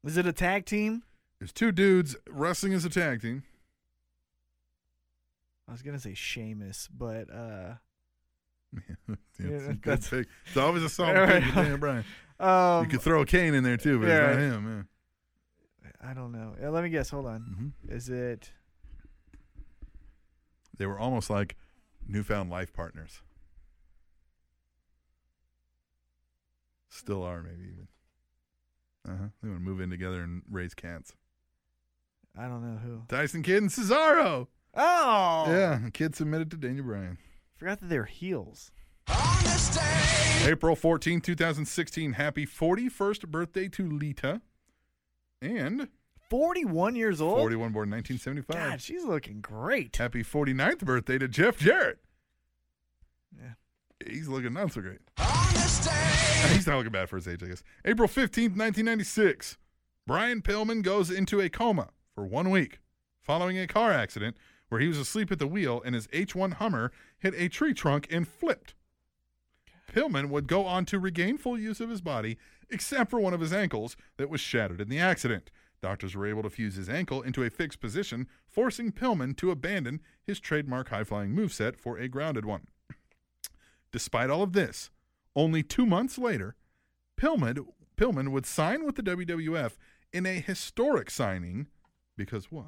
Speaker 2: Is it a tag team?
Speaker 1: It's two dudes wrestling as a tag team.
Speaker 2: I was gonna say Sheamus, but uh,
Speaker 1: yeah, it's, a good
Speaker 2: that's-
Speaker 1: pick. It's always a solid
Speaker 2: All right.
Speaker 1: pick with Dan Bryan.
Speaker 2: um,
Speaker 1: you could throw Kane in there too, but
Speaker 2: yeah.
Speaker 1: it's not him.
Speaker 2: I don't know. Uh, Let me guess. Hold on.
Speaker 1: Yeah. hmm
Speaker 2: Is it?
Speaker 1: They were almost like newfound life partners. Still are, maybe even. Uh huh. They want to move in together and raise cats.
Speaker 2: I don't know who.
Speaker 1: Tyson Kidd and Cesaro.
Speaker 2: Oh,
Speaker 1: Yeah, Kidd submitted to Daniel Bryan.
Speaker 2: Forgot that they're heels.
Speaker 1: April 14, 2016. Happy 41st birthday to Lita. And
Speaker 2: Forty-one years old.
Speaker 1: 41 born 1975.
Speaker 2: Oh. God, she's looking great.
Speaker 1: Happy 49th birthday to Jeff Jarrett.
Speaker 2: Yeah.
Speaker 1: He's looking not so great. He's not looking bad for his age, I guess. April 15th, 1996. Brian Pillman goes into a coma for one week following a car accident where he was asleep at the wheel and his H1 Hummer hit a tree trunk and flipped. Pillman would go on to regain full use of his body, except for one of his ankles that was shattered in the accident. Doctors were able to fuse his ankle into a fixed position, forcing Pillman to abandon his trademark high flying moveset for a grounded one. Despite all of this, only two months later, Pillman, Pillman would sign with the WWF in a historic signing because why?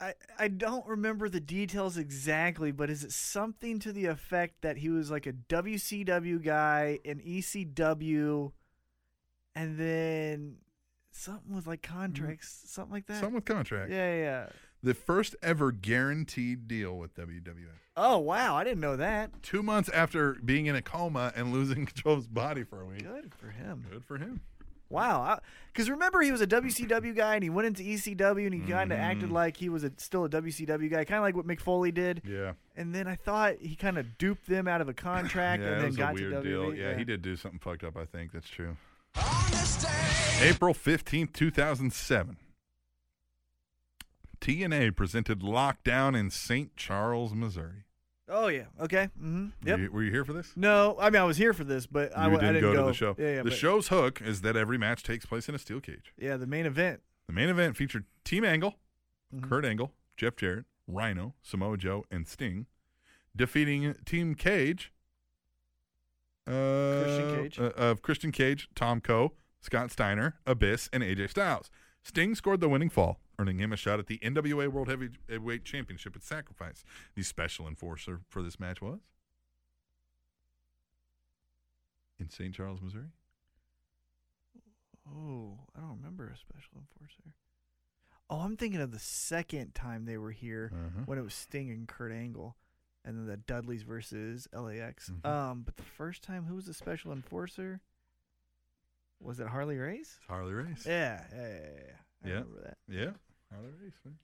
Speaker 2: I, I don't remember the details exactly, but is it something to the effect that he was like a WCW guy, an ECW, and then something with like contracts, something like that?
Speaker 1: Mm-hmm. Something with contract.
Speaker 2: yeah, yeah, yeah.
Speaker 1: The first ever guaranteed deal with WWF.
Speaker 2: Oh, wow. I didn't know that.
Speaker 1: Two months after being in a coma and losing control of his body for a week.
Speaker 2: Good for him.
Speaker 1: Good for him.
Speaker 2: Wow. Because remember, he was a WCW guy and he went into ECW and he kind of acted
Speaker 1: Mm-hmm.
Speaker 2: like he was a, still a WCW guy, kind of like what McFoley did.
Speaker 1: Yeah.
Speaker 2: And then I thought he kind of duped them out of a contract
Speaker 1: yeah,
Speaker 2: and
Speaker 1: that
Speaker 2: then
Speaker 1: was
Speaker 2: got
Speaker 1: a weird
Speaker 2: to E.
Speaker 1: deal.
Speaker 2: WWE.
Speaker 1: Yeah, he did do something fucked up. I think that's true. April fifteenth, two thousand seven. TNA presented Lockdown in St. Charles, Missouri.
Speaker 2: Oh yeah. Okay. Mm-hmm. Yep.
Speaker 1: Were, you, were you here for this?
Speaker 2: No, I mean I was here for this, but I,
Speaker 1: you
Speaker 2: w- I didn't go,
Speaker 1: to the show.
Speaker 2: Yeah, yeah,
Speaker 1: the
Speaker 2: but-
Speaker 1: show's hook is that every match takes place in a steel cage.
Speaker 2: Yeah, the main event.
Speaker 1: The main event featured Team Angle,
Speaker 2: Mm-hmm.
Speaker 1: Kurt Angle, Jeff Jarrett, Rhino, Samoa Joe, and Sting, defeating Team Cage. Uh,
Speaker 2: Christian Cage.
Speaker 1: uh, of Christian Cage, Tom Coe, Scott Steiner, Abyss, and AJ Styles. Sting scored the winning fall, earning him a shot at the NWA World Heavyweight Championship at Sacrifice. The special enforcer for this match was in St. Charles, Missouri.
Speaker 2: Oh, I don't remember a special enforcer. Oh, I'm thinking of the second time they were here
Speaker 1: Uh-huh.
Speaker 2: when it was Sting and Kurt Angle, and then the Dudleys versus LAX.
Speaker 1: Mhm.
Speaker 2: Um, but the first time, who was the special enforcer? Was it Harley Race?
Speaker 1: It's Harley Race.
Speaker 2: Yeah, yeah, yeah. yeah, yeah. I
Speaker 1: Yeah.
Speaker 2: remember that.
Speaker 1: Yeah. Harley Race, man.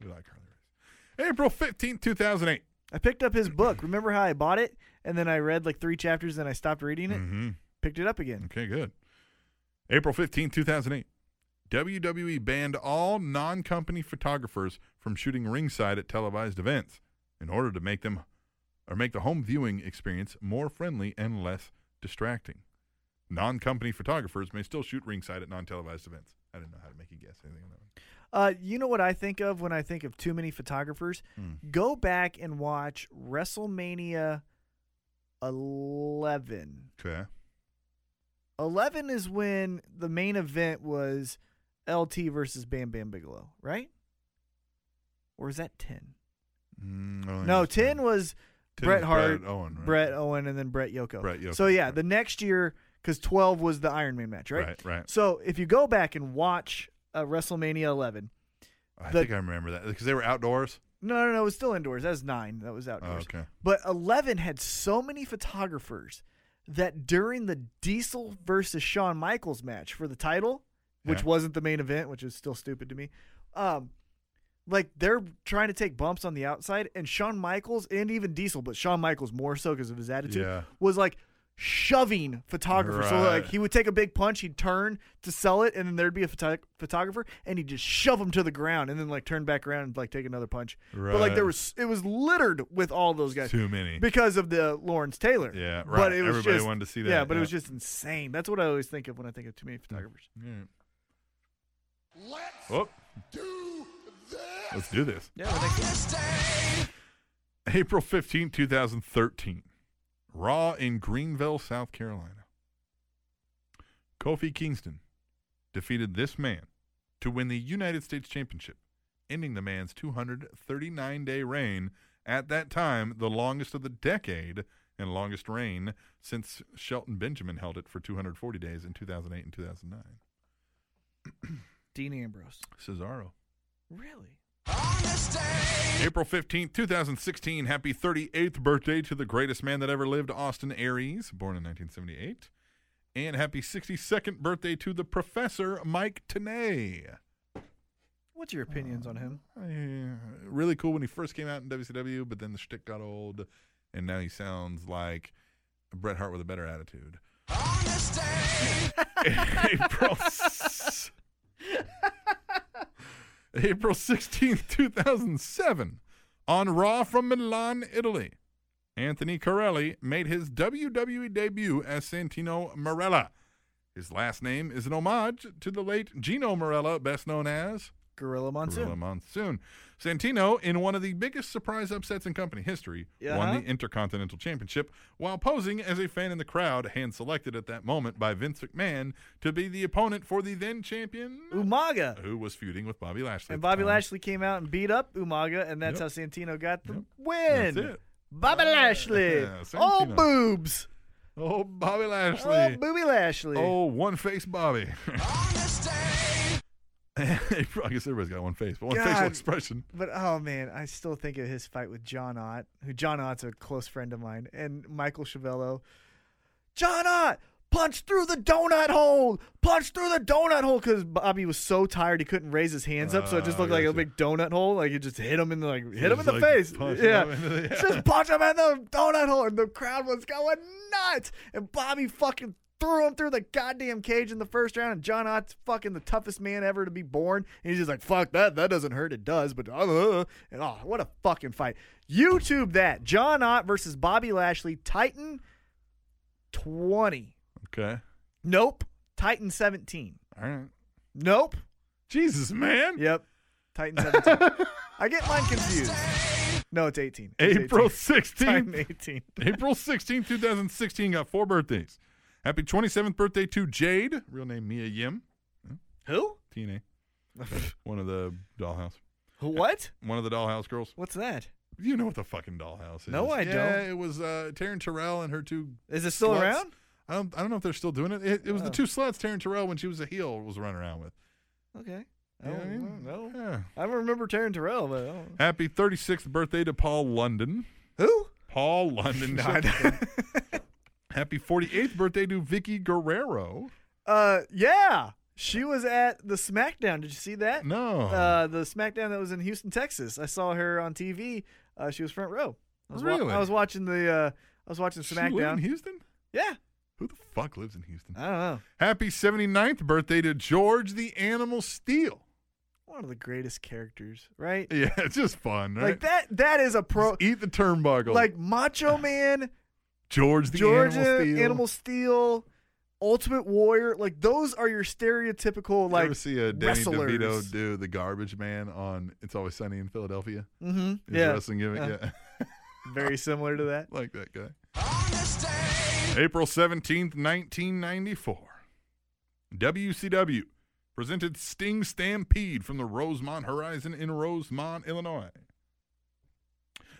Speaker 1: We like Harley Race. April 15th, 2008.
Speaker 2: I picked up his book. Remember how I bought it, and then I read like three chapters, and I stopped reading it.
Speaker 1: Mm-hmm.
Speaker 2: Picked it up again.
Speaker 1: Okay, good. April 15th, 2008. WWE E banned all non company photographers from shooting ringside at televised events in order to make them or make the home viewing experience more friendly and less distracting. Non company photographers may still shoot ringside at non televised events. I didn't know how to make you guess anything on that one.
Speaker 2: Uh, you know what I think of when I think of too many photographers? Go back and watch WrestleMania 11.
Speaker 1: Hmm. Okay.
Speaker 2: 11 is when the main event was LT versus Bam Bam Bigelow, right? Or is that 10?
Speaker 1: Mm, I don't
Speaker 2: No,
Speaker 1: understand.
Speaker 2: 10 was
Speaker 1: 10
Speaker 2: Bret
Speaker 1: was
Speaker 2: Hart,
Speaker 1: Brett Owen, right?
Speaker 2: Bret Owen, and then Bret Yoko.
Speaker 1: Bret Yoko,
Speaker 2: So, yeah,
Speaker 1: right.
Speaker 2: the next year, because 12 was the Iron Man match, right?
Speaker 1: Right, right.
Speaker 2: So, if you go back and watch uh, WrestleMania 11,
Speaker 1: I
Speaker 2: The-
Speaker 1: think I remember that because they were outdoors.
Speaker 2: No, no, no. It was still indoors. That was nine. That was outdoors.
Speaker 1: okay.
Speaker 2: But 11 had so many photographers that during the Diesel versus Shawn Michaels match for the title, which
Speaker 1: Yeah.
Speaker 2: wasn't the main event, which is still stupid to me, um, like they're trying to take bumps on the outside, and Shawn Michaels and even Diesel, but Shawn Michaels more so because of his attitude,
Speaker 1: Yeah.
Speaker 2: was like, shoving photographers. So
Speaker 1: Right.
Speaker 2: like he would take a big punch, he'd turn to sell it, and then there'd be a photog- photographer, and he'd just shove him to the ground, and then like turn back around and like take another punch. But like
Speaker 1: Right.
Speaker 2: there was, it was littered with all those guys.
Speaker 1: Too many.
Speaker 2: because of the Lawrence Taylor.
Speaker 1: Yeah,
Speaker 2: But
Speaker 1: right.
Speaker 2: it was
Speaker 1: Everybody
Speaker 2: just,
Speaker 1: wanted to see
Speaker 2: Yeah,
Speaker 1: that,
Speaker 2: but it was
Speaker 1: yeah.
Speaker 2: just insane. That's what I always think of when I think of too many photographers.
Speaker 5: Let's
Speaker 1: Oh,
Speaker 5: do this.
Speaker 1: let's do this.
Speaker 2: Yeah, the next-
Speaker 1: April 15, 2013. Raw in Greenville, South Carolina. Kofi Kingston defeated this man to win the United States Championship, ending the man's 239 day reign, at that time, the longest of the decade and longest reign since Shelton Benjamin held it for 240 days in 2008 and 2009.
Speaker 2: Dean Ambrose.
Speaker 1: Cesaro.
Speaker 2: Really?
Speaker 1: April 15th, 2016. Happy 38th birthday to the greatest man that ever lived, Austin Aries, born in 1978. And happy 62nd birthday to the professor, Mike Tanay.
Speaker 2: What's your opinions on him?
Speaker 1: Uh, really cool when he first came out in WCW, but then the shtick got old, and now he sounds like Bret Hart with a better attitude. April, s- April 16th, 2007, on Raw from Milan, Italy, Anthony Corelli made his WWE debut as Santino Morella. His last name is an homage to the late Gino Morella, best known as
Speaker 2: Gorilla Monsoon.
Speaker 1: Gorilla Monsoon. Santino, in one of the biggest surprise upsets in company history, won
Speaker 2: Uh-huh.
Speaker 1: the Intercontinental Championship while posing as a fan in the crowd, hand selected at that moment by Vince McMahon to be the opponent for the then champion,
Speaker 2: Umaga.
Speaker 1: who was feuding with Bobby Lashley.
Speaker 2: And
Speaker 1: at the
Speaker 2: Bobby
Speaker 1: time.
Speaker 2: Lashley came out and beat up Umaga, and that's
Speaker 1: Yep.
Speaker 2: how Santino got the
Speaker 1: Yep.
Speaker 2: win.
Speaker 1: That's it.
Speaker 2: Bobby Lashley.
Speaker 1: Yeah,
Speaker 2: All
Speaker 1: Santino.
Speaker 2: boobs.
Speaker 1: Oh, Bobby
Speaker 2: All
Speaker 1: Lashley.
Speaker 2: booby Lashley.
Speaker 1: Oh, one face Bobby. I guess everybody's got one face, but one facial
Speaker 2: God.
Speaker 1: expression.
Speaker 2: But oh man, I still think of his fight with John Ott, who John Ott's a close friend of mine, and Michael Chavello. John Ott punched through the donut hole, punched through the donut hole because Bobby was so tired he couldn't raise his hands up, so it just
Speaker 1: Ah,
Speaker 2: looked like a
Speaker 1: gotcha.
Speaker 2: big donut hole. Like you just hit him in the like hit him in
Speaker 1: just,
Speaker 2: the
Speaker 1: like,
Speaker 2: face,
Speaker 1: punch him
Speaker 2: yeah.
Speaker 1: up into the-
Speaker 2: Just punch him in the donut hole, and the crowd was going nuts, and Bobby fucking. Threw him through the goddamn cage in the first round, and John Ott's fucking the toughest man ever to be born. And he's just like, fuck that. That doesn't hurt. It does. But, uh, and oh, what a fucking fight. YouTube that. John Ott versus Bobby Lashley, Titan 20.
Speaker 1: Okay.
Speaker 2: Nope. Titan 17.
Speaker 1: All right.
Speaker 2: Nope.
Speaker 1: Jesus, man.
Speaker 2: Yep. Titan 17. I get mine confused. No, it's 18. It's
Speaker 1: April
Speaker 2: 18. Titan
Speaker 1: 16th,
Speaker 2: 18.
Speaker 1: April 16, 2016, got four birthdays. Happy 27th birthday to Jade, real name Mia Yim,
Speaker 2: Who?
Speaker 1: TNA, one of the dollhouse,
Speaker 2: What?
Speaker 1: one of the dollhouse girls.
Speaker 2: What's that?
Speaker 1: You know what the fucking dollhouse is?
Speaker 2: No, I
Speaker 1: yeah,
Speaker 2: don't.
Speaker 1: It was uh, Taryn Terrell and her two.
Speaker 2: Is it still
Speaker 1: sluts.
Speaker 2: around?
Speaker 1: I don't. I don't know if they're still doing it. It, it
Speaker 2: Oh.
Speaker 1: was the two sluts Taryn Terrell when she was a heel was running around with.
Speaker 2: Okay.
Speaker 1: You know what I mean?
Speaker 2: Oh, no.
Speaker 1: Yeah.
Speaker 2: I don't remember Taryn Terrell, but oh. I don't-
Speaker 1: Happy 36th birthday to Paul London.
Speaker 2: who?
Speaker 1: Paul London.
Speaker 2: Nah, I don't-
Speaker 1: Happy 48th birthday to Vicky Guerrero.
Speaker 2: uh, yeah, she was at the SmackDown. Did you see that?
Speaker 1: No.
Speaker 2: Uh, the SmackDown that was in Houston, Texas. I saw her on TV. Uh, she was front row. I was wa-
Speaker 1: Really?
Speaker 2: I was watching the. Uh, I was watching
Speaker 1: She live in
Speaker 2: SmackDown.
Speaker 1: Houston?
Speaker 2: yeah.
Speaker 1: Who the fuck lives in Houston?
Speaker 2: I don't know.
Speaker 1: Happy 79th birthday to George the Animal Steel.
Speaker 2: One of the greatest characters, right?
Speaker 1: Yeah, it's just fun, right?
Speaker 2: Like that. That is a pro.
Speaker 1: Just eat the turnbuckle.
Speaker 2: Like Macho Man,
Speaker 1: George the
Speaker 2: Georgia,
Speaker 1: Animal Steel.
Speaker 2: Animal Steel, Ultimate Warrior. Like those are your stereotypical
Speaker 1: you
Speaker 2: like
Speaker 1: ever see a Danny
Speaker 2: wrestlers.
Speaker 1: DeVito do the garbage man on It's Always Sunny in Philadelphia?
Speaker 2: Mm-hmm.
Speaker 1: His
Speaker 2: Yeah. Uh-huh.
Speaker 1: wrestling gimmick?
Speaker 2: Yeah.
Speaker 1: Yeah.
Speaker 2: Very similar to that.
Speaker 1: like that guy. April 17th, 1994. WCW presented Sting Stampede from the Rosemont Horizon in Rosemont, Illinois.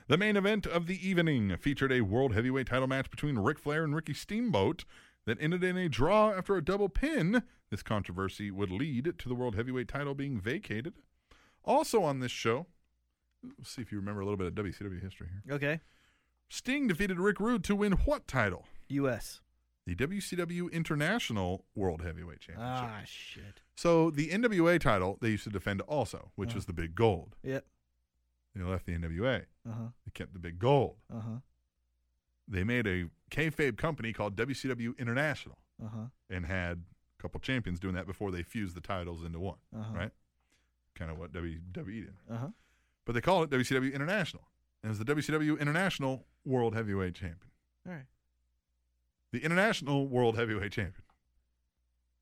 Speaker 1: The main event of the evening featured a world heavyweight title match between Ric Flair and Ricky Steamboat that ended in a draw after a double pin. This controversy would lead to the world heavyweight title being vacated. Also on this show, we'll see if you remember a little bit of WCW history here.
Speaker 2: Okay.
Speaker 1: Sting defeated Rick Rude to win what title?
Speaker 2: U.S.
Speaker 1: The WCW International World Heavyweight Championship.
Speaker 2: Ah, shit.
Speaker 1: So the NWA title they used to defend also, which was the big gold.
Speaker 2: Yep.
Speaker 1: They left the NWA.
Speaker 2: Uh huh. Uh-huh.
Speaker 1: They kept the big gold.
Speaker 2: Uh huh.
Speaker 1: They made a kayfabe company called WCW International
Speaker 2: Uh huh.
Speaker 1: and had a couple champions doing that before they fused the titles into one,
Speaker 2: Uh-huh.
Speaker 1: right? Kind of what WWE did.
Speaker 2: Uh huh.
Speaker 1: But they called it WCW International. And it was the WCW International World Heavyweight Champion.
Speaker 2: All right.
Speaker 1: The International World Heavyweight Champion.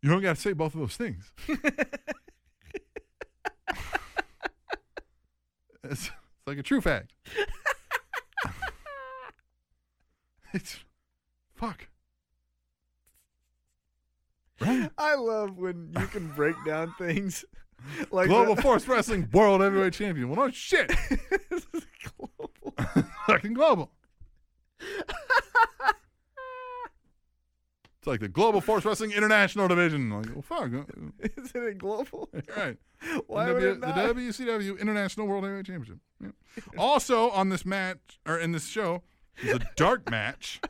Speaker 1: You don't got to say both of those things. it's, it's like a true fact. it's fuck.
Speaker 2: I love when you can break down things like
Speaker 1: Global
Speaker 2: the-
Speaker 1: Force Wrestling World Heavyweight Champion. Well, no shit.
Speaker 2: global.
Speaker 1: Fucking global. it's like the Global Force Wrestling International Division. Like, well, fuck. uh,
Speaker 2: Is it a global?
Speaker 1: All right.
Speaker 2: Why
Speaker 1: the,
Speaker 2: would it
Speaker 1: the
Speaker 2: not?
Speaker 1: WCW International World Heavyweight Championship. Yeah. also on this match or in this show is a dark match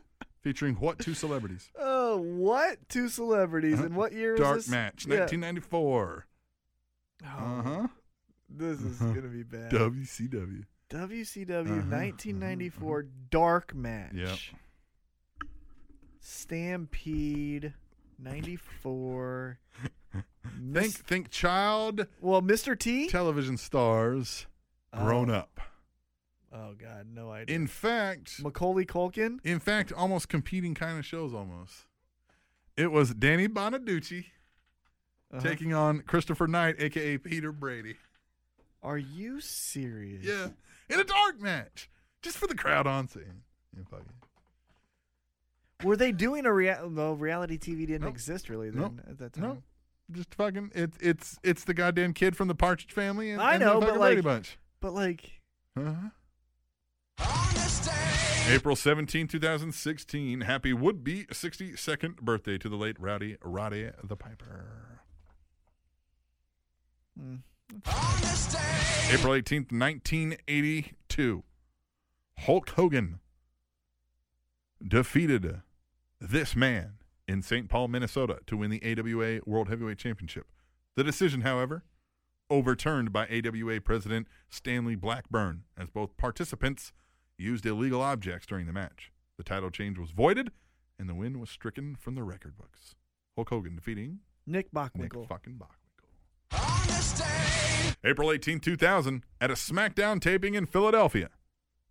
Speaker 1: featuring what two celebrities?
Speaker 2: Oh, what two celebrities and what year
Speaker 1: Uh-huh. dark
Speaker 2: is this?
Speaker 1: match,
Speaker 2: Yeah.
Speaker 1: 1994.
Speaker 2: Oh.
Speaker 1: Uh huh.
Speaker 2: This is
Speaker 1: Uh-huh.
Speaker 2: gonna be bad.
Speaker 1: WCW.
Speaker 2: WCW 1994 dark match.
Speaker 1: Uh-huh, Yep.
Speaker 2: Stampede 94.
Speaker 1: Think
Speaker 2: Mis-
Speaker 1: think child
Speaker 2: well, Mr. T.
Speaker 1: television stars grown up.
Speaker 2: oh God, no idea.
Speaker 1: In fact,
Speaker 2: Macaulay Culkin.
Speaker 1: in fact, almost competing kind of shows almost. It was Danny Bonaducci
Speaker 2: Uh-huh.
Speaker 1: taking on Christopher Knight, aka Peter Brady.
Speaker 2: Are you serious?
Speaker 1: Yeah, in a dark match, just for the crowd on scene. Yeah, fuck it.
Speaker 2: Were they doing a reality? No, reality TV didn't
Speaker 1: Nope.
Speaker 2: exist really then
Speaker 1: Nope.
Speaker 2: at that time.
Speaker 1: No, just fucking it, it's it's the goddamn kid from the Partridge Family and,
Speaker 2: I
Speaker 1: and
Speaker 2: know,
Speaker 1: the
Speaker 2: but
Speaker 1: fucking
Speaker 2: like-
Speaker 1: Brady Bunch.
Speaker 2: But like,
Speaker 1: Uh-huh. April 17, 2016. Happy would be 62nd birthday to the late Rowdy Roddy the Piper.
Speaker 2: hmm,
Speaker 1: April 18th, 1982. Hulk Hogan defeated this man in St. Paul, Minnesota to win the AWA World Heavyweight Championship. The decision, however, overturned by AWA President Stanley Blackburn as both participants used illegal objects during the match. The title change was voided and the win was stricken from the record books. Hulk Hogan defeating
Speaker 2: Nick
Speaker 1: Nick
Speaker 2: Bockwinkel.
Speaker 1: fucking Bockwinkel. April 18, 2000, at a SmackDown taping in Philadelphia,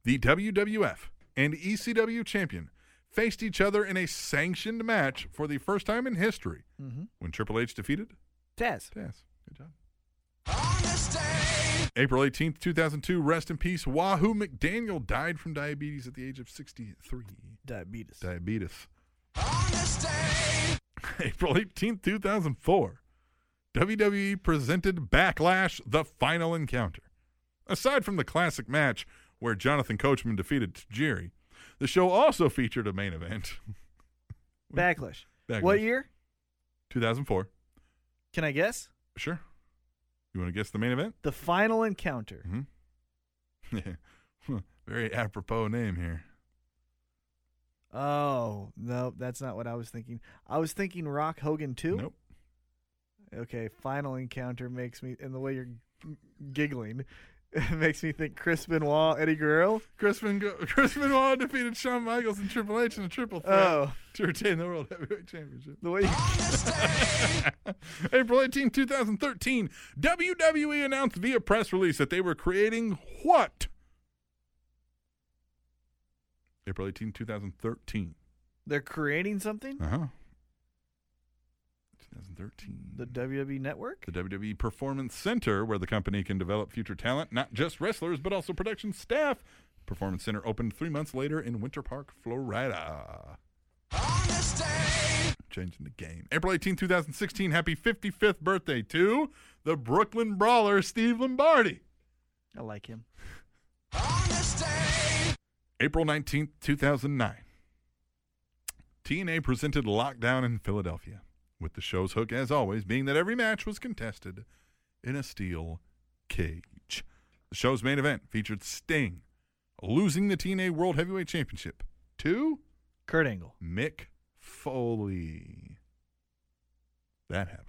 Speaker 1: the WWF and ECW champion faced each other in a sanctioned match for the first time in history
Speaker 2: Mhm.
Speaker 1: when Triple H defeated
Speaker 2: Taz.
Speaker 1: Yes. Good job. April 18th, 2002. Rest in peace. Wahoo McDaniel died from diabetes at the age of 63.
Speaker 2: Diabetes.
Speaker 1: Diabetes. April 18th, 2004. WWE E presented Backlash the final encounter. Aside from the classic match where Jonathan Coachman defeated Tajiri, the show also featured a main event.
Speaker 2: Backlash.
Speaker 1: Backlash.
Speaker 2: What year?
Speaker 1: 2004.
Speaker 2: Can I guess?
Speaker 1: Sure. You want to guess the main event?
Speaker 2: The final encounter.
Speaker 1: Hmm. Very apropos name here.
Speaker 2: Oh no, that's not what I was thinking. I was thinking Rock Hogan too.
Speaker 1: Nope.
Speaker 2: Okay, final encounter makes me, and the way you're g- giggling, it makes me think Chris Benoit, Eddie Guerrero.
Speaker 1: Chris, Van- Chris Benoit defeated Shawn Michaels and Triple H in a triple threat
Speaker 2: Oh.
Speaker 1: to retain the World Heavyweight Championship.
Speaker 2: The way you,
Speaker 1: April 18, 2013, WWE E announced via press release that they were creating what? April 18, 2013.
Speaker 2: they're creating something.
Speaker 1: Uh huh. 2013.
Speaker 2: The WWE Network.
Speaker 1: The WWE Performance Center, where the company can develop future talent, not just wrestlers, but also production staff. Performance Center opened three months later in Winter Park, Florida. Changing the game. April 18, 2016, happy 55th birthday to the Brooklyn Brawler, Steve Lombardi.
Speaker 2: I like him.
Speaker 1: April 19th, 2009. TNA presented Lockdown in Philadelphia, with the show's hook, as always, being that every match was contested in a steel cage. The show's main event featured Sting losing the TNA World Heavyweight Championship to
Speaker 2: Kurt Angle.
Speaker 1: Mick Foley. That happened.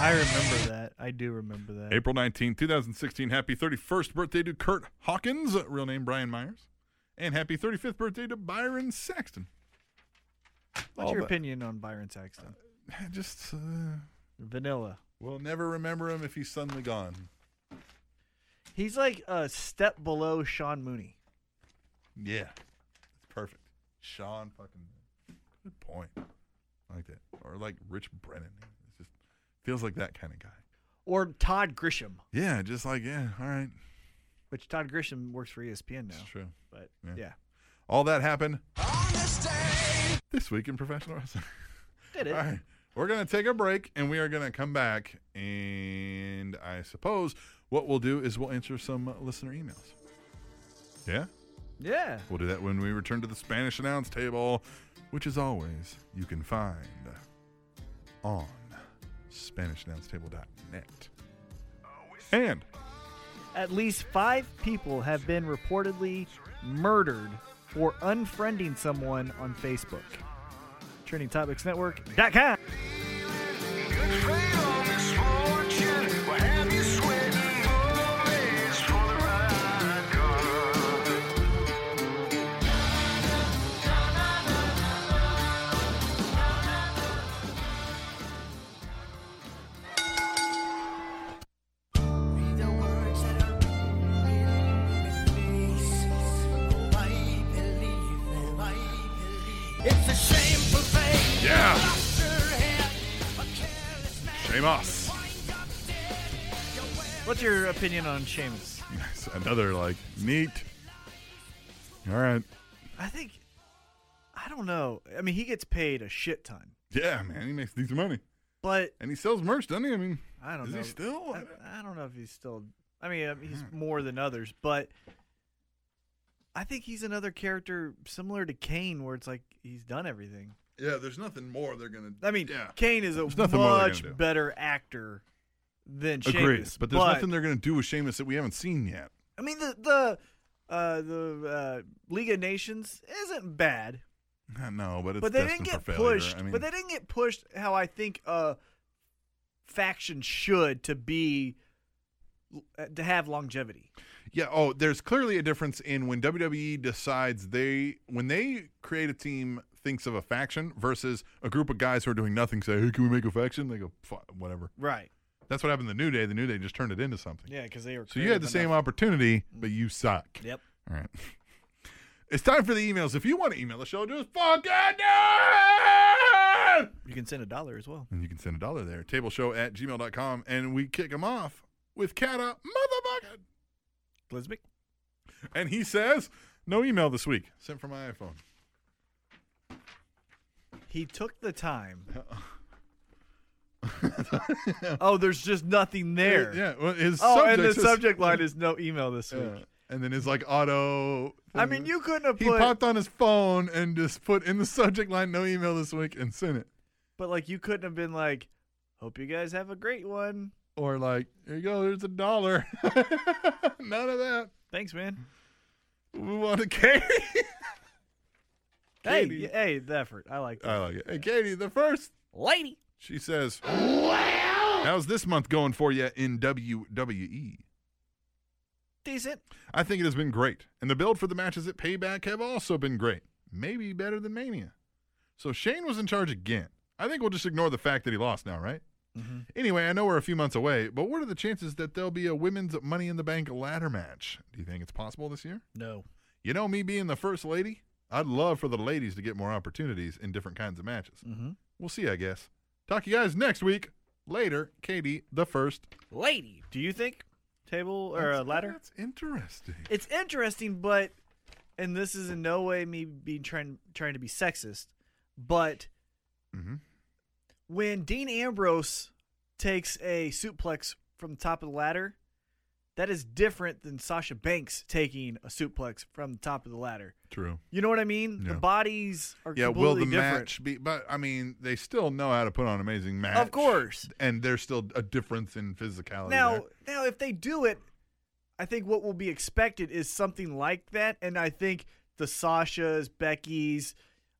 Speaker 2: I remember that. I do remember that.
Speaker 1: April 19, 2016. Happy 31st birthday to Kurt Hawkins, real name Brian Myers, And happy 35th birthday to Byron Saxton.
Speaker 2: What's
Speaker 1: All
Speaker 2: your
Speaker 1: the-
Speaker 2: opinion on Byron Saxton?
Speaker 1: Just uh,
Speaker 2: Vanilla.
Speaker 1: we'll never remember him if he's suddenly gone.
Speaker 2: He's like a step below Sean Mooney.
Speaker 1: Yeah, that's perfect. Sean fucking good point. I like that, or like Rich Brennan. It just feels like that kind of guy.
Speaker 2: Or Todd Grisham,
Speaker 1: Yeah, just like yeah. All right,
Speaker 2: which Todd Grisham works for E ESPN now.
Speaker 1: it's true.
Speaker 2: But
Speaker 1: Yeah.
Speaker 2: yeah.
Speaker 1: All that happened this week in professional wrestling.
Speaker 2: Did it.
Speaker 1: All right. We're going to take a break and we are going to come back. And I suppose what we'll do is we'll answer some uh, listener emails. Yeah?
Speaker 2: Yeah.
Speaker 1: We'll do that when we return to the Spanish announce table, which, as always, you can find on SpanishAnnounceTable.net. And
Speaker 2: At least five people have been reportedly murdered for unfriending someone on Facebook. TrendingTopicsNetwork.com.
Speaker 8: It's a shameful thing.
Speaker 1: yeah,
Speaker 8: Yeah.
Speaker 1: Sheamus.
Speaker 2: What's your opinion on Seamus?
Speaker 1: Yes, Another, like, neat. All right.
Speaker 2: I think, I don't know. I mean, he gets paid a shit ton,
Speaker 1: Yeah, man. He makes decent money.
Speaker 2: but
Speaker 1: And he sells merch, doesn't he? I mean,
Speaker 2: I don't
Speaker 1: is
Speaker 2: know.
Speaker 1: he still? Hmm.
Speaker 2: I, I don't know if he's still. I mean, um, he's more than others, but I think he's another character similar to Kane, where it's like he's done everything.
Speaker 1: Yeah, there's nothing more they're gonna.
Speaker 2: I mean,
Speaker 1: yeah,
Speaker 2: Kane is a
Speaker 1: There's nothing more they're
Speaker 2: much
Speaker 1: gonna do.
Speaker 2: better actor than Sheamus.
Speaker 1: agreed. But there's nothing they're gonna do with Sheamus that we haven't seen yet.
Speaker 2: I mean, the the uh, the uh, League of Nations isn't bad,
Speaker 1: Uh, No, but it's
Speaker 2: but they didn't
Speaker 1: destined
Speaker 2: get
Speaker 1: for failure.
Speaker 2: pushed.
Speaker 1: I mean,
Speaker 2: but they didn't get pushed how I think a faction should to be uh, to have longevity.
Speaker 1: yeah. Oh, there's clearly a difference in when WWE decides they when they create a team thinks of a faction versus a group of guys who are doing nothing. Say, hey, can we make a faction? They go, F- whatever.
Speaker 2: Right.
Speaker 1: That's what happened to New Day. The New Day just turned it into something.
Speaker 2: Yeah, because they were.
Speaker 1: So you had the same
Speaker 2: Mm.
Speaker 1: opportunity, but you suck.
Speaker 2: Yep.
Speaker 1: All right. It's time for the emails. If you want to email the show, just fucking do it!
Speaker 2: You can send a dollar as well.
Speaker 1: And you can send a dollar there. Tableshow at gmail.com. And we kick him off with Kata Motherfucker.
Speaker 2: Elizabeth.
Speaker 1: And he says, no email this week. Sent from my iPhone.
Speaker 2: He took the time. oh, there's just nothing there.
Speaker 1: Yeah. Well, his
Speaker 2: Oh,
Speaker 1: subject
Speaker 2: and the
Speaker 1: says-
Speaker 2: subject line is no email this week.
Speaker 1: Yeah. And then his like auto.
Speaker 2: I mean, you couldn't have
Speaker 1: He
Speaker 2: put,
Speaker 1: popped on his phone and just put in the subject line, no email this week, and sent it.
Speaker 2: but like you couldn't have been like, "Hope you guys have a great one."
Speaker 1: Or like, here you go, there's a dollar. None of that.
Speaker 2: Thanks, man.
Speaker 1: We want to carry.
Speaker 2: Hey,
Speaker 1: Katie.
Speaker 2: y- hey, the effort. I like that.
Speaker 1: I like it. Hey, Katie, the first
Speaker 6: Lady.
Speaker 1: she says, "How's this month going for you in WWE?"
Speaker 2: Decent.
Speaker 1: I think it has been great, and the build for the matches at Payback have also been great. Maybe better than Mania. So Shane was in charge again. I think we'll just ignore the fact that he lost now, right? Anyway, I know we're a few months away, but what are the chances that there'll be a women's Money in the Bank ladder match? Do you think it's possible this year?
Speaker 2: No.
Speaker 1: You know, me being the first lady, I'd love for the ladies to get more opportunities in different kinds of matches.
Speaker 2: Mm-hmm.
Speaker 1: We'll see, I guess. Talk to you guys next week. Later, Katie the first.
Speaker 6: Lady.
Speaker 2: Do you think table or a
Speaker 1: That's-
Speaker 2: ladder?
Speaker 1: That's interesting.
Speaker 2: It's interesting, but and this is in no way me being trying trying to be sexist, but
Speaker 1: Mhm.
Speaker 2: when Dean Ambrose takes a suplex from the top of the ladder, that is different than Sasha Banks taking a suplex from the top of the ladder.
Speaker 1: True.
Speaker 2: You know what I mean? The
Speaker 1: Yeah.
Speaker 2: bodies are
Speaker 1: Yeah, will
Speaker 2: completely
Speaker 1: the
Speaker 2: different.
Speaker 1: match be? But I mean, they still know how to put on an amazing match. oh,
Speaker 2: Of course.
Speaker 1: And there's still a difference in physicality.
Speaker 2: Now,
Speaker 1: there.
Speaker 2: now if they do it, I think what will be expected is something like that, and I think the Sasha's, Becky's,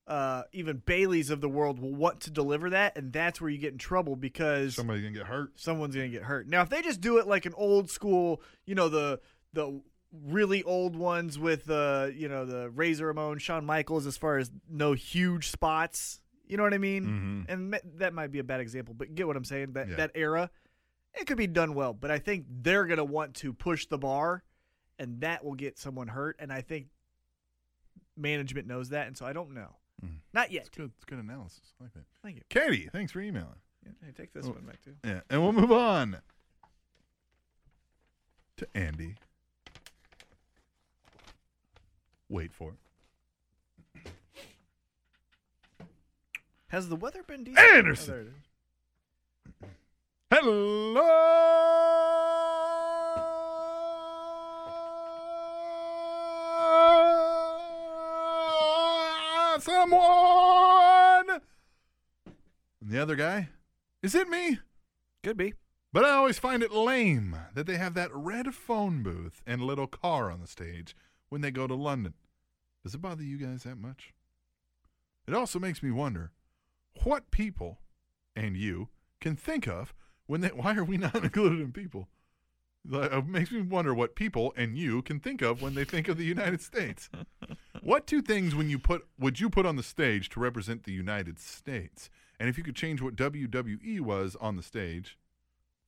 Speaker 2: uh, even Bailey's of the world will want to deliver that, and that's where you get in trouble because
Speaker 1: somebody's gonna get hurt.
Speaker 2: someone's gonna get hurt. Now, if they just do it like an old school, you know, the the really old ones with uh, you know, the Razor Ramon, Shawn Michaels, as far as no huge spots. You know what I
Speaker 1: Mhm.
Speaker 2: mean? And ma- that might be a bad example, but get what I'm saying. That
Speaker 1: Yeah.
Speaker 2: that era, it could be done well, but I think they're gonna want to push the bar, and that will get someone hurt. And I think management knows that, and so I don't know. Not yet.
Speaker 1: It's Mm. good. It's good analysis. I like that.
Speaker 2: Thank you.
Speaker 1: Katie, thanks for emailing.
Speaker 2: Yeah, hey, take
Speaker 1: Oh.
Speaker 2: this one back too.
Speaker 1: Yeah, and we'll move on to Andy. Wait for it.
Speaker 2: Has the weather been decent?
Speaker 1: Anderson!
Speaker 2: Oh, there it is.
Speaker 1: Hello, someone. And the other guy, is it me?
Speaker 2: Could be.
Speaker 1: But I always find it lame that they have that red phone booth and little car on the stage when they go to London. Does it bother you guys that much? It also makes me wonder what people and you can think of when they why are we not included in people? The- It makes me wonder what people and you can think of when they think of the United States. What two things when you put would you put on the stage to represent the United States? And if you could change what WWE was on the stage,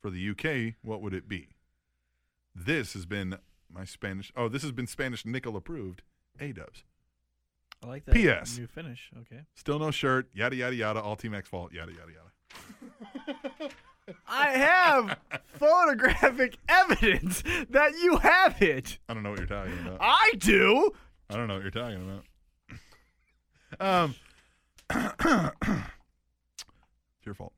Speaker 1: for the UK, what would it be? This has been my Spanish. Oh, this has been Spanish nickel approved. A dubs.
Speaker 2: I like
Speaker 1: that P.S.. new
Speaker 2: finish. Okay.
Speaker 1: Still no shirt. Yada yada yada. All Team X fault. Yada yada yada.
Speaker 2: I have photographic evidence that you have it.
Speaker 1: I don't know what you're talking about.
Speaker 2: I do.
Speaker 1: I don't know what you're talking about. um, it's Um, your fault.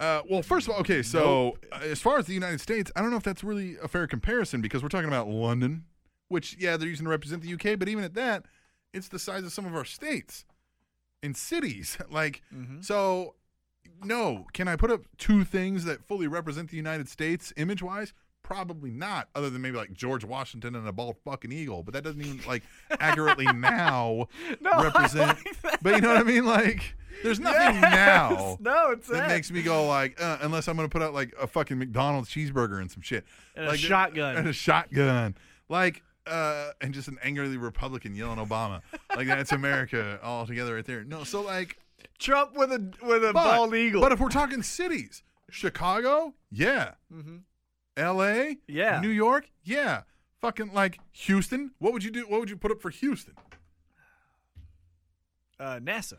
Speaker 1: Uh, well, first of all, okay, so uh, as far as the United States, I don't know if that's really a fair comparison because we're talking about London, which, yeah, they're using to represent the UK, but even at that, it's the size of some of our states and cities. like,
Speaker 2: Mm-hmm. Hmm?
Speaker 1: so, no, can I put up two things that fully represent the United States image wise? Probably not, other than maybe like George Washington and a bald fucking eagle, but that doesn't even like accurately now
Speaker 2: No, I
Speaker 1: represent.
Speaker 2: like that.
Speaker 1: But you know what I mean? Like, there's nothing
Speaker 2: Yes.
Speaker 1: now
Speaker 2: No, it's
Speaker 1: that
Speaker 2: that.
Speaker 1: makes me go like, uh, unless I'm gonna put out like a fucking McDonald's cheeseburger and some shit,
Speaker 2: And a
Speaker 1: Like,
Speaker 2: shotgun.
Speaker 1: and a shotgun, like, uh, and just an angrily Republican yelling Obama, like that's America all together right there. No, so like,
Speaker 2: Trump with a with a
Speaker 1: but,
Speaker 2: bald eagle.
Speaker 1: But if we're talking cities, Chicago, yeah,
Speaker 2: Mm-hmm.
Speaker 1: L.A.,
Speaker 2: Yeah.
Speaker 1: New York, yeah, fucking like Houston. What would you do? What would you put up for Houston?
Speaker 2: uh, NASA.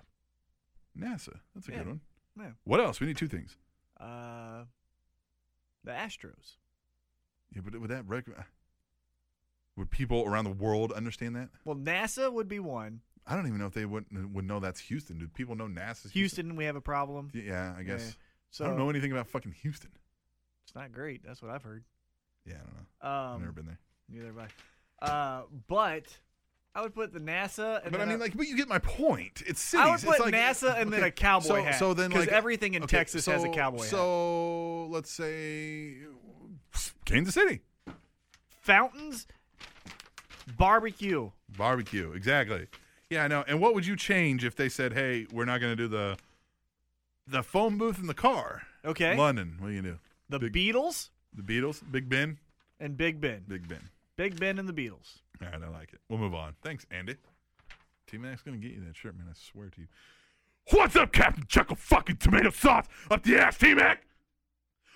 Speaker 1: NASA. That's a
Speaker 2: Yeah.
Speaker 1: good one.
Speaker 2: Yeah.
Speaker 1: What else? We need two things.
Speaker 2: Uh, the Astros.
Speaker 1: Yeah, but would that rec- would people around the world understand that?
Speaker 2: Well, NASA would be one.
Speaker 1: I don't even know if they would would know that's Houston. Do people know NASA's Houston?
Speaker 2: Houston, we have a problem.
Speaker 1: Yeah, I guess.
Speaker 2: Yeah. So
Speaker 1: I don't know anything about fucking Houston.
Speaker 2: it's not great. That's what I've heard.
Speaker 1: Yeah, I don't know. I've never
Speaker 2: Um,
Speaker 1: been there.
Speaker 2: neither have I. Uh, but I would put the NASA. And
Speaker 1: But I
Speaker 2: then
Speaker 1: mean,
Speaker 2: a-
Speaker 1: like, but you get my point. It's cities.
Speaker 2: I would
Speaker 1: it's
Speaker 2: put
Speaker 1: like,
Speaker 2: NASA and then a cowboy
Speaker 1: so,
Speaker 2: hat,
Speaker 1: So then,
Speaker 2: 'cause
Speaker 1: like
Speaker 2: everything in
Speaker 1: okay,
Speaker 2: Texas has a
Speaker 1: so-
Speaker 2: cowboy hat.
Speaker 1: So let's say Kansas City
Speaker 2: fountains, barbecue.
Speaker 1: barbecue. Exactly. Yeah, I know. And what would you change if they said, "Hey, we're not going to do the the phone booth in the car"?
Speaker 2: Okay.
Speaker 1: London. What do you do?
Speaker 2: The
Speaker 1: Big-
Speaker 2: Beatles
Speaker 1: The Beatles, Big Ben,
Speaker 2: and Big Ben.
Speaker 1: Big Ben.
Speaker 2: Big Ben and the Beatles.
Speaker 1: All right, I like it. We'll move on. Thanks, Andy. T Mac's gonna get you that shirt, man. I swear to you. What's up, Captain Chuckle? Fucking tomato sauce up the ass, T Mac.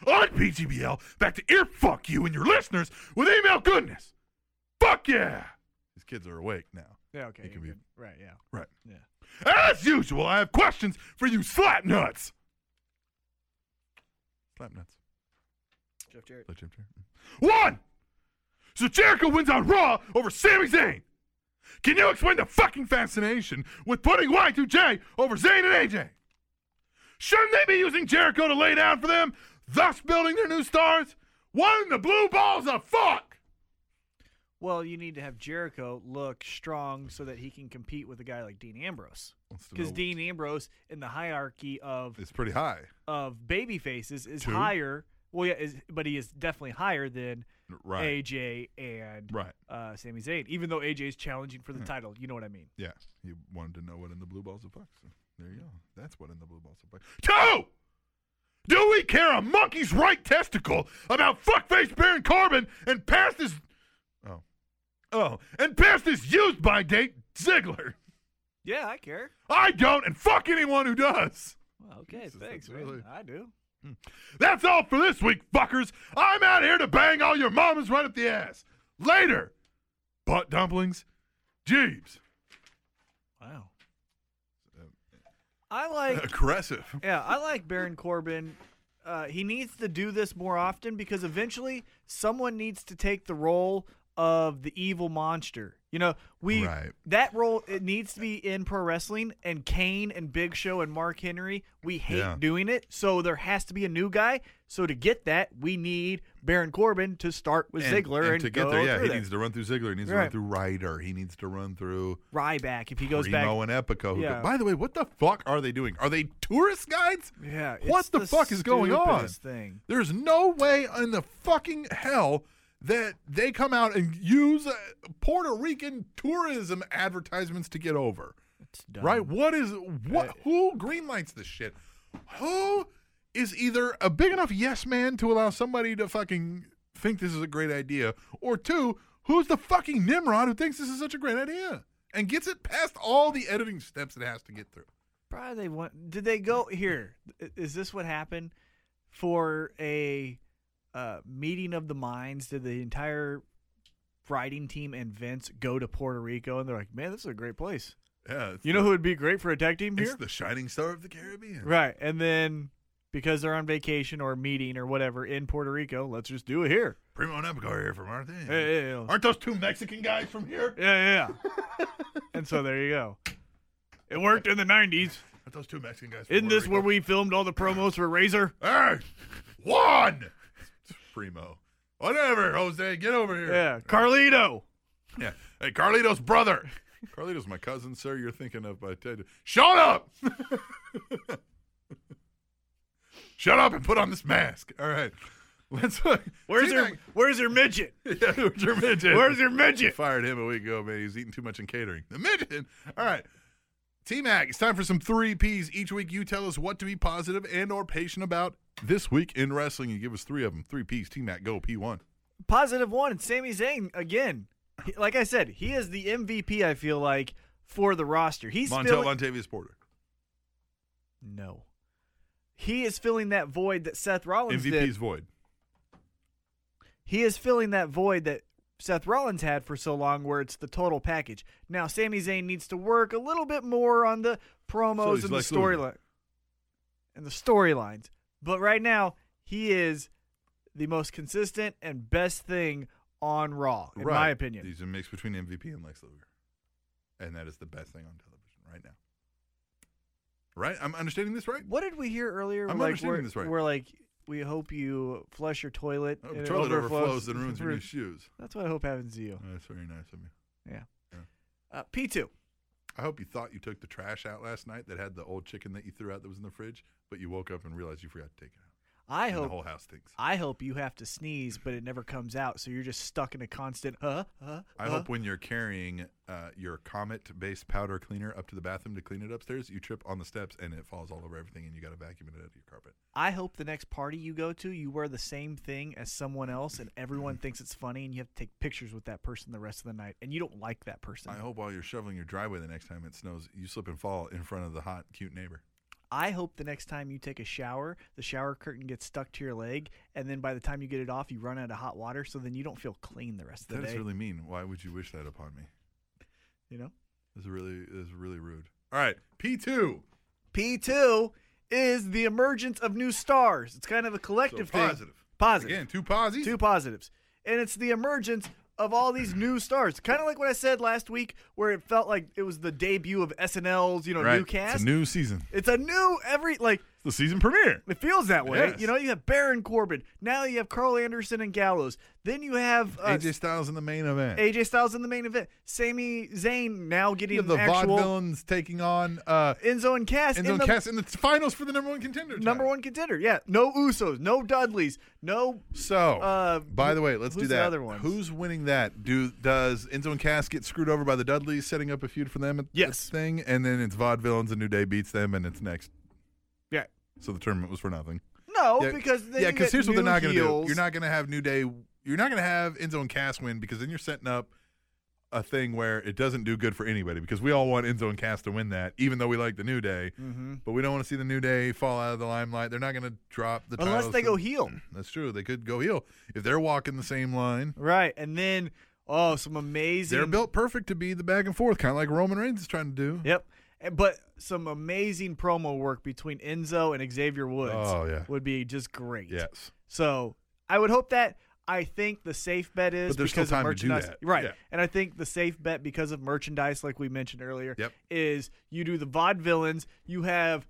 Speaker 1: On PGBL, back to ear fuck you and your listeners with email goodness. Fuck yeah. These kids are awake now.
Speaker 2: Yeah, okay.
Speaker 1: It can
Speaker 2: you're
Speaker 1: be-
Speaker 2: good. Right, yeah.
Speaker 1: Right.
Speaker 2: Yeah.
Speaker 1: As usual, I have questions for you slap nuts. Slap nuts.
Speaker 2: Jeff Jarrett.
Speaker 1: Let Jeff Jarrett. One! So Jericho wins on Raw over Sami Zayn. Can you explain the fucking fascination with putting Y2J over Zayn and AJ? Shouldn't they be using Jericho to lay down for them, thus building their new stars? What in the blue balls of fuck?
Speaker 2: Well, you need to have Jericho look strong so that he can compete with a guy like Dean Ambrose. Because Dean Ambrose in the hierarchy of
Speaker 1: is pretty high.
Speaker 2: of baby faces is
Speaker 1: Two.
Speaker 2: higher. Well, yeah, is, but he is definitely higher than
Speaker 1: Right.
Speaker 2: AJ and
Speaker 1: Right.
Speaker 2: uh, Sami Zayn, even though AJ is challenging for the title. You know what I mean?
Speaker 1: Yeah. You wanted to know what in the blue balls of fuck. So there you go. That's what in the blue balls of fuck. Two! Do we care a monkey's right testicle about fuckface Baron Corbin and past his. Oh. Oh, and past this used by date, Ziggler.
Speaker 2: Yeah, I care.
Speaker 1: I don't, and fuck anyone who does.
Speaker 2: Well, okay,
Speaker 1: Jesus,
Speaker 2: thanks,
Speaker 1: that's
Speaker 2: man.
Speaker 1: really-
Speaker 2: I do.
Speaker 1: That's all for this week, fuckers. I'm out here to bang all your mamas right up the ass. Later, butt dumplings, Jeeves.
Speaker 2: Wow. uh, I like
Speaker 1: Aggressive.
Speaker 2: Yeah, I like Baron Corbin. Uh, he needs to do this more often because eventually someone needs to take the role of the evil monster. You know, we
Speaker 1: Right.
Speaker 2: that role it needs to be in pro wrestling and Kane and Big Show and Mark Henry, we hate
Speaker 1: Yeah.
Speaker 2: doing it. So there has to be a new guy. So to get that, we need Baron Corbin to start with Ziggler and,
Speaker 1: to get
Speaker 2: go
Speaker 1: there, yeah,
Speaker 2: through
Speaker 1: he
Speaker 2: that.
Speaker 1: needs to run through Ziggler. He needs
Speaker 2: Right.
Speaker 1: to run through Ryder. He needs to run through
Speaker 2: Ryback if he goes back.
Speaker 1: Primo and Epico. who go-
Speaker 2: Yeah.
Speaker 1: by the way, what the fuck are they doing? Are they tourist guides?
Speaker 2: Yeah,
Speaker 1: What
Speaker 2: it's
Speaker 1: the, fuck is going on?
Speaker 2: stupidest Thing.
Speaker 1: There's no way in the fucking hell that they come out and use uh, Puerto Rican tourism advertisements to get over.
Speaker 2: It's dumb.
Speaker 1: Right? What is
Speaker 2: Uh,
Speaker 1: what? Who greenlights this shit? Who is either a big enough yes man to allow somebody to fucking think this is a great idea, or two, who's the fucking Nimrod who thinks this is such a great idea and gets it past all the editing steps it has to get through?
Speaker 2: Probably they want. Did they go here? i- Is this what happened for a uh, meeting of the minds? Did the entire writing team and Vince go to Puerto Rico and they're like, "Man, this is a great place."
Speaker 1: Yeah, it's
Speaker 2: You know who would be great for a tag team
Speaker 1: the, it's
Speaker 2: here?
Speaker 1: the shining star of the Caribbean.
Speaker 2: right, and then because they're on vacation or meeting or whatever in Puerto Rico, let's just do it here.
Speaker 1: Primo and Epico are here from our thing.
Speaker 2: Yeah, yeah, yeah.
Speaker 1: Aren't those two Mexican guys from here?
Speaker 2: yeah, yeah. and so there you go. It worked in the '90s.
Speaker 1: Aren't those two Mexican guys? From
Speaker 2: Isn't
Speaker 1: Puerto
Speaker 2: this where
Speaker 1: Rico?
Speaker 2: we filmed all the promos for Razor?
Speaker 1: Hey, Juan, Primo, whatever. Jose, get over here.
Speaker 2: Yeah, Carlito.
Speaker 1: yeah. Hey, Carlito's brother. Carlito's my cousin, sir. You're thinking of by Ted. Shut up. Shut up and put on this mask. All right. Let's.
Speaker 2: Where's
Speaker 1: See,
Speaker 2: her
Speaker 1: like-
Speaker 2: Where's her midget?
Speaker 1: Yeah, where's your midget?
Speaker 2: Where's your midget?
Speaker 1: Fired him a week ago, man. He's eating too much in catering. The midget. All right. T Mac, it's time for some three P's. Each week you tell us what to be positive and or patient about this week in wrestling. You give us three of them. Three P's. T Mac, go P1.
Speaker 2: Positive one, and Sami Zayn again. He- Like I said, he is the MVP. I feel like for the roster, he's
Speaker 1: Montel
Speaker 2: filling-
Speaker 1: Montavious Porter.
Speaker 2: no. He is filling that void that Seth Rollins
Speaker 1: MVP's
Speaker 2: did.
Speaker 1: void.
Speaker 2: He is filling that void that Seth Rollins had for so long, where it's the total package. Now, Sami Zayn needs to work a little bit more on
Speaker 1: So
Speaker 2: the promos
Speaker 1: he's
Speaker 2: and the
Speaker 1: Lex Luger.
Speaker 2: storyline, and the storylines. But right now, he is the most consistent and best thing on Raw, in my
Speaker 1: Right.
Speaker 2: opinion.
Speaker 1: He's a mix between MVP and Lex Luger. And that is the best thing on television right now. Right? I'm understanding this right?
Speaker 2: What did we hear earlier?
Speaker 1: I'm
Speaker 2: like,
Speaker 1: understanding
Speaker 2: we're,
Speaker 1: this right.
Speaker 2: We're like, we hope you flush your toilet.
Speaker 1: Oh,
Speaker 2: and it
Speaker 1: toilet overflows
Speaker 2: overflows
Speaker 1: and ruins your new shoes.
Speaker 2: That's what I hope happens to you.
Speaker 1: Oh, that's very nice of you.
Speaker 2: Yeah.
Speaker 1: Yeah.
Speaker 2: Uh, P2.
Speaker 1: I hope you thought you took the trash out last night that had the old chicken that you threw out that was in the fridge, but you woke up and realized you forgot to take it out.
Speaker 2: I
Speaker 1: and the
Speaker 2: hope Uh,
Speaker 1: whole house stinks.
Speaker 2: I hope you have to sneeze, but it never comes out, so you're just stuck in a constant huh huh.
Speaker 1: I
Speaker 2: huh.
Speaker 1: hope when you're carrying uh, your Comet-based powder cleaner up to the bathroom to clean it upstairs, you trip on the steps and it falls all over everything, and you got to vacuum it out of your carpet.
Speaker 2: I hope the next party you go to, you wear the same thing as someone else, and everyone thinks it's funny, and you have to take pictures with that person the rest of the night, and you don't like that person.
Speaker 1: I hope while you're shoveling your driveway the next time it snows, you slip and fall in front of the hot, cute neighbor.
Speaker 2: I hope the next time you take a shower, the shower curtain gets stuck to your leg, and then by the time you get it off, you run out of hot water, so then you don't feel clean the rest of the
Speaker 1: That
Speaker 2: day.
Speaker 1: is really mean. Why would you wish that upon me?
Speaker 2: you know.
Speaker 1: That's really, that's really rude. All right, P two.
Speaker 2: P two is the emergence of new stars. It's kind of a collective thing.
Speaker 1: positive.
Speaker 2: Positive.
Speaker 1: Again, two posies.
Speaker 2: Two positives, and it's the emergence of all these new stars. Kind of like what I said last week, where it felt like it was the debut of SNL's, you know,
Speaker 1: right.
Speaker 2: new cast.
Speaker 1: It's a new season.
Speaker 2: It's a new every like
Speaker 1: It's the season premiere.
Speaker 2: It feels that way.
Speaker 1: Yes.
Speaker 2: You know, you have Baron Corbin. Now you have Carl Anderson and Gallows. Then you have uh,
Speaker 1: AJ Styles in the main event.
Speaker 2: AJ Styles in the main event. Sami Zayn now
Speaker 1: You
Speaker 2: getting
Speaker 1: have the
Speaker 2: actual
Speaker 1: Vaudevillains taking on uh,
Speaker 2: Enzo and Cass
Speaker 1: Enzo
Speaker 2: in
Speaker 1: and
Speaker 2: the
Speaker 1: Cass in the finals for the number one contender. title.
Speaker 2: number one contender. Yeah, no Usos, no Dudleys, no.
Speaker 1: So,
Speaker 2: Uh,
Speaker 1: by the way, let's do
Speaker 2: who's the
Speaker 1: that.
Speaker 2: other ones?
Speaker 1: Who's winning that? Do does Enzo and Cass get screwed over by the Dudleys, setting up a feud for them? At,
Speaker 2: Yes.
Speaker 1: at thing, and then it's Vaudevillains and New Day beats them, and it's next.
Speaker 2: Yeah.
Speaker 1: So the tournament was for nothing.
Speaker 2: No,
Speaker 1: Yeah,
Speaker 2: because then
Speaker 1: yeah,
Speaker 2: you get
Speaker 1: here's what they're
Speaker 2: new
Speaker 1: not gonna do.
Speaker 2: heels.
Speaker 1: You're not gonna have New Day. You're not gonna have Enzo and Cass win because then you're setting up a thing where it doesn't do good for anybody because we all want Enzo and Cass to win that, even though we like the New Day.
Speaker 2: Mm-hmm.
Speaker 1: But we don't want to see the New Day fall out of the limelight. They're not going to drop the
Speaker 2: Unless
Speaker 1: titles
Speaker 2: they
Speaker 1: to-
Speaker 2: go heel.
Speaker 1: That's true. They could go heel if they're walking the same line.
Speaker 2: Right. And then, oh, some amazing.
Speaker 1: They're built perfect to be the back and forth, kind of like Roman Reigns is trying to do.
Speaker 2: Yep. And- But some amazing promo work between Enzo and Xavier Woods
Speaker 1: Oh, yeah.
Speaker 2: would be just great.
Speaker 1: Yes.
Speaker 2: So I would hope that. I think the safe bet is
Speaker 1: But there's still
Speaker 2: because
Speaker 1: time
Speaker 2: of
Speaker 1: to do
Speaker 2: merchandise,
Speaker 1: that.
Speaker 2: right?
Speaker 1: Yeah.
Speaker 2: And I think the safe bet because of merchandise, like we mentioned earlier,
Speaker 1: Yep.
Speaker 2: is you do the vaudevillains, you have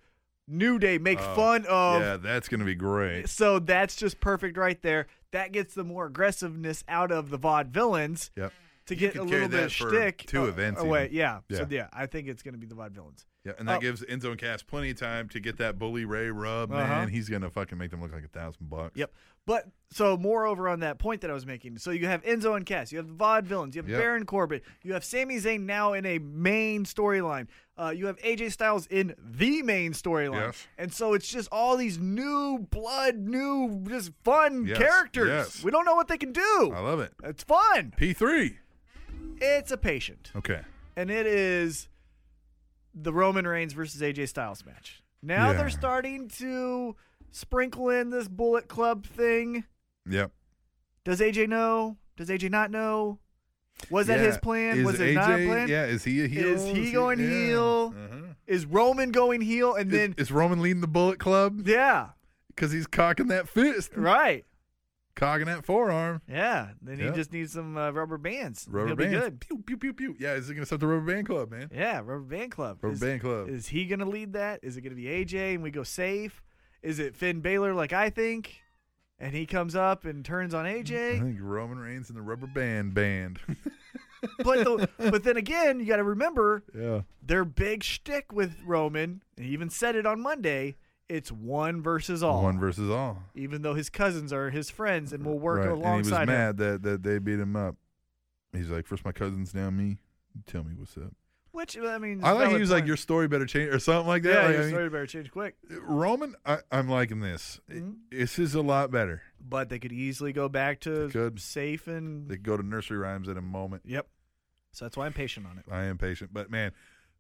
Speaker 2: New Day make fun of
Speaker 1: Oh, yeah, that's going to be great.
Speaker 2: So that's just perfect right there. That gets the more aggressiveness out of the vaudevillains villains
Speaker 1: Yep.
Speaker 2: to get
Speaker 1: could
Speaker 2: a
Speaker 1: carry
Speaker 2: little bit
Speaker 1: that
Speaker 2: of
Speaker 1: for
Speaker 2: shtick.
Speaker 1: two
Speaker 2: uh,
Speaker 1: events
Speaker 2: Away.
Speaker 1: even.
Speaker 2: Yeah.
Speaker 1: Yeah.
Speaker 2: So yeah, I think it's going to be the vaudevillains. villains.
Speaker 1: Yeah, and that
Speaker 2: Oh.
Speaker 1: gives Enzo and Cass plenty of time to get that bully Ray rub.
Speaker 2: Uh-huh.
Speaker 1: Man, he's gonna fucking make them look like a thousand bucks.
Speaker 2: Yep. But so moreover on that point that I was making, so you have Enzo and Cass, you have the Vaude villains, you have
Speaker 1: Yep.
Speaker 2: Baron Corbin, you have Sami Zayn now in a main storyline, uh, you have AJ Styles in the main storyline,
Speaker 1: Yes.
Speaker 2: and so it's just all these new blood, new just fun
Speaker 1: Yes,
Speaker 2: characters.
Speaker 1: yes.
Speaker 2: We don't know what they can do.
Speaker 1: I love it.
Speaker 2: It's fun.
Speaker 1: P three.
Speaker 2: It's a patient,
Speaker 1: Okay.
Speaker 2: and it is the Roman Reigns versus AJ Styles match. Now
Speaker 1: Yeah.
Speaker 2: they're starting to sprinkle in this Bullet Club thing.
Speaker 1: Yep.
Speaker 2: Does AJ know? Does AJ not know? Was that
Speaker 1: Yeah.
Speaker 2: his plan?
Speaker 1: Is
Speaker 2: Was it
Speaker 1: AJ,
Speaker 2: not a plan?
Speaker 1: Yeah. Is he a heel?
Speaker 2: Is he going
Speaker 1: yeah.
Speaker 2: heel?
Speaker 1: Uh-huh.
Speaker 2: Is Roman going heel? And
Speaker 1: Is,
Speaker 2: then,
Speaker 1: is Roman leading the Bullet Club
Speaker 2: yeah,
Speaker 1: because he's cocking that fist,
Speaker 2: right.
Speaker 1: cocking that forearm?
Speaker 2: Yeah. Then
Speaker 1: Yeah.
Speaker 2: he just needs some uh, rubber bands.
Speaker 1: Rubber
Speaker 2: He'll
Speaker 1: bands.
Speaker 2: be good.
Speaker 1: Pew pew pew pew. Yeah. Is he gonna start the Rubber Band Club, man?
Speaker 2: Yeah, rubber band club.
Speaker 1: Rubber
Speaker 2: is,
Speaker 1: band club.
Speaker 2: Is he going to lead that? Is it going to be AJ and we go safe? Is it Finn Balor like I think? And he comes up and turns on
Speaker 1: I
Speaker 2: AJ.
Speaker 1: think Roman Reigns and the Rubber Band Band.
Speaker 2: but the, but then again, you got to remember
Speaker 1: yeah.
Speaker 2: their big shtick with Roman, and he even said it on Monday, it's one versus all.
Speaker 1: One versus all.
Speaker 2: even though his cousins are his friends and will work
Speaker 1: right. and he was
Speaker 2: alongside him.
Speaker 1: mad that, that they beat him up. He's like, first my cousins, now me. Tell me what's up.
Speaker 2: Which I mean,
Speaker 1: I like he
Speaker 2: valid
Speaker 1: was like,
Speaker 2: point.
Speaker 1: your story better change or something like that.
Speaker 2: yeah,
Speaker 1: Like,
Speaker 2: your
Speaker 1: I mean,
Speaker 2: story better change quick.
Speaker 1: Roman, I, I'm liking this. I- This is a lot better.
Speaker 2: But they could easily go back to
Speaker 1: They could.
Speaker 2: safe and
Speaker 1: They could go to nursery rhymes in a moment.
Speaker 2: yep. So that's why I'm patient on it.
Speaker 1: I am patient, but man,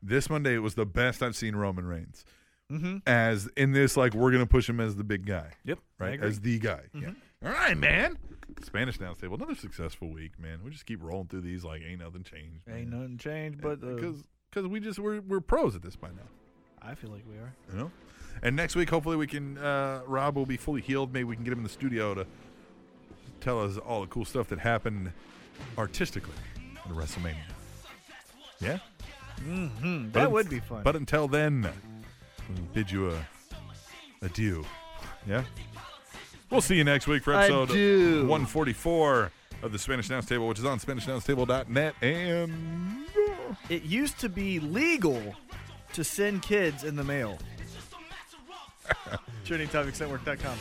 Speaker 1: this Monday was the best I've seen Roman Reigns.
Speaker 2: Mhm.
Speaker 1: As in this, like we're gonna push him as the big guy.
Speaker 2: Yep, I
Speaker 1: Right.
Speaker 2: agree.
Speaker 1: As the guy. Yeah. All right, man. Spanish Downs Table, another successful week, man. We just keep rolling through these like ain't nothing changed. man.
Speaker 2: Ain't nothing changed, but uh,
Speaker 1: because because we just we're we're pros at this by now,
Speaker 2: I feel like we are.
Speaker 1: you know. And next week, hopefully, we can uh, Rob will be fully healed. Maybe we can get him in the studio to tell us all the cool stuff that happened artistically in WrestleMania. Yeah,
Speaker 2: Hmm, That
Speaker 1: But un-
Speaker 2: would be fun.
Speaker 1: But until then, we bid you a adieu. Yeah, we'll see you next week for episode
Speaker 2: Adieu.
Speaker 1: 144 of the Spanish Announce Table, which is on SpanishAnnounceTable.net and.
Speaker 2: it used to be legal to send kids in the mail. TrendingTopicsNetwork.com.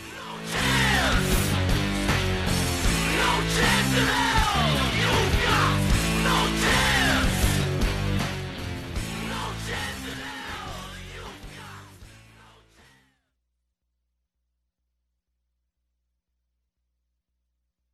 Speaker 8: No chance at all!